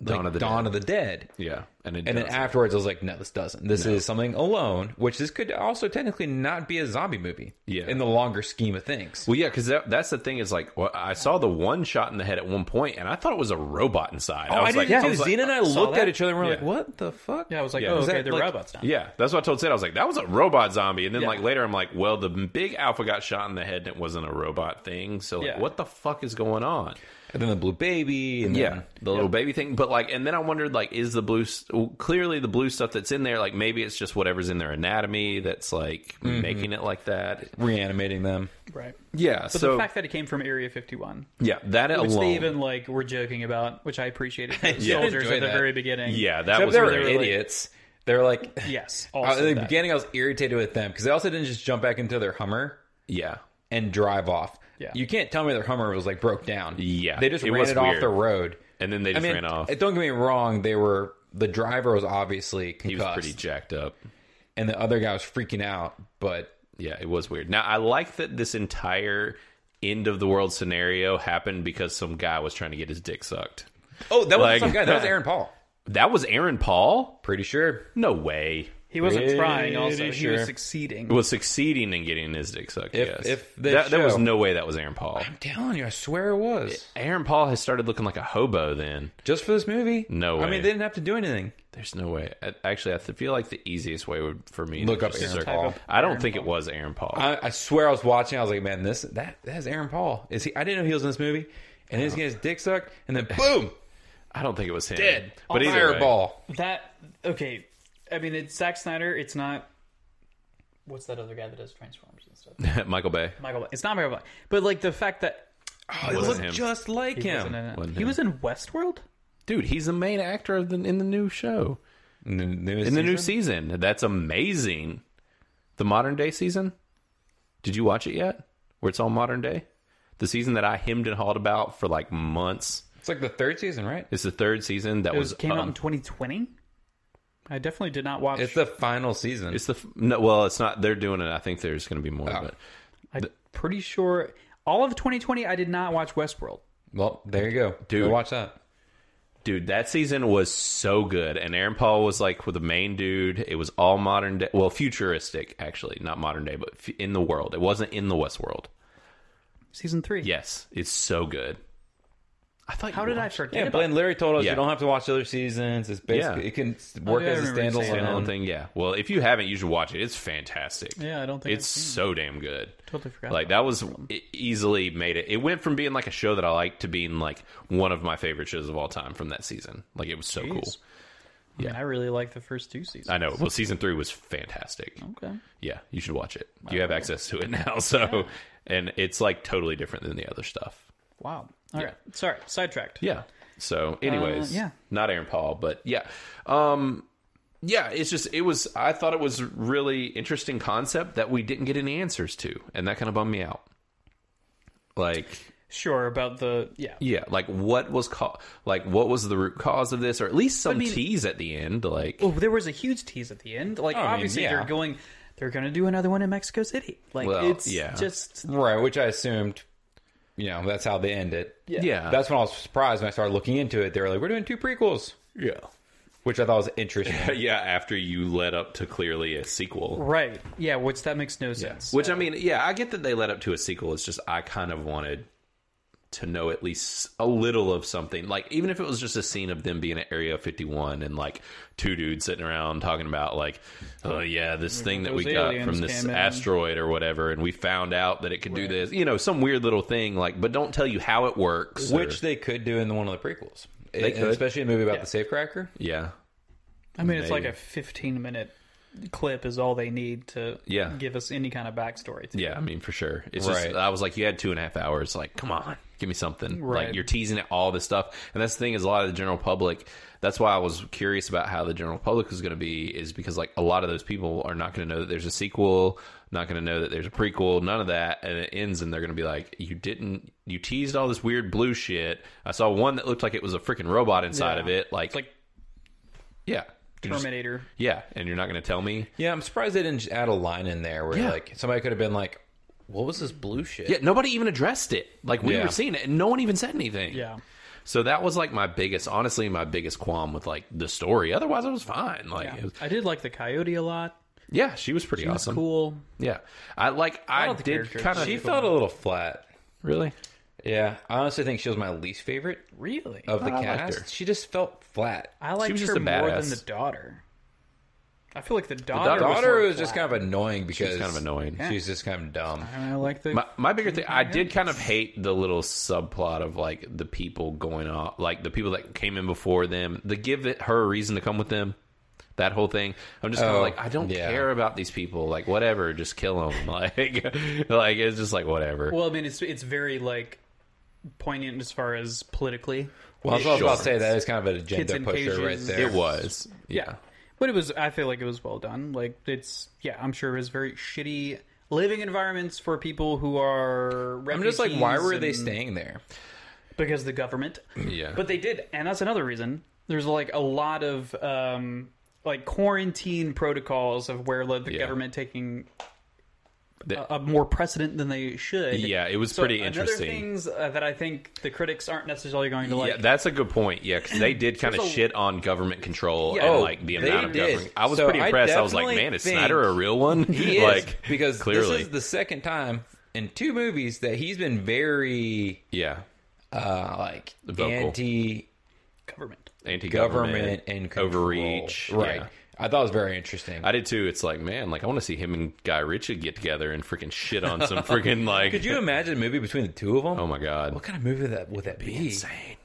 Speaker 3: like,
Speaker 1: Dawn of the
Speaker 3: Dawn
Speaker 1: Dead.
Speaker 3: of the Dead?
Speaker 1: Yeah, and it
Speaker 3: And then
Speaker 1: does.
Speaker 3: afterwards, I was like, no, this doesn't. This is something alone, which this could also technically not be a zombie movie.
Speaker 1: Yeah.
Speaker 3: In the longer scheme of things.
Speaker 1: Well, yeah, because that, that's the thing is like well, I saw the one shot in the head at one point, and I thought it was a robot inside.
Speaker 3: Oh, I,
Speaker 1: was
Speaker 3: didn't
Speaker 1: like,
Speaker 3: yeah,
Speaker 1: I was like, uh,
Speaker 3: Xena and I
Speaker 2: saw
Speaker 3: looked at
Speaker 2: that.
Speaker 3: each other and we're like,
Speaker 1: Yeah.
Speaker 3: what the fuck?
Speaker 2: yeah. I was like,
Speaker 1: Yeah.
Speaker 2: oh,
Speaker 1: Is
Speaker 2: okay,
Speaker 3: that,
Speaker 2: they're
Speaker 3: like-
Speaker 2: robots now.
Speaker 1: Yeah, that's what I told Sid. I was like, that was a robot zombie. And then,
Speaker 2: Yeah.
Speaker 1: like, later I'm like, well, the big alpha got shot in the head and it wasn't a robot thing. So, like,
Speaker 2: Yeah.
Speaker 1: what the fuck is going on?
Speaker 3: And then the blue baby. And
Speaker 1: Yeah.
Speaker 3: Then,
Speaker 1: The little baby thing. But, like, and then I wondered, like, is the blue, s- well, clearly the blue stuff that's in there, like, maybe it's just whatever's in their anatomy that's, like, making it like that.
Speaker 3: reanimating them.
Speaker 2: right.
Speaker 1: Yeah.
Speaker 2: But
Speaker 1: so,
Speaker 2: the fact that it came from Area 51,
Speaker 1: yeah, that
Speaker 2: which
Speaker 1: alone.
Speaker 2: they even like were joking about, which I appreciated. The
Speaker 3: Yeah.
Speaker 2: Soldiers at
Speaker 3: Enjoy
Speaker 2: the
Speaker 3: that.
Speaker 2: very beginning.
Speaker 1: yeah, that
Speaker 3: Except
Speaker 1: was
Speaker 3: they were
Speaker 1: great.
Speaker 2: really-
Speaker 3: idiots. They're like,
Speaker 2: Yes.
Speaker 3: Uh, at
Speaker 2: Also
Speaker 3: the
Speaker 2: that.
Speaker 3: beginning, I was irritated with them because they also didn't just jump back into their Hummer
Speaker 1: yeah.
Speaker 3: and drive off.
Speaker 2: Yeah.
Speaker 3: You can't tell me their Hummer was like broke down.
Speaker 1: Yeah,
Speaker 3: They just
Speaker 1: it
Speaker 3: ran
Speaker 1: was
Speaker 3: it off
Speaker 1: weird.
Speaker 3: the road.
Speaker 1: And then they
Speaker 3: I
Speaker 1: just
Speaker 3: mean, eh,
Speaker 1: ran off.
Speaker 3: don't get me wrong. They were, the driver was obviously
Speaker 1: He was
Speaker 3: concussed
Speaker 1: pretty jacked up.
Speaker 3: and the other guy was freaking out, but
Speaker 1: Yeah, it was weird. Now I like that this entire end of the world scenario happened because some guy was trying to get his dick sucked.
Speaker 3: Oh, that was
Speaker 1: Like-
Speaker 3: some guy. That was Aaron Paul.
Speaker 1: That was Aaron Paul?
Speaker 3: Pretty sure.
Speaker 1: No way.
Speaker 2: he wasn't
Speaker 3: Pretty
Speaker 2: trying. Also, he
Speaker 3: sure.
Speaker 2: was succeeding.
Speaker 1: Was succeeding in getting his dick sucked.
Speaker 3: If-
Speaker 1: yes.
Speaker 3: if they
Speaker 1: that, there was
Speaker 3: show-
Speaker 1: no way that was Aaron Paul.
Speaker 3: I'm telling you, I swear it was.
Speaker 1: Aaron Paul has started looking like a hobo. Then
Speaker 3: Just for this movie?
Speaker 1: No
Speaker 3: I
Speaker 1: way.
Speaker 3: mean, they didn't have to do anything.
Speaker 1: there's no way. I, actually, I feel like the easiest way would for me
Speaker 3: Look
Speaker 1: to
Speaker 3: up
Speaker 1: just
Speaker 3: Aaron
Speaker 1: search-
Speaker 3: Paul.
Speaker 1: I don't think it was Aaron Paul.
Speaker 3: I, I swear I was watching. I was like, man, this that that's Aaron Paul. Is he? I didn't know he was in this movie. And then he's getting his dick sucked, and then boom,
Speaker 1: I don't think it was him.
Speaker 3: dead.
Speaker 1: But either way-
Speaker 3: fireball.
Speaker 2: That okay. I mean, it's Zack Snyder. It's not. What's that other guy that does Transformers and stuff?
Speaker 1: Michael Bay.
Speaker 2: Michael. Bay. It's not Michael. Bay. But like the fact that
Speaker 3: it
Speaker 1: Wasn't
Speaker 3: Oh, looked
Speaker 1: him.
Speaker 3: just like
Speaker 2: he,
Speaker 3: him.
Speaker 2: wasn't in it.
Speaker 1: Wasn't
Speaker 2: he
Speaker 1: him.
Speaker 2: was in Westworld.
Speaker 1: Dude, he's the main actor of the, in the new show.
Speaker 3: In the, new
Speaker 1: in the new season. That's amazing. The modern day season. Did you watch it yet? Where it's all modern day. The season that I hemmed and hawed about for like months.
Speaker 3: It's like the third season, right?
Speaker 1: It's the third season that
Speaker 2: It
Speaker 1: was.
Speaker 2: was, came out
Speaker 1: um,
Speaker 2: in 2020. I definitely did not watch.
Speaker 3: It's the final season.
Speaker 1: Oh, it's the f- no. Well, it's not. They're doing it. I think there's going to be more of it.
Speaker 2: I'm pretty sure all of 2020. I did not watch Westworld.
Speaker 3: well, there you go.
Speaker 1: Dude.
Speaker 3: Go watch that.
Speaker 1: Dude, that season was so good, and Aaron Paul was like with the main dude. It was all modern day, well, futuristic actually, not modern day, but f- in the world. It wasn't in the West world.
Speaker 2: Season three.
Speaker 1: Yes, it's so good. I thought.
Speaker 2: How
Speaker 1: you
Speaker 2: did I
Speaker 1: watched it.
Speaker 2: forget?
Speaker 3: Yeah,
Speaker 2: about
Speaker 3: Blaine Larry told us
Speaker 1: Yeah.
Speaker 3: you don't have to watch the other seasons. It's basically
Speaker 1: Yeah.
Speaker 3: it can work
Speaker 2: Oh, yeah, I
Speaker 3: as a
Speaker 2: remember you saying
Speaker 1: standalone
Speaker 3: standalone.
Speaker 1: thing. Yeah. Well, if you haven't, you should watch it. It's fantastic.
Speaker 2: Yeah, I don't think
Speaker 1: it's
Speaker 2: I've seen
Speaker 1: so damn good.
Speaker 2: Totally forgot
Speaker 1: Like that was it easily made it. It went from being like a show that I liked to being like one of my favorite shows of all time from that season. Like it was so cool.
Speaker 2: Jeez. I mean, I really like the first two seasons.
Speaker 1: I know. Well, season three was fantastic.
Speaker 2: Okay.
Speaker 1: Yeah, you should watch it. You have access to it now, so and it's like totally different than the other stuff.
Speaker 2: Wow. All right. Sorry. Sidetracked.
Speaker 1: Yeah. Uh, So, anyways,
Speaker 2: yeah.
Speaker 1: not Aaron Paul, but yeah, um, yeah. It's just it was. I thought it was a really interesting concept that we didn't get any answers to, and that kind of bummed me out. Like,
Speaker 2: Sure. About the yeah.
Speaker 1: yeah, like what was ca- like what was the root cause of this, or at least some
Speaker 2: mean-
Speaker 1: tease at the end. Like,
Speaker 2: Well, Oh, there was a huge tease at the end.
Speaker 1: Oh,
Speaker 2: Like
Speaker 3: I mean,
Speaker 2: obviously
Speaker 3: yeah.
Speaker 2: they're going, they're going to do another one in Mexico City. Like
Speaker 1: Well,
Speaker 2: it's
Speaker 1: yeah.
Speaker 2: just
Speaker 3: Right, which I assumed, you know, that's how they end it.
Speaker 1: yeah,
Speaker 3: That's when I was surprised when I started looking into it. They were like, "We're doing two prequels,"
Speaker 1: yeah,
Speaker 3: which I thought was interesting.
Speaker 1: yeah, after you led up to clearly a sequel.
Speaker 2: Right. Yeah, which that makes no sense.
Speaker 1: Which I mean, yeah, I get that they led up to a sequel. It's just I kind of wanted to know at least a little of something. Like even if it was just a scene of them being at Area 51 and like two dudes sitting around talking about like, oh yeah, this thing that we
Speaker 2: Mm-hmm. Those
Speaker 1: got
Speaker 2: aliens
Speaker 1: from this
Speaker 2: came in.
Speaker 1: asteroid or whatever, and we found out that it could do this. You know, some weird little thing. Like, but don't tell you how it works. or-
Speaker 3: Which they could do in the, one of the prequels.
Speaker 1: They
Speaker 3: And
Speaker 1: could.
Speaker 3: Especially a movie about the safecracker.
Speaker 1: yeah,
Speaker 2: I mean, it's like
Speaker 1: Maybe.
Speaker 2: a 15 minute clip is all they need to
Speaker 1: Yeah.
Speaker 2: give us any kind of backstory. To.
Speaker 1: yeah. I mean, for sure. It's
Speaker 3: Right.
Speaker 1: just I was like, you had two and a half hours. Like, come on, give me something.
Speaker 2: Right.
Speaker 1: Like you're teasing at all this stuff, and that's the thing is a lot of the general public. That's why I was curious about how the general public was going to be, is because like a lot of those people are not going to know that there's a sequel, not going to know that there's a prequel, none of that, and it ends, and they're going to be like, you didn't, you teased all this weird blue shit. I saw one that looked like it was a freaking robot inside
Speaker 2: Yeah.
Speaker 1: of it, like,
Speaker 2: It's like
Speaker 1: yeah, You just-
Speaker 2: Terminator.
Speaker 1: yeah, and you're not going to tell me.
Speaker 3: Yeah, I'm surprised they didn't add a line in there where
Speaker 1: Yeah.
Speaker 3: like somebody could have been like, "What was this blue shit?"
Speaker 1: Yeah, nobody even addressed it. Like we
Speaker 3: Yeah.
Speaker 1: were seeing it, and no one even said anything.
Speaker 2: Yeah.
Speaker 1: So that was like my biggest, honestly, my biggest qualm with like the story. Otherwise, it was fine. Like, it was-
Speaker 2: I did like the coyote a lot.
Speaker 1: yeah, she was pretty
Speaker 2: It was
Speaker 1: awesome.
Speaker 2: cool.
Speaker 1: Yeah, I like. I,
Speaker 2: love the
Speaker 1: did
Speaker 2: character.
Speaker 1: kind of
Speaker 3: She felt a little flat.
Speaker 1: really.
Speaker 3: Yeah, I honestly think she was my least favorite
Speaker 2: Really?
Speaker 3: of the
Speaker 1: I liked
Speaker 3: cast.
Speaker 1: her.
Speaker 3: She just felt flat.
Speaker 2: I liked
Speaker 1: was
Speaker 2: her
Speaker 1: just a
Speaker 2: more than
Speaker 1: badass.
Speaker 2: the daughter. I feel like the daughter, was,
Speaker 3: daughter
Speaker 2: more
Speaker 3: was just
Speaker 2: flat.
Speaker 3: kind of annoying because
Speaker 1: kind of annoying. Yeah.
Speaker 3: She's just kind of dumb.
Speaker 2: I like the
Speaker 1: My, my bigger thing, I did kind of hate the little subplot of like the people going off, like the people that came in before them, the give it her a reason to come with them, that whole thing. I'm just kind of
Speaker 3: Oh,
Speaker 1: like, I don't
Speaker 3: yeah.
Speaker 1: care about these people, like whatever, just kill them, like, like it's just like whatever.
Speaker 2: Well, I mean, it's it's very like poignant as far as politically.
Speaker 3: Well, I was about to
Speaker 1: Sure.
Speaker 3: say that is kind of an agenda
Speaker 2: Kids in
Speaker 3: pusher right
Speaker 2: cages.
Speaker 3: there.
Speaker 1: it was, yeah.
Speaker 2: But it was. I feel like it was well done. Like it's. Yeah, I'm sure it was very shitty living environments for people who are.
Speaker 3: I'm just like, why were they
Speaker 2: refugees and-
Speaker 3: staying there?
Speaker 2: Because the government.
Speaker 1: Yeah.
Speaker 2: But they did, and that's another reason. There's like a lot of um, like quarantine protocols of where like, the
Speaker 1: Yeah.
Speaker 2: government taking
Speaker 1: The-
Speaker 2: a, a more precedent than they should.
Speaker 1: Yeah, it was
Speaker 2: So
Speaker 1: pretty
Speaker 2: another
Speaker 1: interesting.
Speaker 2: Things uh, that I think the critics aren't necessarily going to like.
Speaker 1: yeah, that's a good point. Yeah, because they did kind of
Speaker 2: There's a-
Speaker 1: shit on government control
Speaker 2: Yeah.
Speaker 1: and
Speaker 2: Oh,
Speaker 1: like the
Speaker 3: they
Speaker 1: amount of
Speaker 3: did.
Speaker 1: government. I was
Speaker 3: So
Speaker 1: pretty
Speaker 3: I
Speaker 1: impressed. I, was like,
Speaker 3: definitely
Speaker 1: man, is
Speaker 3: think
Speaker 1: Snyder a real one?
Speaker 3: He is,
Speaker 1: like
Speaker 3: because
Speaker 1: clearly,
Speaker 3: this is the second time in two movies that he's been very
Speaker 1: yeah,
Speaker 3: uh like
Speaker 1: Vocal.
Speaker 3: anti
Speaker 2: government.
Speaker 1: anti-government
Speaker 3: government and control.
Speaker 1: overreach.
Speaker 3: Right.
Speaker 1: Yeah.
Speaker 3: I thought it was very interesting.
Speaker 1: I did too. It's like, man, like I want to see him and Guy Ritchie get together and freaking shit on some freaking like.
Speaker 3: Could you imagine a movie between the two of them?
Speaker 1: Oh my god,
Speaker 3: What kind of movie that would that be?
Speaker 1: insane.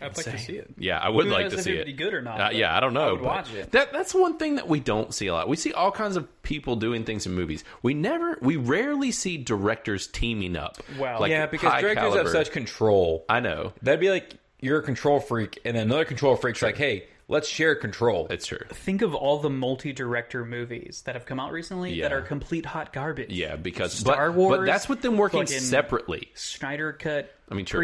Speaker 2: I'd like to see it.
Speaker 1: Yeah, I would
Speaker 2: Who
Speaker 1: like
Speaker 2: knows
Speaker 1: to
Speaker 2: if
Speaker 1: see
Speaker 2: it'd
Speaker 1: it.
Speaker 2: be good or not,
Speaker 1: Uh,
Speaker 2: but
Speaker 1: yeah, I don't know.
Speaker 2: I would
Speaker 1: but
Speaker 2: watch it.
Speaker 1: That that's one thing that we don't see a lot. We see all kinds of people doing things in movies. We never, we rarely see directors teaming up.
Speaker 2: Wow.
Speaker 1: like
Speaker 3: Yeah, because
Speaker 1: high
Speaker 3: directors have
Speaker 1: caliber.
Speaker 3: such control.
Speaker 1: I know
Speaker 3: That'd be like you're a control freak, and then another control freak's like, "Hey, let's share control."
Speaker 1: it's true.
Speaker 2: Think of all the multi-director movies that have come out recently that
Speaker 1: Yeah.
Speaker 2: are complete hot garbage.
Speaker 1: Yeah, because
Speaker 2: Star
Speaker 1: but, But
Speaker 2: Wars,
Speaker 1: that's with them working
Speaker 2: fucking-
Speaker 1: separately.
Speaker 2: Snyder cut.
Speaker 1: I mean, sure.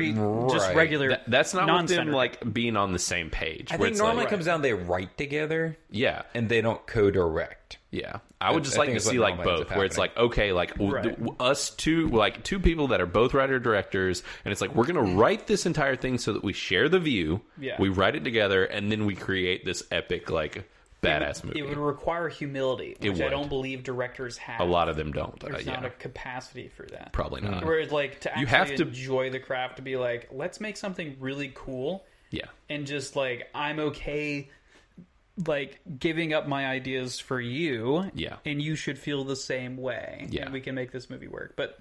Speaker 2: just
Speaker 3: Right.
Speaker 2: regular.
Speaker 1: That- that's not with them
Speaker 2: non-Snyder cut.
Speaker 1: like being on the same page.
Speaker 3: I
Speaker 1: where
Speaker 3: think
Speaker 1: it's
Speaker 3: normally
Speaker 1: like-
Speaker 3: it comes down they write together
Speaker 1: yeah,
Speaker 3: and they don't co-direct.
Speaker 1: Yeah, I would just
Speaker 3: I
Speaker 1: like
Speaker 3: think
Speaker 1: to
Speaker 3: it's what
Speaker 1: see like
Speaker 3: normally ends
Speaker 1: both,
Speaker 3: up
Speaker 1: where it's like
Speaker 3: happening.
Speaker 1: okay, like w-
Speaker 2: Right.
Speaker 1: th- w- us two, like two people that are both writer directors, and it's like we're gonna write this entire thing so that we share the view.
Speaker 2: Yeah.
Speaker 1: we write it together, and then we create this epic like badass movie.
Speaker 2: it would require humility, which I
Speaker 1: would.
Speaker 2: don't believe directors have.
Speaker 1: a lot of them don't. Uh,
Speaker 2: There's
Speaker 1: yeah,
Speaker 2: not a capacity for that.
Speaker 1: probably not.
Speaker 2: Where it's like to actually
Speaker 1: You have to-
Speaker 2: enjoy the craft to be like, let's make something really cool
Speaker 1: Yeah,
Speaker 2: and just like I'm okay like giving up my ideas for you.
Speaker 1: Yeah.
Speaker 2: And you should feel the same way.
Speaker 1: Yeah.
Speaker 2: And we can make this movie work. But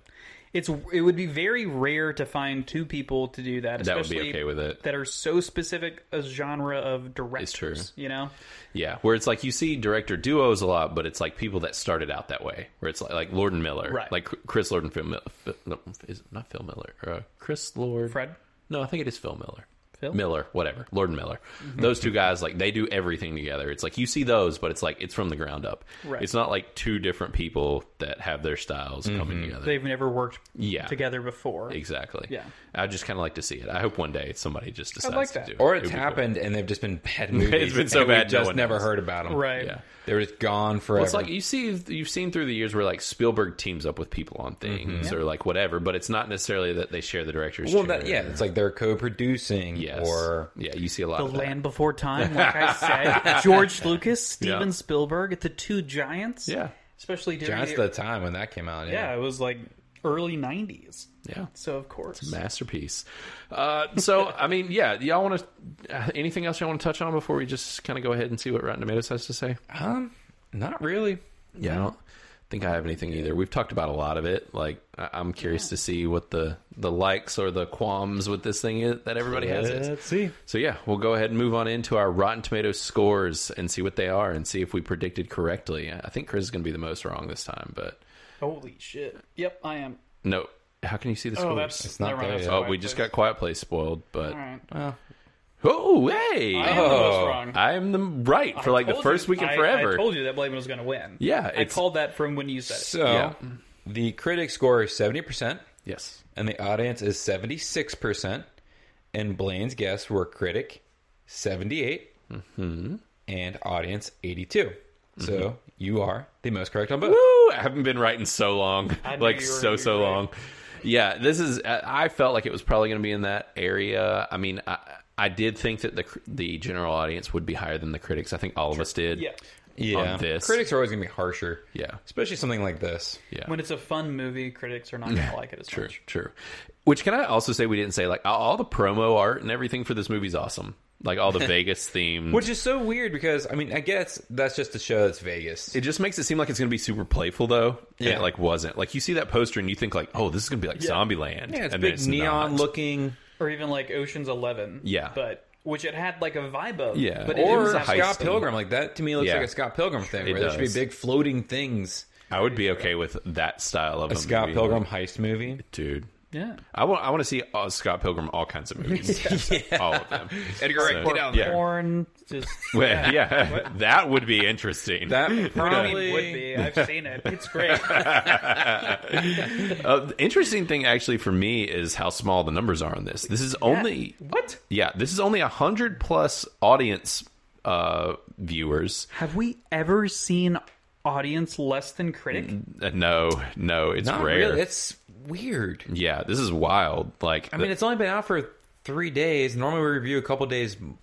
Speaker 2: it's it would be very rare to find two people to do that,
Speaker 1: that would
Speaker 2: especially
Speaker 1: be okay with it.
Speaker 2: that are so specific a genre of directors.
Speaker 1: true.
Speaker 2: You know?
Speaker 1: Yeah, where it's like you see director duos a lot, but it's like people that started out that way. Where it's like like Lord and Miller,
Speaker 2: Right.
Speaker 1: Like Cr- Chris Lord and Phil Miller. Is it not Phil Miller? Uh, Chris Lord.
Speaker 2: Fred?
Speaker 1: No, I think it is Phil Miller.
Speaker 2: Phil? Mm-hmm.
Speaker 1: Miller, whatever. Lord and Miller. Those two guys, like they do everything together. It's like you see those, but it's like it's from the ground up.
Speaker 2: Right.
Speaker 1: It's not like two different people that have their styles
Speaker 3: Mm-hmm.
Speaker 1: coming together.
Speaker 2: They've never worked
Speaker 1: Yeah.
Speaker 2: together before.
Speaker 1: exactly.
Speaker 2: Yeah.
Speaker 1: I just kind of like to see it. I hope one day somebody just decides
Speaker 2: like that.
Speaker 1: to do it.
Speaker 3: Or
Speaker 1: It
Speaker 3: it's
Speaker 1: would be cool.
Speaker 3: happened and they've just been bad movies.
Speaker 1: been so
Speaker 3: and we
Speaker 1: bad no
Speaker 3: just
Speaker 1: one
Speaker 3: never
Speaker 1: knows.
Speaker 3: heard about them.
Speaker 2: Right.
Speaker 1: Yeah.
Speaker 3: They're just gone forever.
Speaker 1: Well, it's like you see, you've seen through the years where like Spielberg teams up with people on things or like whatever, but it's not necessarily that they share the director's
Speaker 3: well,
Speaker 1: chair.
Speaker 3: that, yeah, it's like they're co-producing.
Speaker 1: Yeah. Yes.
Speaker 3: or
Speaker 1: yeah, you see a lot
Speaker 2: The
Speaker 1: of that.
Speaker 2: Land Before Time, like I said, George Lucas, Steven
Speaker 1: Yeah.
Speaker 2: Spielberg, the two giants.
Speaker 1: Yeah.
Speaker 2: especially during
Speaker 3: Giants
Speaker 2: the-
Speaker 3: at the time when that came out.
Speaker 2: yeah, it was like early '90s.
Speaker 1: Yeah.
Speaker 2: So of course,
Speaker 1: Masterpiece. Uh, so, I mean, yeah, y'all want to. Uh, anything else y'all want to touch on before we just kind of go ahead and see what Rotten Tomatoes has to say?
Speaker 3: Um, not really.
Speaker 1: Yeah, I don't think I have anything either. We've talked about a lot of it. Like, I- I'm curious to see what the the likes or the qualms with this thing is, that everybody has. Is.
Speaker 3: see.
Speaker 1: So yeah, we'll go ahead and move on into our Rotten Tomatoes scores and see what they are and see if we predicted correctly. I I think Chris is going to be the most wrong this time, but
Speaker 2: holy shit! Yep, I am.
Speaker 1: no. How can you see the scores?
Speaker 2: Oh, that's
Speaker 3: It's not
Speaker 2: never mind,
Speaker 3: there
Speaker 2: that's
Speaker 3: yet.
Speaker 1: Oh,
Speaker 2: fine,
Speaker 1: we just
Speaker 2: please.
Speaker 1: got Quiet Place spoiled, but
Speaker 2: All right.
Speaker 1: oh hey,
Speaker 2: I am the most
Speaker 3: Oh.
Speaker 2: wrong.
Speaker 1: I'm the right for
Speaker 2: I
Speaker 1: like the
Speaker 2: told
Speaker 1: first
Speaker 2: you-
Speaker 1: week in
Speaker 2: I-
Speaker 1: forever.
Speaker 2: I told you that Blaine was going to win.
Speaker 1: Yeah,
Speaker 2: I
Speaker 1: it's-
Speaker 2: called that from when you said it.
Speaker 3: So
Speaker 1: Yeah.
Speaker 3: the critic score is seventy percent,
Speaker 1: yes,
Speaker 3: and the audience is seventy six percent. And Blaine's guests were critic seventy
Speaker 1: Mm-hmm.
Speaker 3: and audience eighty So you are the most correct on both.
Speaker 1: Woo! I haven't been right in so long,
Speaker 2: I knew
Speaker 1: like
Speaker 2: you were
Speaker 1: so
Speaker 2: gonna
Speaker 1: so
Speaker 2: be right.
Speaker 1: long. Yeah, this is. I I felt like it was probably going to be in that area. I mean, I, I did think that the cr- the general audience would be higher than the critics. I think all of us did.
Speaker 2: Yeah.
Speaker 3: Yeah,
Speaker 1: On this.
Speaker 3: Um, critics are always going to be harsher.
Speaker 1: Yeah.
Speaker 3: especially something like this.
Speaker 1: yeah.
Speaker 2: When it's a fun movie, critics are not going to like it as
Speaker 1: True,
Speaker 2: much.
Speaker 1: true. Which can I also say we didn't say like all- all the promo art and everything for this movie's awesome. Like all the Vegas themed.
Speaker 3: Which is so weird because I mean I guess that's just to show that's Vegas.
Speaker 1: it just makes it seem like it's going to be super playful though. and
Speaker 3: Yeah.
Speaker 1: it, like wasn't. Like you see that poster and you think like, oh, this is going to be like Zombieland.
Speaker 3: yeah, it's
Speaker 1: and then
Speaker 3: big neon
Speaker 1: not.
Speaker 3: looking.
Speaker 2: Or even like Ocean's Eleven.
Speaker 1: Yeah.
Speaker 2: But which it had like a vibe of.
Speaker 1: Yeah.
Speaker 2: But it
Speaker 3: or
Speaker 1: was a
Speaker 2: didn't have-
Speaker 1: heist
Speaker 3: Scott
Speaker 1: thing.
Speaker 3: Pilgrim. Like that to me looks
Speaker 1: Yeah.
Speaker 3: like a Scott Pilgrim thing.
Speaker 1: It
Speaker 3: where there
Speaker 1: does.
Speaker 3: should be big floating things.
Speaker 1: I would be okay with that style of a
Speaker 3: Scott
Speaker 1: movie.
Speaker 3: Pilgrim heist movie.
Speaker 1: dude.
Speaker 2: yeah.
Speaker 1: I want I want to see all, Scott Pilgrim all kinds of movies, all of them.
Speaker 3: Edgar Wright,
Speaker 1: So-
Speaker 3: get down
Speaker 1: yeah.
Speaker 3: there.
Speaker 2: Porn just
Speaker 1: Well, yeah, that would be interesting.
Speaker 3: That
Speaker 2: probably
Speaker 3: probably
Speaker 2: would be. I've seen it. It's great.
Speaker 1: Uh, the interesting thing actually for me is how small the numbers are on this. This is only
Speaker 2: what?
Speaker 1: yeah, this is only hundred plus audience uh viewers.
Speaker 2: Have we ever seen audience less than critic?
Speaker 1: Uh, No, no, it's
Speaker 3: Not
Speaker 1: rare.
Speaker 3: really. It's weird.
Speaker 1: yeah, this is wild. Like
Speaker 3: I mean, it's only been out for three days. Normally we review a couple days m-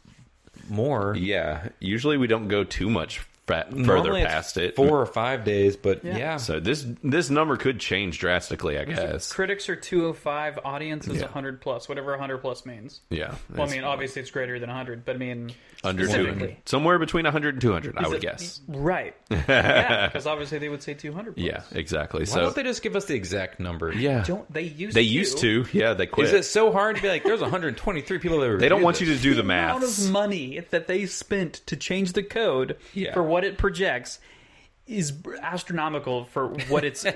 Speaker 3: more.
Speaker 1: uh, yeah, usually we don't go too much fa- further
Speaker 3: Normally it's
Speaker 1: past it.
Speaker 3: four or five days, but yeah.
Speaker 1: So this this number could change drastically, I guess.
Speaker 2: Critics are 205, audience is
Speaker 1: Yeah.
Speaker 2: 100 plus, whatever 100 plus means.
Speaker 1: Yeah.
Speaker 2: Well, I mean,
Speaker 3: uh,
Speaker 2: obviously it's greater than 100, but I mean,
Speaker 1: under
Speaker 2: specifically.
Speaker 1: 200 somewhere between 100 and 200 i would guess
Speaker 2: Right. yeah, because obviously they would say 200 plus.
Speaker 1: yeah exactly
Speaker 3: Why
Speaker 1: so
Speaker 3: don't they just give us the exact number?
Speaker 1: yeah
Speaker 2: Don't they used
Speaker 1: they
Speaker 2: to.
Speaker 1: used to yeah they quit
Speaker 3: Is it so hard to be like? There's 123 people that
Speaker 1: they don't want you to do the
Speaker 2: amount of
Speaker 1: math
Speaker 2: money that they spent to change the code
Speaker 1: Yeah.
Speaker 2: for what it projects is astronomical for what it's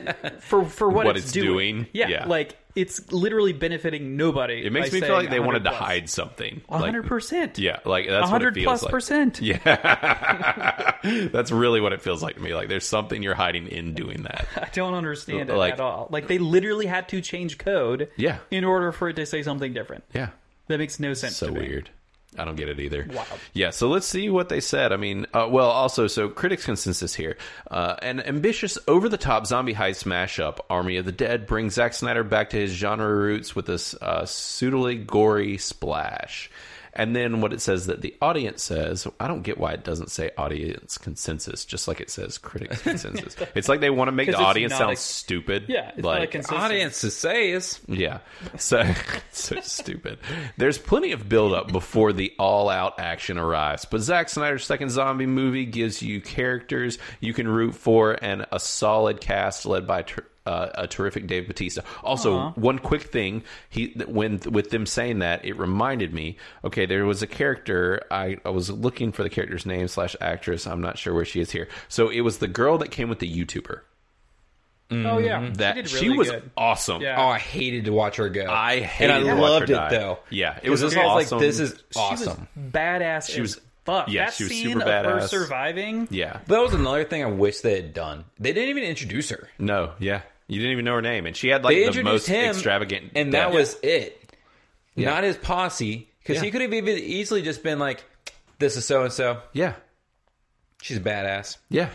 Speaker 2: for for what,
Speaker 1: What
Speaker 2: it's,
Speaker 1: it's
Speaker 2: doing.
Speaker 1: doing?
Speaker 2: Yeah,
Speaker 1: Yeah.
Speaker 2: like it's literally benefiting nobody.
Speaker 1: it makes me feel like they wanted to hide something like,
Speaker 2: 100 percent.
Speaker 1: yeah like that's what it
Speaker 2: 100
Speaker 1: feels
Speaker 2: plus
Speaker 1: like
Speaker 2: percent. Yeah.
Speaker 1: that's really what it feels like to me like there's something you're hiding in doing that
Speaker 2: I don't understand it
Speaker 1: Like-
Speaker 2: at all. Like they literally had to change code.
Speaker 1: Yeah.
Speaker 2: In order for it to say something different.
Speaker 1: yeah
Speaker 2: That makes no sense.
Speaker 1: so
Speaker 2: to me.
Speaker 1: weird I don't get it either.
Speaker 2: Wow.
Speaker 1: Yeah, so let's see what they said. I mean, uh, well, also, so critics' consensus here: uh, an ambitious, over-the-top zombie heist mashup, Army of the Dead, brings Zack Snyder back to his genre roots with this uh, suitably gory splash. And then what it says that the audience says, I don't get why it doesn't say audience consensus, just like it says critics consensus. it's like they want to make the
Speaker 2: 'Cause it's
Speaker 1: audience
Speaker 2: not
Speaker 1: sound
Speaker 2: a-
Speaker 1: stupid.
Speaker 2: Yeah, it's not a
Speaker 1: like
Speaker 2: consistent-
Speaker 3: Audience to say is
Speaker 1: yeah. So so stupid. There's plenty of buildup before the all-out action arrives, but Zack Snyder's second zombie movie gives you characters you can root for and a solid cast led by. Ter- uh, a terrific Dave Batista. Also, one quick thing: he th- when with them saying that, it reminded me. Okay, there was a character I, I was looking for the character's name slash actress. I'm not sure where she is here. So it was the girl that came with the YouTuber.
Speaker 2: Oh yeah,
Speaker 1: Mm-hmm. That she,
Speaker 2: did really
Speaker 1: was
Speaker 2: good.
Speaker 1: awesome.
Speaker 2: Yeah.
Speaker 3: Oh, I hated to watch her go.
Speaker 1: I hated
Speaker 3: and I
Speaker 1: to watch her
Speaker 3: loved
Speaker 1: die.
Speaker 3: it though.
Speaker 1: Yeah, it
Speaker 3: 'Cause
Speaker 1: was
Speaker 3: this I was
Speaker 1: awesome.
Speaker 3: like, this is
Speaker 2: She was
Speaker 3: awesome.
Speaker 2: badass. She was
Speaker 1: was-
Speaker 2: fuck.
Speaker 1: yeah,
Speaker 2: that
Speaker 1: she was
Speaker 2: scene
Speaker 1: super
Speaker 2: of her
Speaker 1: badass.
Speaker 2: surviving.
Speaker 1: Yeah.
Speaker 3: That was another thing I wish they had done. They didn't even introduce her.
Speaker 1: No. Yeah. You didn't even know her name, and she had like
Speaker 3: They
Speaker 1: the
Speaker 3: introduced
Speaker 1: most
Speaker 3: him,
Speaker 1: extravagant.
Speaker 3: and
Speaker 1: death.
Speaker 3: that was it. Not his posse, because
Speaker 1: Yeah.
Speaker 3: he could have even easily just been like, "This is so and so.
Speaker 1: yeah,
Speaker 3: She's a badass."
Speaker 1: yeah.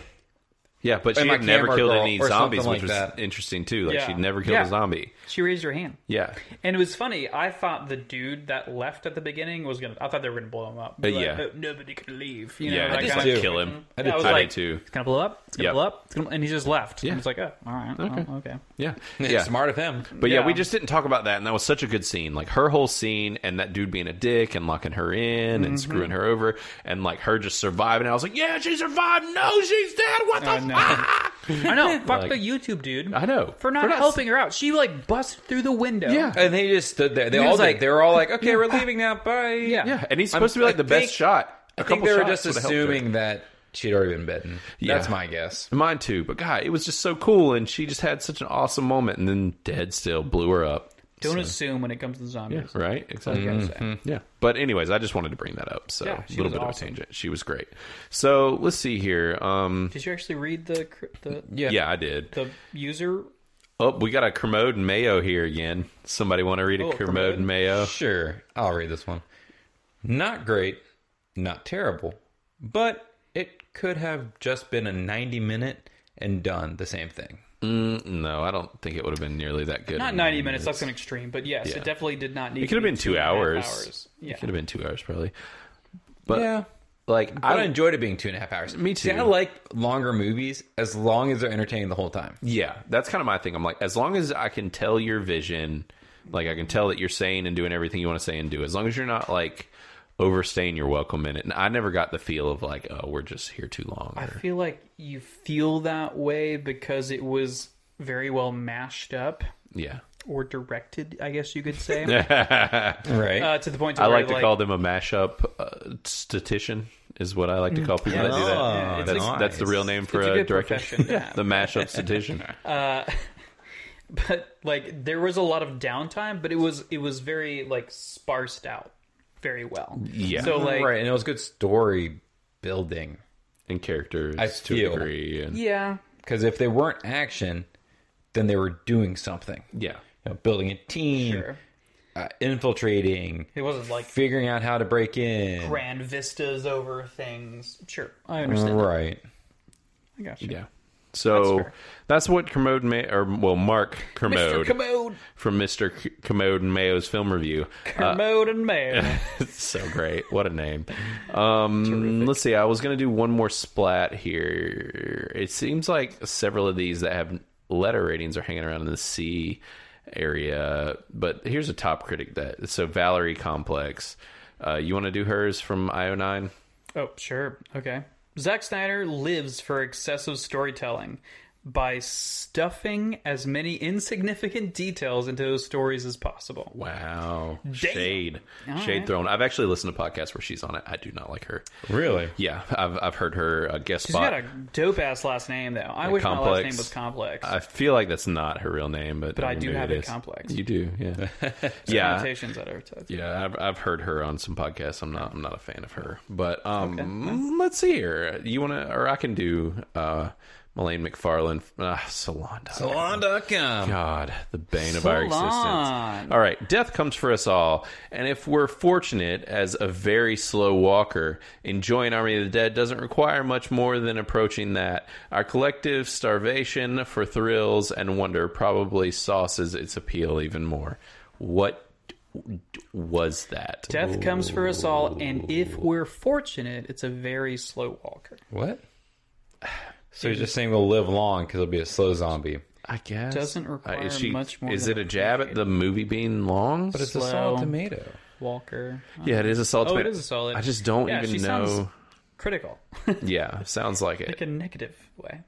Speaker 1: Yeah, but she
Speaker 3: And my
Speaker 1: had never
Speaker 3: camera
Speaker 1: killed
Speaker 3: girl
Speaker 1: any
Speaker 3: or something
Speaker 1: zombies,
Speaker 3: like
Speaker 1: which was
Speaker 3: that.
Speaker 1: interesting too. Like
Speaker 2: Yeah.
Speaker 1: she'd never killed
Speaker 2: Yeah.
Speaker 1: a zombie.
Speaker 2: She raised her hand.
Speaker 1: Yeah,
Speaker 2: And it was funny. I thought the dude that left at the beginning was gonna. I thought they were gonna blow him up. Be
Speaker 1: Uh,
Speaker 2: like,
Speaker 1: yeah.
Speaker 2: "Oh, nobody could leave. You know,
Speaker 1: yeah,
Speaker 2: that
Speaker 1: I just
Speaker 2: kind
Speaker 1: like
Speaker 2: of-
Speaker 1: kill him.
Speaker 2: I did Yeah, I was
Speaker 1: I
Speaker 2: like-
Speaker 1: too.
Speaker 2: It's gonna blow up. It's gonna
Speaker 1: Yep.
Speaker 2: blow up. It's gonna, and he just left.
Speaker 1: Yeah.
Speaker 2: And it's like, oh, all right, well, okay.
Speaker 1: Yeah,
Speaker 3: Yeah.
Speaker 1: yeah.
Speaker 3: Smart of him.
Speaker 1: But yeah.
Speaker 2: Yeah.
Speaker 1: we just didn't talk about that, and that was such a good scene. Like her whole scene, and that dude being a dick and locking her in
Speaker 3: Mm-hmm.
Speaker 1: and screwing her over, and like her just surviving. I was like, yeah, she survived. No, she's dead. What the
Speaker 2: I know.
Speaker 1: fuck?
Speaker 2: I know. Fuck
Speaker 1: Like-
Speaker 2: the YouTube dude.
Speaker 1: I know
Speaker 2: for not
Speaker 1: For not-
Speaker 2: helping her out. She like busted through the window.
Speaker 1: Yeah.
Speaker 3: And they just stood there. They
Speaker 2: He
Speaker 3: all
Speaker 2: was
Speaker 3: did.
Speaker 2: like-
Speaker 3: they were all like, "Okay, we're leaving now. Bye."
Speaker 2: Yeah.
Speaker 1: Yeah, and he's
Speaker 3: I'm-
Speaker 1: supposed to be like the
Speaker 3: I think-
Speaker 1: best shot. A
Speaker 3: I think
Speaker 1: couple
Speaker 3: they
Speaker 1: shots
Speaker 3: were just
Speaker 1: would've helped her.
Speaker 3: assuming that she'd already been bitten.
Speaker 1: Yeah.
Speaker 3: That's my guess.
Speaker 1: Mine too, but God, it was just so cool, and she just had such an awesome moment, and then dead still blew her up.
Speaker 2: Don't assume when it comes to zombies.
Speaker 1: Right? Exactly.
Speaker 2: gotta say. Mhm.
Speaker 1: Yeah. Mm-hmm. But anyways, I just wanted to bring that up. So
Speaker 2: Yeah,
Speaker 1: a
Speaker 2: she
Speaker 1: little
Speaker 2: was
Speaker 1: bit
Speaker 2: awesome.
Speaker 1: of a tangent. She was great. So let's see here. Um,
Speaker 2: Did you actually read the cr- the
Speaker 1: yeah. I did.
Speaker 2: the user?
Speaker 1: Oh, we got a Kermode and Mayo here again. Somebody want to read a
Speaker 2: Oh,
Speaker 1: Kermode,
Speaker 2: Kermode.
Speaker 1: and Mayo?
Speaker 3: Sure, I'll read this one. Not great, not terrible, but it could have just been a 90 minute and done the same thing.
Speaker 1: Mm, no, I don't think it would have been nearly that good.
Speaker 2: Not ninety minutes. That's an extreme, but yes,
Speaker 1: Yeah.
Speaker 2: it definitely did not need.
Speaker 1: It could have
Speaker 2: to be
Speaker 1: been two
Speaker 2: and a half
Speaker 1: hours.
Speaker 2: Yeah.
Speaker 1: It could have been two hours probably. But
Speaker 3: yeah.
Speaker 1: like,
Speaker 3: I
Speaker 1: I
Speaker 3: enjoyed it being two and a half hours.
Speaker 1: Me
Speaker 3: See,
Speaker 1: too.
Speaker 3: I like longer movies as long as they're entertaining the whole time.
Speaker 1: Yeah, that's kind of my thing. I'm like, as long as I can tell your vision, like I can tell that you're saying and doing everything you want to say and do, as long as you're not like overstaying your welcome in it. And I never got the feel of like, oh, we're just here too long.
Speaker 2: I
Speaker 1: or-
Speaker 2: feel like you feel that way because it was very well mashed up
Speaker 1: yeah.
Speaker 2: or directed, I guess you could say,
Speaker 1: I
Speaker 3: Right.
Speaker 2: uh, to the point to where
Speaker 1: like to call them a mashup uh, statistician is what I like to call people that do that.
Speaker 3: Oh, Yeah, it's
Speaker 1: that's,
Speaker 3: like-
Speaker 1: that's the real name for
Speaker 2: it's a
Speaker 1: a,
Speaker 2: good
Speaker 1: director.
Speaker 2: profession to have.
Speaker 1: the mashup statistician.
Speaker 2: but like there was a lot of downtime, but it was it was very like sparsed out very well.
Speaker 1: Yeah.
Speaker 2: So like
Speaker 3: right, and it was good story building.
Speaker 1: and characters
Speaker 3: I
Speaker 1: to a
Speaker 3: feel-
Speaker 1: degree. And,
Speaker 2: yeah,
Speaker 3: Because if they weren't action, then they were doing something.
Speaker 1: yeah.
Speaker 3: You know, building a team,
Speaker 1: Mm.
Speaker 2: sure.
Speaker 3: uh, infiltrating,
Speaker 2: It wasn't like
Speaker 3: figuring out how to break in.
Speaker 2: grand vistas over things. Sure, I understand.
Speaker 3: Right.
Speaker 2: I got you.
Speaker 1: Yeah. So
Speaker 2: fair.
Speaker 1: that's, what Kermode, Ma- or well, Mark
Speaker 2: Mr. Commode,
Speaker 1: from Mr. C- Commode and Mayo's film review.
Speaker 2: Commode and Mayo.
Speaker 1: It's so great. What a name. Um, let's see. I was going to do one more splat here. It seems like several of these that have letter ratings are hanging around in the C area. But here's a top critic that. So, Valerie Complex. Uh, you want to do hers from IO9?
Speaker 2: Oh, sure. Okay. Zack Snyder lives for excessive storytelling by stuffing as many insignificant details into those stories as possible.
Speaker 1: Wow. Shade. Shade thrown. I've actually listened to podcasts where she's on it. I do not like her.
Speaker 3: Really?
Speaker 1: Yeah, I've, I've heard her uh, guest
Speaker 2: She's got
Speaker 1: spot.
Speaker 2: a dope ass last name though. I wish my last
Speaker 1: Complex. uh,
Speaker 2: name was complex.
Speaker 1: I feel like that's not her real name, but,
Speaker 2: But I
Speaker 1: mean,
Speaker 2: do
Speaker 1: maybe
Speaker 2: have
Speaker 1: it
Speaker 2: it
Speaker 1: is.
Speaker 2: complex.
Speaker 1: You do, yeah, yeah,
Speaker 2: Annotations that are tough.
Speaker 1: yeah. I've, I've heard her on some podcasts. I'm not I'm not a fan of her, but um, let's see here. You want to, or I can do uh, Malane McFarlane, uh, Salonda.
Speaker 3: Salon.com.
Speaker 1: God, the bane of our
Speaker 2: Salon.
Speaker 1: existence. All right, death comes for us all. And if we're fortunate as a very slow walker, enjoying Army of the Dead doesn't require much more than approaching that. Our collective starvation for thrills and wonder probably sauces its appeal even more. What d- was that?
Speaker 2: Death comes for us all, and if we're fortunate, it's a very slow walker.
Speaker 3: What? So you're just saying we'll live long because it'll be a slow zombie.
Speaker 1: I guess.
Speaker 2: Doesn't
Speaker 1: Uh,
Speaker 2: require
Speaker 1: is she-
Speaker 2: much more
Speaker 1: Is
Speaker 2: than
Speaker 1: it a jab at the movie being long?
Speaker 3: But it's
Speaker 2: Slow.
Speaker 3: a solid tomato.
Speaker 2: Walker.
Speaker 1: yeah, it is a solid.
Speaker 2: Oh, it
Speaker 1: tomato.
Speaker 2: is a solid.
Speaker 1: I just don't
Speaker 2: Yeah,
Speaker 1: even
Speaker 2: she
Speaker 1: know.
Speaker 2: sounds- Critical.
Speaker 1: Yeah, sounds like it.
Speaker 2: like a negative way.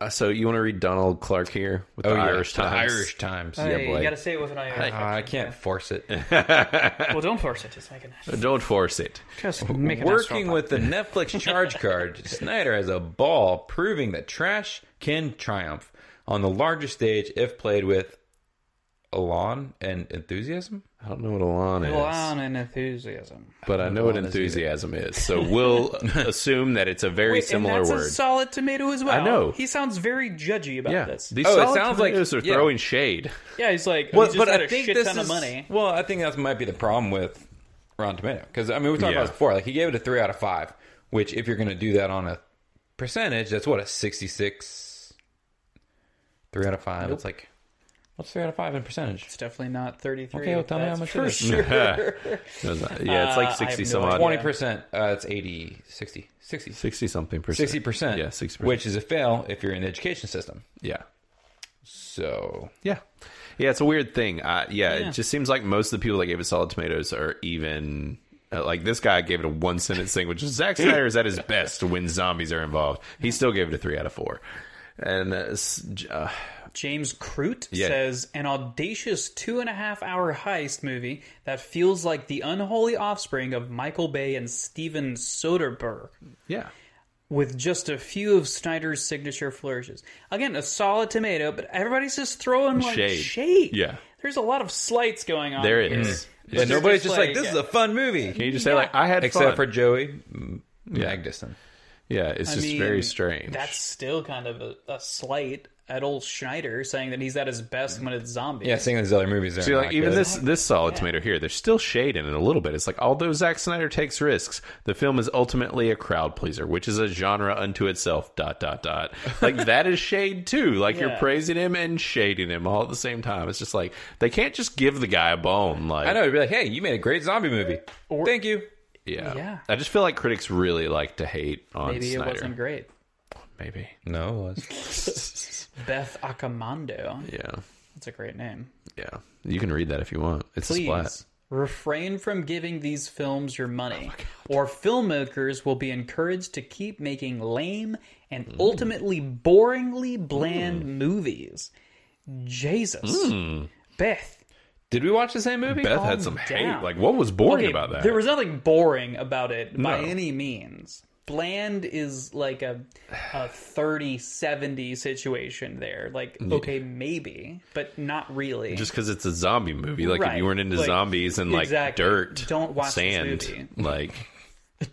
Speaker 1: Uh, So you want to read Donald Clark here with the
Speaker 3: Oh, yeah,
Speaker 1: Irish
Speaker 3: the
Speaker 1: Times?
Speaker 3: Irish Times.
Speaker 2: Hey,
Speaker 1: boy.
Speaker 2: Oh, you gotta say it with an Irish.
Speaker 3: Ah, I can't force it.
Speaker 2: well, don't force it. Just make it.
Speaker 1: Uh, Don't force it.
Speaker 2: Just make it.
Speaker 3: Working with the Netflix charge card, Snyder has a ball proving that trash can triumph on the larger stage if played with elan and enthusiasm.
Speaker 1: I don't know what Alon is,
Speaker 2: Milan and enthusiasm.
Speaker 1: but I know what enthusiasm is. So we'll assume that it's a very similar
Speaker 2: and that's
Speaker 1: word.
Speaker 2: a solid tomato as well.
Speaker 1: I know.
Speaker 2: He sounds very judgy about
Speaker 1: yeah,
Speaker 2: this.
Speaker 1: these
Speaker 3: Oh, it
Speaker 1: solid
Speaker 3: sounds like-
Speaker 1: tomatoes are
Speaker 3: yeah.
Speaker 1: throwing shade.
Speaker 2: yeah, he's like, he just had a shit ton of money.
Speaker 3: Well, I think that might be the problem with Rotten Tomato because I mean we talked
Speaker 1: Yeah.
Speaker 3: about this before. Like he gave it a three out of five, which if you're going to do that on a percentage, that's what a sixty-six. Three out of five. It's like what's three out of five in percentage?
Speaker 2: It's definitely not 33.
Speaker 3: Okay, well, tell me how
Speaker 2: that's
Speaker 3: much
Speaker 2: for
Speaker 3: it is.
Speaker 2: sure.
Speaker 1: Oh, yeah, it's
Speaker 2: Uh, I
Speaker 1: like
Speaker 2: have
Speaker 1: 60
Speaker 2: no
Speaker 1: some
Speaker 2: idea.
Speaker 1: odd.
Speaker 3: Twenty percent. Uh, it's 80, 60, 60.
Speaker 1: 60 something percent.
Speaker 3: Sixty percent.
Speaker 1: Yeah, 60%.
Speaker 3: Which is a fail if you're in the education system.
Speaker 1: Yeah.
Speaker 3: So
Speaker 1: Yeah. Yeah, it's a weird thing. Uh, yeah,
Speaker 2: Yeah.
Speaker 1: it just seems like most of the people that gave it solid tomatoes are even. uh, Like this guy gave it a one sentence thing, which is Zack Snyder is at his best when zombies are involved. He still gave it a three out of four, and uh, s- j- uh,
Speaker 2: James Crute
Speaker 1: Yeah.
Speaker 2: says an audacious two and a half hour heist movie that feels like the unholy offspring of Michael Bay and Steven Soderbergh,
Speaker 1: yeah,
Speaker 2: with just a few of Snyder's signature flourishes. Again, a solid tomato, but everybody's just throwing like
Speaker 1: Shade.
Speaker 2: shade.
Speaker 1: Yeah.
Speaker 2: there's a lot of slights going on.
Speaker 1: there it
Speaker 2: here.
Speaker 1: is.
Speaker 3: yeah,
Speaker 1: It's-
Speaker 3: nobody's
Speaker 2: just
Speaker 3: just like,
Speaker 2: like-
Speaker 3: this is a fun movie.
Speaker 1: Can you just say like I had
Speaker 3: Except for
Speaker 1: fun.
Speaker 3: Joey Magnuson.
Speaker 1: yeah, it's
Speaker 2: I
Speaker 1: just
Speaker 2: mean,
Speaker 1: very strange.
Speaker 2: That's still kind of a, a slight at old Schneider saying that he's at his best when it's zombies.
Speaker 3: Yeah, seeing these other movies are
Speaker 1: See,
Speaker 3: not
Speaker 1: like even
Speaker 3: good.
Speaker 1: this this solid tomato here, there's still shade in it a little bit. It's like although Zack Snyder takes risks, the film is ultimately a crowd pleaser, which is a genre unto itself. Dot dot dot. Like that is shade too. Like you're
Speaker 2: Yeah.
Speaker 1: praising him and shading him all at the same time. It's just like they can't just give the guy a bone. Like
Speaker 3: I know. You'd be like, hey, you made a great zombie movie. Thank you.
Speaker 1: yeah.
Speaker 2: Yeah.
Speaker 1: I just feel like critics really like to hate on
Speaker 2: Maybe
Speaker 1: Snyder.
Speaker 2: it wasn't great.
Speaker 1: Maybe
Speaker 3: No, it was.
Speaker 2: Beth Accomando.
Speaker 1: yeah,
Speaker 2: That's a great name.
Speaker 1: yeah. You can read that if you want. It's a
Speaker 2: Please
Speaker 1: splat.
Speaker 2: refrain from giving these films your
Speaker 1: Oh
Speaker 2: money, or filmmakers will be encouraged to keep making lame and
Speaker 1: Mm.
Speaker 2: ultimately boringly bland movies. Jesus,
Speaker 1: Mm.
Speaker 2: Beth.
Speaker 3: Did we watch the same movie?
Speaker 1: Beth had
Speaker 2: calm
Speaker 1: some hate.
Speaker 2: down.
Speaker 1: Like what was boring
Speaker 2: Okay,
Speaker 1: about that?
Speaker 2: There was nothing boring about it by
Speaker 1: No.
Speaker 2: any means. Bland is like a, a 30 70 situation there. Like, okay, maybe, but not really.
Speaker 1: just because it's a zombie movie. Like if
Speaker 2: Right.
Speaker 1: you weren't into
Speaker 2: Like,
Speaker 1: zombies and like
Speaker 2: exactly.
Speaker 1: dirt,
Speaker 2: Don't watch this
Speaker 1: sand,
Speaker 2: movie.
Speaker 1: like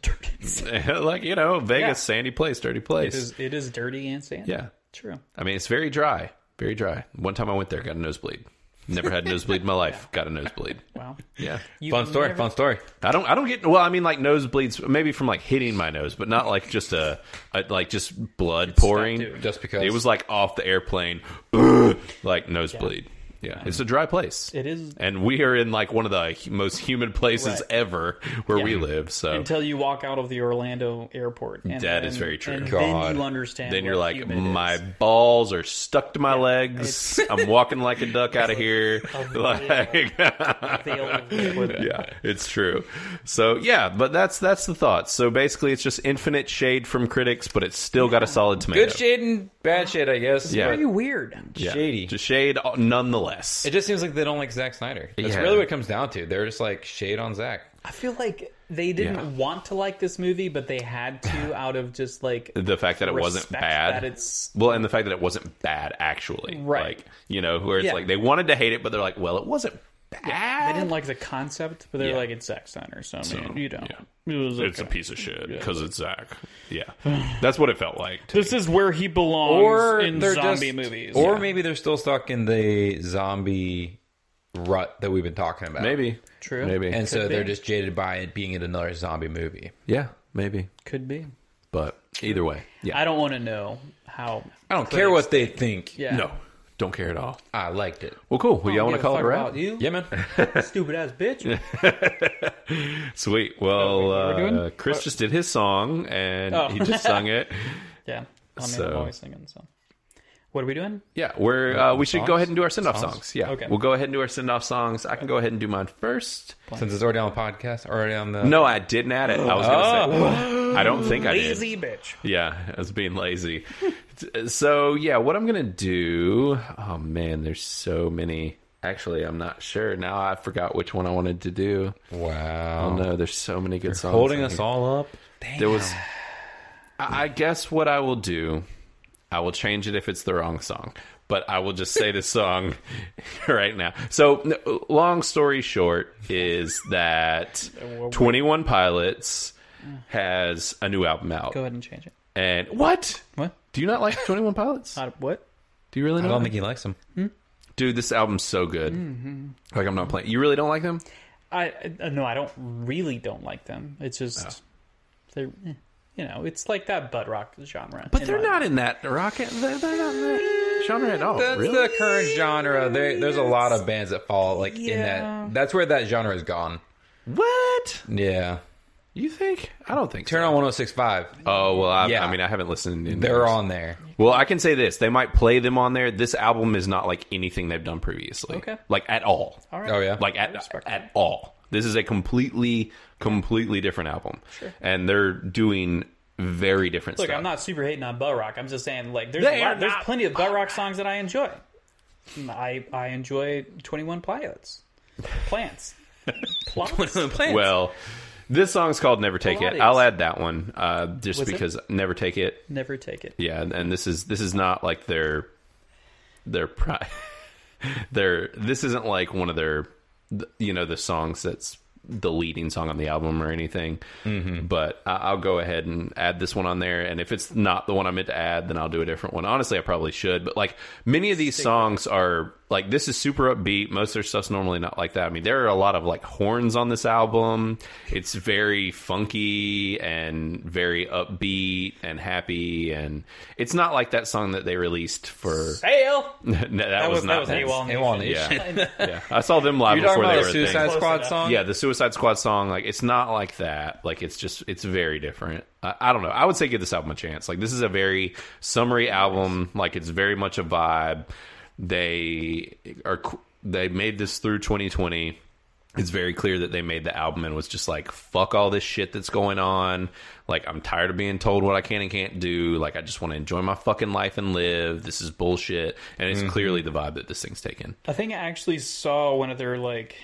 Speaker 2: Dirty and sandy.
Speaker 1: like you know Vegas,
Speaker 2: Yeah.
Speaker 1: sandy place, dirty
Speaker 2: It
Speaker 1: place.
Speaker 2: is, it is dirty and sandy.
Speaker 1: Yeah,
Speaker 2: True.
Speaker 1: I mean it's very dry, very dry. One time I went there, got a nosebleed. Never had a nosebleed in my life. Got a nosebleed.
Speaker 2: Wow.
Speaker 1: Yeah,
Speaker 2: You
Speaker 3: Fun story. Fun story.
Speaker 1: I don't. I don't get. Well, I mean, like nosebleeds, maybe from like hitting my nose, but not like just a, a like just blood pouring.
Speaker 2: dude.
Speaker 3: Just because.
Speaker 1: It was like off the airplane, like nosebleed. Yeah, it's a dry place.
Speaker 2: It is
Speaker 1: and we are in like one of the hu- most humid places
Speaker 2: Right.
Speaker 1: ever where we live. So
Speaker 2: until you walk out of the Orlando airport. And
Speaker 1: Oh. That
Speaker 2: that
Speaker 1: is
Speaker 2: is
Speaker 1: very true.
Speaker 2: And
Speaker 3: God.
Speaker 2: then you understand.
Speaker 1: then you're
Speaker 2: what
Speaker 1: like,
Speaker 2: humid it
Speaker 1: my
Speaker 2: is.
Speaker 1: balls are stuck to my legs. I'm walking like a duck out of here.
Speaker 2: Oh,
Speaker 1: like,
Speaker 2: Veil of liquid.
Speaker 1: yeah, it's true. So yeah, but that's that's the thought. So basically, it's just infinite shade from critics, but it's still got a solid tomato.
Speaker 3: Good shade and bad shade, I guess.
Speaker 1: Yeah.
Speaker 2: Why
Speaker 3: but
Speaker 2: Are you weird?
Speaker 1: Yeah.
Speaker 3: Shady.
Speaker 1: just shade uh, nonetheless.
Speaker 3: It just seems like they don't like Zack Snyder. That's
Speaker 1: Yeah.
Speaker 3: really what it comes down to. They're just like shade on Zack.
Speaker 2: I feel like they didn't
Speaker 1: Yeah.
Speaker 2: want to like this movie, but they had to out of just like
Speaker 1: the fact that it wasn't
Speaker 2: respect
Speaker 1: bad.
Speaker 2: That it's
Speaker 1: Well, and the fact that it wasn't bad actually,
Speaker 2: Right.
Speaker 1: Like, you know, where it's
Speaker 2: Yeah.
Speaker 1: like they wanted to hate it, but they're like, well, it wasn't bad.
Speaker 2: they didn't like the concept, but they're
Speaker 1: Yeah.
Speaker 2: like it's Zack Snyder, so, I mean, you don't.
Speaker 1: yeah.
Speaker 2: It was
Speaker 1: it's a
Speaker 2: okay.
Speaker 1: piece of shit because it's Zach. Yeah, that's what it felt like. to
Speaker 2: This
Speaker 1: me.
Speaker 2: is where he belongs
Speaker 3: Or
Speaker 2: in
Speaker 3: they're
Speaker 2: zombie
Speaker 3: just,
Speaker 2: movies.
Speaker 3: Or maybe they're still stuck in the zombie rut that we've been talking about.
Speaker 1: maybe
Speaker 2: True.
Speaker 1: maybe,
Speaker 3: And so
Speaker 2: Could
Speaker 3: they're
Speaker 2: be.
Speaker 3: just jaded by it being in another zombie movie.
Speaker 1: yeah, maybe.
Speaker 2: could be.
Speaker 1: But either way, yeah,
Speaker 2: I don't want to know how.
Speaker 3: I don't care what they think.
Speaker 2: Yeah.
Speaker 1: no, don't care at all.
Speaker 3: I liked it.
Speaker 1: Well, cool. Well, y'all want to
Speaker 2: give a
Speaker 1: call it
Speaker 2: fuck
Speaker 1: a wrap?
Speaker 2: about you.
Speaker 3: Yeah, man.
Speaker 2: Stupid ass bitch.
Speaker 1: Sweet. Well,
Speaker 2: What are we
Speaker 1: uh,
Speaker 2: doing?
Speaker 1: Chris just did his song and
Speaker 2: Oh.
Speaker 1: he just sung it.
Speaker 2: Yeah. I mean,
Speaker 1: So-
Speaker 2: I'm always singing. So, what are we doing?
Speaker 1: Yeah, we're uh, we should go
Speaker 3: songs?
Speaker 1: ahead and do our send off songs? Yeah,
Speaker 2: Okay.
Speaker 1: we'll go ahead and do our send off songs. I can go ahead and do mine first.
Speaker 3: Since it's already on the podcast, already on the.
Speaker 1: No, I didn't add it. I was gonna say. I don't think I did.
Speaker 2: Lazy bitch.
Speaker 1: Yeah, I was being lazy. so yeah, what I'm gonna do? Oh man, there's so many. Actually, I'm not sure now. I forgot which one I wanted to do.
Speaker 3: Wow.
Speaker 1: Oh no, there's so many good songs.
Speaker 3: Holding
Speaker 1: on
Speaker 3: us
Speaker 1: here.
Speaker 3: all up.
Speaker 1: There was. I I guess what I will do, I will change it if it's the wrong song, but I will just say the song right now. So, n- long story short, is that Twenty One Pilots has a new album out,
Speaker 2: Go ahead and change it.
Speaker 1: and what?
Speaker 2: What?
Speaker 1: Do you not like Twenty One Pilots?
Speaker 2: Uh, what?
Speaker 1: Do you really
Speaker 3: I
Speaker 1: not?
Speaker 3: don't think Mm-hmm. he likes him.
Speaker 1: Dude, this album's so good. Like I'm not playing. You really don't like them? Oh.
Speaker 2: I, I no, I don't really don't like them. It's just they're. eh, you know, it's like that butt rock genre.
Speaker 1: But
Speaker 2: in
Speaker 1: they're
Speaker 2: my-
Speaker 1: not in that rocket. They're, they're not in that genre at all.
Speaker 3: That's
Speaker 1: really?
Speaker 3: the current genre. There, there's a lot of bands that fall like in
Speaker 2: Yeah.
Speaker 3: that. That's where that genre is gone.
Speaker 1: What?
Speaker 3: Yeah.
Speaker 1: You think? I don't think.
Speaker 3: Turn
Speaker 1: so.
Speaker 3: on 1065.
Speaker 1: Oh well, I,
Speaker 3: Yeah.
Speaker 1: I mean, I haven't listened. In
Speaker 3: They're
Speaker 1: years.
Speaker 3: on there.
Speaker 1: Well, I can say this: they might play them on there. This album is not like anything they've done previously.
Speaker 2: Okay.
Speaker 1: Like at all.
Speaker 2: All right.
Speaker 3: Oh, yeah.
Speaker 1: Like at
Speaker 2: respect
Speaker 1: at all. This is a completely, completely different album. Sure. And they're doing very different
Speaker 2: Look,
Speaker 1: stuff.
Speaker 2: I'm not super hating on butt rock. I'm just saying, like, there's
Speaker 1: They
Speaker 2: a lot-
Speaker 1: are
Speaker 2: there's
Speaker 1: not
Speaker 2: plenty of butt rock songs that I enjoy. Mm, I I enjoy Twenty One Pilots, plants, plots.
Speaker 3: Plants.
Speaker 1: Well, this song's called "Never Take It."
Speaker 2: Pilates.
Speaker 1: I'll add that one uh, just
Speaker 2: What's it?
Speaker 1: because "Never Take It."
Speaker 2: Never take it.
Speaker 1: Yeah, and, and this is this is not like their their pri- their this isn't like one of their th- you know the songs that's the leading song on the album or anything. But I, I'll go ahead and add this one on there, and if it's not the one I meant to add, then I'll do a different one. Honestly, I probably should, but like many of these songs are like this is super upbeat. Most of their stuff's normally not like that. I mean, there are a lot of like horns on this album. It's very funky and very upbeat and happy, and it's not like that song that they released for.
Speaker 2: Fail.
Speaker 1: No, that, was,
Speaker 2: was- that
Speaker 1: not
Speaker 2: was
Speaker 1: them.
Speaker 2: AWOL.
Speaker 3: A1
Speaker 1: Yeah. yeah, I saw them live
Speaker 3: You're talking
Speaker 1: before
Speaker 3: about
Speaker 1: they
Speaker 3: the
Speaker 1: were a thing.
Speaker 3: Suicide
Speaker 2: Close
Speaker 3: Squad
Speaker 2: enough.
Speaker 3: song?
Speaker 1: Yeah, the Suicide Squad song, like it's not like that. Like it's just it's very different. I, I don't know. I would say give this album a chance. Like this is a very summary album. Like it's very much a vibe. They are qu- they made this through 2020. It's very clear that they made the album and was just like fuck all this shit that's going on. Like I'm tired of being told what I can and can't do. Like I just want to enjoy my fucking life and live. This is bullshit. And it's clearly the vibe that this thing's taken.
Speaker 2: I think I actually saw one of their like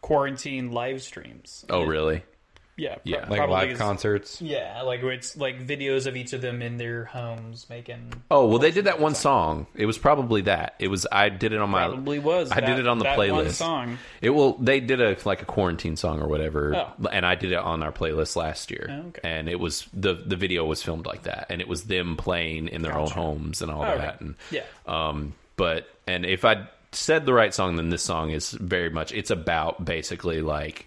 Speaker 2: quarantine live streams.
Speaker 1: Oh really?
Speaker 2: Yeah, pro-
Speaker 1: Yeah.
Speaker 3: Like
Speaker 2: probably
Speaker 3: live
Speaker 2: is-
Speaker 3: concerts.
Speaker 2: Yeah, like where it's like videos of each of them in their homes making.
Speaker 1: Oh well, they did that one song. It was probably that. It was I did it on my.
Speaker 2: Probably was.
Speaker 1: I
Speaker 2: that-
Speaker 1: did it on the
Speaker 2: that
Speaker 1: playlist.
Speaker 2: one song.
Speaker 1: It will. They did a like a quarantine song or whatever,
Speaker 2: Oh.
Speaker 1: and I did it on our playlist last year.
Speaker 2: Oh, okay.
Speaker 1: And it was the the video was filmed like that, and it was them playing in their own
Speaker 2: Gotcha.
Speaker 1: homes and all
Speaker 2: All
Speaker 1: that.
Speaker 2: right.
Speaker 1: And
Speaker 2: Yeah.
Speaker 1: um, but and if I said the right song, then this song is very much. It's about basically like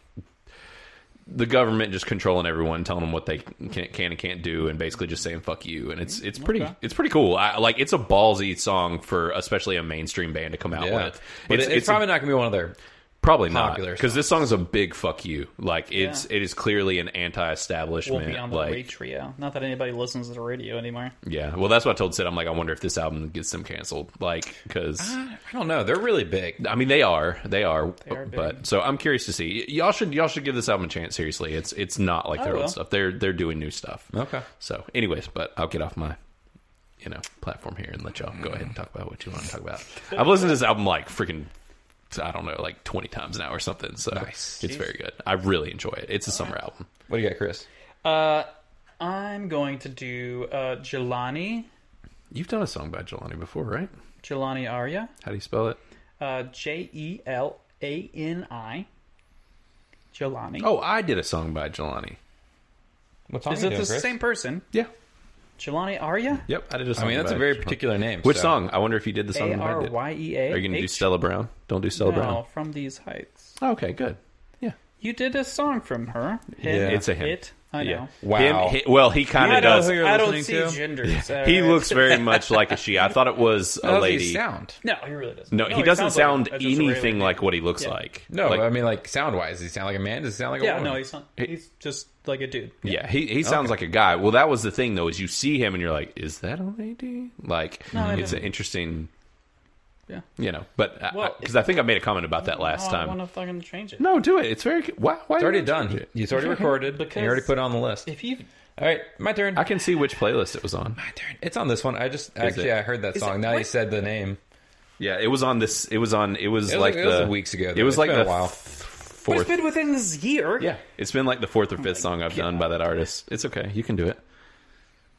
Speaker 1: the government just controlling everyone, telling them what they can, can and can't do, and basically just saying "fuck you." And it's it's pretty
Speaker 2: Okay.
Speaker 1: it's pretty cool. I, like it's a ballsy song for especially a mainstream band to come out
Speaker 3: Yeah.
Speaker 1: with.
Speaker 3: But it's, it's,
Speaker 1: a-
Speaker 3: probably not going to be one of their.
Speaker 1: probably not
Speaker 3: popular
Speaker 1: because this song's a big "fuck you." Like it's it is clearly an anti-establishment.
Speaker 2: Won't be on the
Speaker 1: like
Speaker 2: radio. Not that anybody listens to the radio anymore.
Speaker 1: yeah, well that's what I told Sid. I'm like, I wonder if this album gets them canceled. Like because.
Speaker 3: I don't know. They're really big.
Speaker 1: I mean, they are, they are,
Speaker 2: are big.
Speaker 1: but so I'm curious to see. Y- y'all should, y'all should give this album a chance. Seriously, it's it's not like
Speaker 2: I
Speaker 1: their
Speaker 2: will.
Speaker 1: old stuff. They're they're doing new stuff.
Speaker 3: Okay.
Speaker 1: So, anyways, but I'll get off my, you know, platform here and let y'all go ahead and talk about what you want to talk about. I've listened to this album like freaking, I don't know, like twenty times now or something. So
Speaker 3: Nice.
Speaker 1: it's very good. I really enjoy it. It's a summer album.
Speaker 3: What do you got, Chris?
Speaker 2: Uh, I'm going to do uh, Jelani,
Speaker 1: You've done a song by Jelani before, right?
Speaker 2: Jelani Arya,
Speaker 1: How do you spell it?
Speaker 2: uh, J E L A N I, Jelani.
Speaker 1: Oh, I did a song by Jelani.
Speaker 3: What song
Speaker 2: is
Speaker 3: you
Speaker 2: it
Speaker 3: doing,
Speaker 2: the
Speaker 3: Chris?
Speaker 2: same person?
Speaker 1: Yeah.
Speaker 2: Jelani Arya,
Speaker 1: Yep. I did a
Speaker 3: I
Speaker 1: song.
Speaker 3: mean, that's
Speaker 1: by
Speaker 3: a very
Speaker 1: Jelani.
Speaker 3: particular name.
Speaker 1: Which
Speaker 3: so-
Speaker 1: song? I wonder if you did the song.
Speaker 2: A
Speaker 1: that I
Speaker 2: R
Speaker 1: did.
Speaker 2: Y E A.
Speaker 1: Are you going to do Stella Brown? Don't do Stella
Speaker 2: No,
Speaker 1: Brown.
Speaker 2: from these heights.
Speaker 1: Oh, okay, good. Yeah.
Speaker 2: You did a song from her.
Speaker 3: Yeah.
Speaker 1: It's a him.
Speaker 2: It. I know.
Speaker 1: Yeah.
Speaker 3: Wow.
Speaker 1: Him, he- well, he kind
Speaker 3: Yeah, I
Speaker 1: of
Speaker 3: know
Speaker 1: does.
Speaker 3: who you're
Speaker 2: I don't
Speaker 3: listening
Speaker 2: see
Speaker 3: to?
Speaker 2: genders. uh,
Speaker 1: He looks very much like a she. I thought it was a
Speaker 3: How does he
Speaker 1: lady.
Speaker 3: sound?
Speaker 2: No, he really doesn't.
Speaker 1: No, he doesn't
Speaker 2: sounds like
Speaker 1: sound
Speaker 2: a- just a regular
Speaker 1: anything
Speaker 2: dude.
Speaker 1: like what he looks
Speaker 2: Yeah.
Speaker 1: like.
Speaker 3: No, um,
Speaker 1: Like-
Speaker 3: I mean, like sound wise, does he sound like a man? Does he sound like a
Speaker 2: Yeah,
Speaker 3: woman?
Speaker 2: no, he's not. He's just like a dude.
Speaker 1: yeah, he he sounds like a guy. Well, that was the thing though, is you see him and you're like, is that a lady? Like,
Speaker 2: I
Speaker 1: it's an
Speaker 2: didn't.
Speaker 1: interesting,
Speaker 2: Yeah.
Speaker 1: you know. But because I,
Speaker 2: Well,
Speaker 1: 'cause I think I made a comment about that last
Speaker 2: Oh, I
Speaker 1: time.
Speaker 2: want to fucking change it.
Speaker 1: No, do it. It's very. Why? why
Speaker 3: It's
Speaker 1: did
Speaker 3: already
Speaker 1: I
Speaker 3: done.
Speaker 1: change it?
Speaker 3: It's already recorded. and you already
Speaker 2: Because-
Speaker 3: put it on the list.
Speaker 2: If you
Speaker 3: All right, my turn.
Speaker 1: I can see which playlist it was on.
Speaker 3: my turn. It's on this one. I just actually
Speaker 1: it?
Speaker 3: I heard that song.
Speaker 2: it-
Speaker 3: now you
Speaker 2: what?
Speaker 3: said the name.
Speaker 1: Yeah, it was on this. It was on. It was,
Speaker 3: It was
Speaker 1: like
Speaker 3: like- it
Speaker 1: the
Speaker 3: was weeks ago,
Speaker 1: It
Speaker 3: though.
Speaker 1: was
Speaker 3: It's
Speaker 1: like
Speaker 3: been
Speaker 1: the
Speaker 3: a while.
Speaker 1: f-
Speaker 2: but
Speaker 1: fourth.
Speaker 2: it's been within this year.
Speaker 1: yeah, it's been like the fourth or fifth song I've done by that artist. It's okay. You can do it.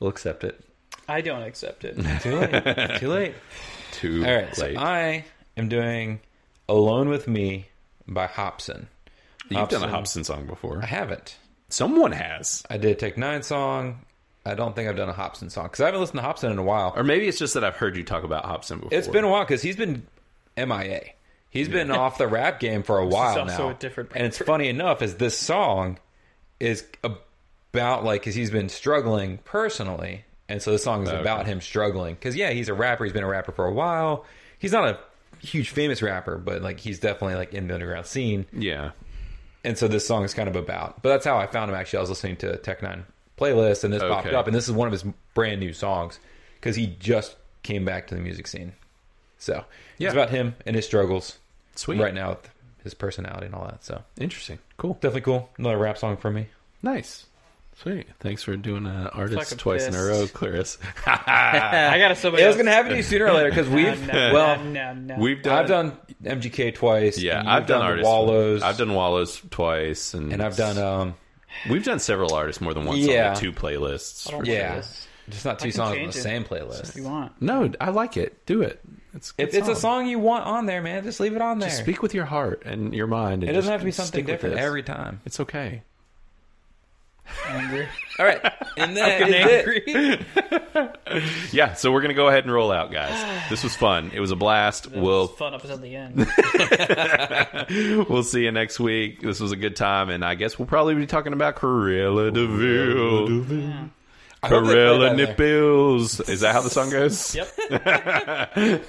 Speaker 1: We'll accept it.
Speaker 2: I don't accept it.
Speaker 3: Too late. Too late.
Speaker 1: Too
Speaker 3: All right, so
Speaker 1: late.
Speaker 3: I am doing "Alone with Me" by Hobson.
Speaker 1: You've done
Speaker 3: Hobson.
Speaker 1: a Hobson song before.
Speaker 3: I haven't.
Speaker 1: Someone has,
Speaker 3: I did a Tech Nine song. I don't think I've done a Hobson song because I haven't listened to Hobson in a while.
Speaker 1: or maybe it's just that I've heard you talk about Hobson before.
Speaker 3: It's been a while because he's been MIA. He's been off the rap game for a while
Speaker 2: also
Speaker 3: now.
Speaker 2: a different
Speaker 3: and it's funny enough, is this song is a, about like because he's been struggling personally, and so the song is
Speaker 2: Oh,
Speaker 3: about him struggling. Because yeah, he's a rapper. He's been a rapper for a while. He's not a huge famous rapper, but like he's definitely like in the underground scene.
Speaker 1: Yeah.
Speaker 3: And so this song is kind of about. But that's how I found him. Actually, I was listening to Tech Nine playlist, and this popped
Speaker 1: Okay.
Speaker 3: up, and this is one of his brand new songs because he just came back to the music scene. So
Speaker 1: Yeah.
Speaker 3: it's about him and his struggles
Speaker 1: Sweet.
Speaker 3: right now with his personality and all that. So
Speaker 1: Interesting. Cool.
Speaker 3: definitely cool. Another rap song for me.
Speaker 1: Nice. Sweet. Thanks for doing uh, artists
Speaker 2: Fucking
Speaker 1: twice in a
Speaker 2: pissed.
Speaker 1: row, Claris.
Speaker 2: I got somebody.
Speaker 3: It
Speaker 2: else.
Speaker 3: was going to happen to you sooner or later because we've
Speaker 2: No, no,
Speaker 3: well,
Speaker 2: no, no.
Speaker 1: We've done.
Speaker 3: I've done MGK twice.
Speaker 1: Yeah,
Speaker 3: and you've
Speaker 1: I've done,
Speaker 3: the
Speaker 1: artists.
Speaker 3: Wallows.
Speaker 1: I've done Wallows twice, and
Speaker 3: and I've done um
Speaker 1: We've done several artists more than once
Speaker 3: Yeah.
Speaker 1: on the two playlists.
Speaker 2: I don't like
Speaker 3: yeah,
Speaker 2: this.
Speaker 3: just not two
Speaker 2: can
Speaker 3: songs on
Speaker 2: change
Speaker 3: the
Speaker 2: it.
Speaker 3: same playlist.
Speaker 2: If you want.
Speaker 1: No, I like it. Do it. It's
Speaker 3: If it's a song you want on there, man, just leave it on there.
Speaker 1: Just speak with your heart and your mind. And
Speaker 3: it doesn't have to be
Speaker 1: just
Speaker 3: something
Speaker 1: stick with
Speaker 3: different
Speaker 1: this.
Speaker 3: every time.
Speaker 1: It's okay.
Speaker 2: Angry.
Speaker 3: All right, and then
Speaker 2: Angry.
Speaker 1: Yeah, so we're gonna go ahead and roll out, guys. this was fun. It was a blast. we'll
Speaker 2: fun up until the end.
Speaker 1: we'll see you next week. This was a good time, and I guess we'll probably be talking about Corella Deville, Corella Nipples. Is that how the song goes?
Speaker 2: Yep.
Speaker 3: I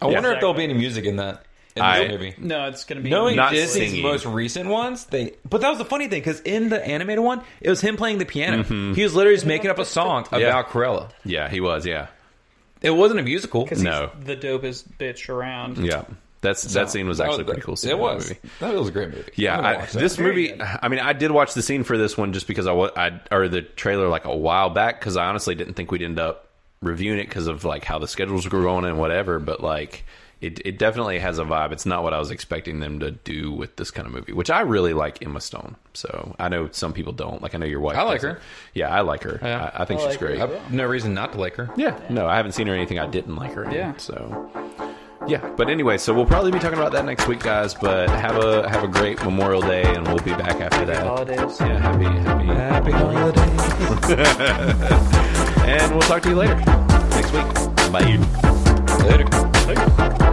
Speaker 3: wonder
Speaker 2: Yeah.
Speaker 3: if there'll be any music in that in
Speaker 1: I-
Speaker 3: this movie.
Speaker 2: No, it's gonna be.
Speaker 3: Knowing
Speaker 1: Not
Speaker 3: Disney's
Speaker 1: singing.
Speaker 3: most recent ones, they but that was the funny thing because in the animated one, it was him playing the piano.
Speaker 1: Mm-hmm.
Speaker 3: He was literally just making up a song about Corella.
Speaker 1: Yeah, he was. Yeah,
Speaker 3: It wasn't a musical.
Speaker 2: Because
Speaker 1: No.
Speaker 2: he's the dopest bitch around.
Speaker 1: yeah. That's that scene was actually pretty cool. scene
Speaker 3: It
Speaker 1: in that
Speaker 3: was.
Speaker 1: movie.
Speaker 3: That was a great movie. I'm gonna
Speaker 1: Yeah, I,
Speaker 3: watch that.
Speaker 1: this
Speaker 2: Very
Speaker 1: movie.
Speaker 2: good.
Speaker 1: I mean, I did watch the scene for this one just because I, wa- I or the trailer like a while back because I honestly didn't think we'd end up reviewing it because of like how the schedules were going and whatever. But like, it it definitely has a vibe. It's not what I was expecting them to do with this kind of movie, which I really like Emma Stone. So I know some people don't. Like I know your wife.
Speaker 3: I like
Speaker 1: doesn't.
Speaker 3: her.
Speaker 1: Yeah, I like her.
Speaker 3: Yeah.
Speaker 1: I, I think
Speaker 2: I
Speaker 1: she's
Speaker 2: like her.
Speaker 1: great.
Speaker 3: I have no reason not to like her.
Speaker 1: Yeah, no, I haven't seen her in anything I didn't like her in.
Speaker 2: Yeah.
Speaker 1: So yeah, but anyway, so we'll probably be talking about that next week, guys. But have a have a great Memorial Day, and we'll be back after that.
Speaker 2: Holidays.
Speaker 1: Yeah, happy happy happy holidays. and we'll talk to you later next week. Bye.
Speaker 3: Later.
Speaker 2: Hey.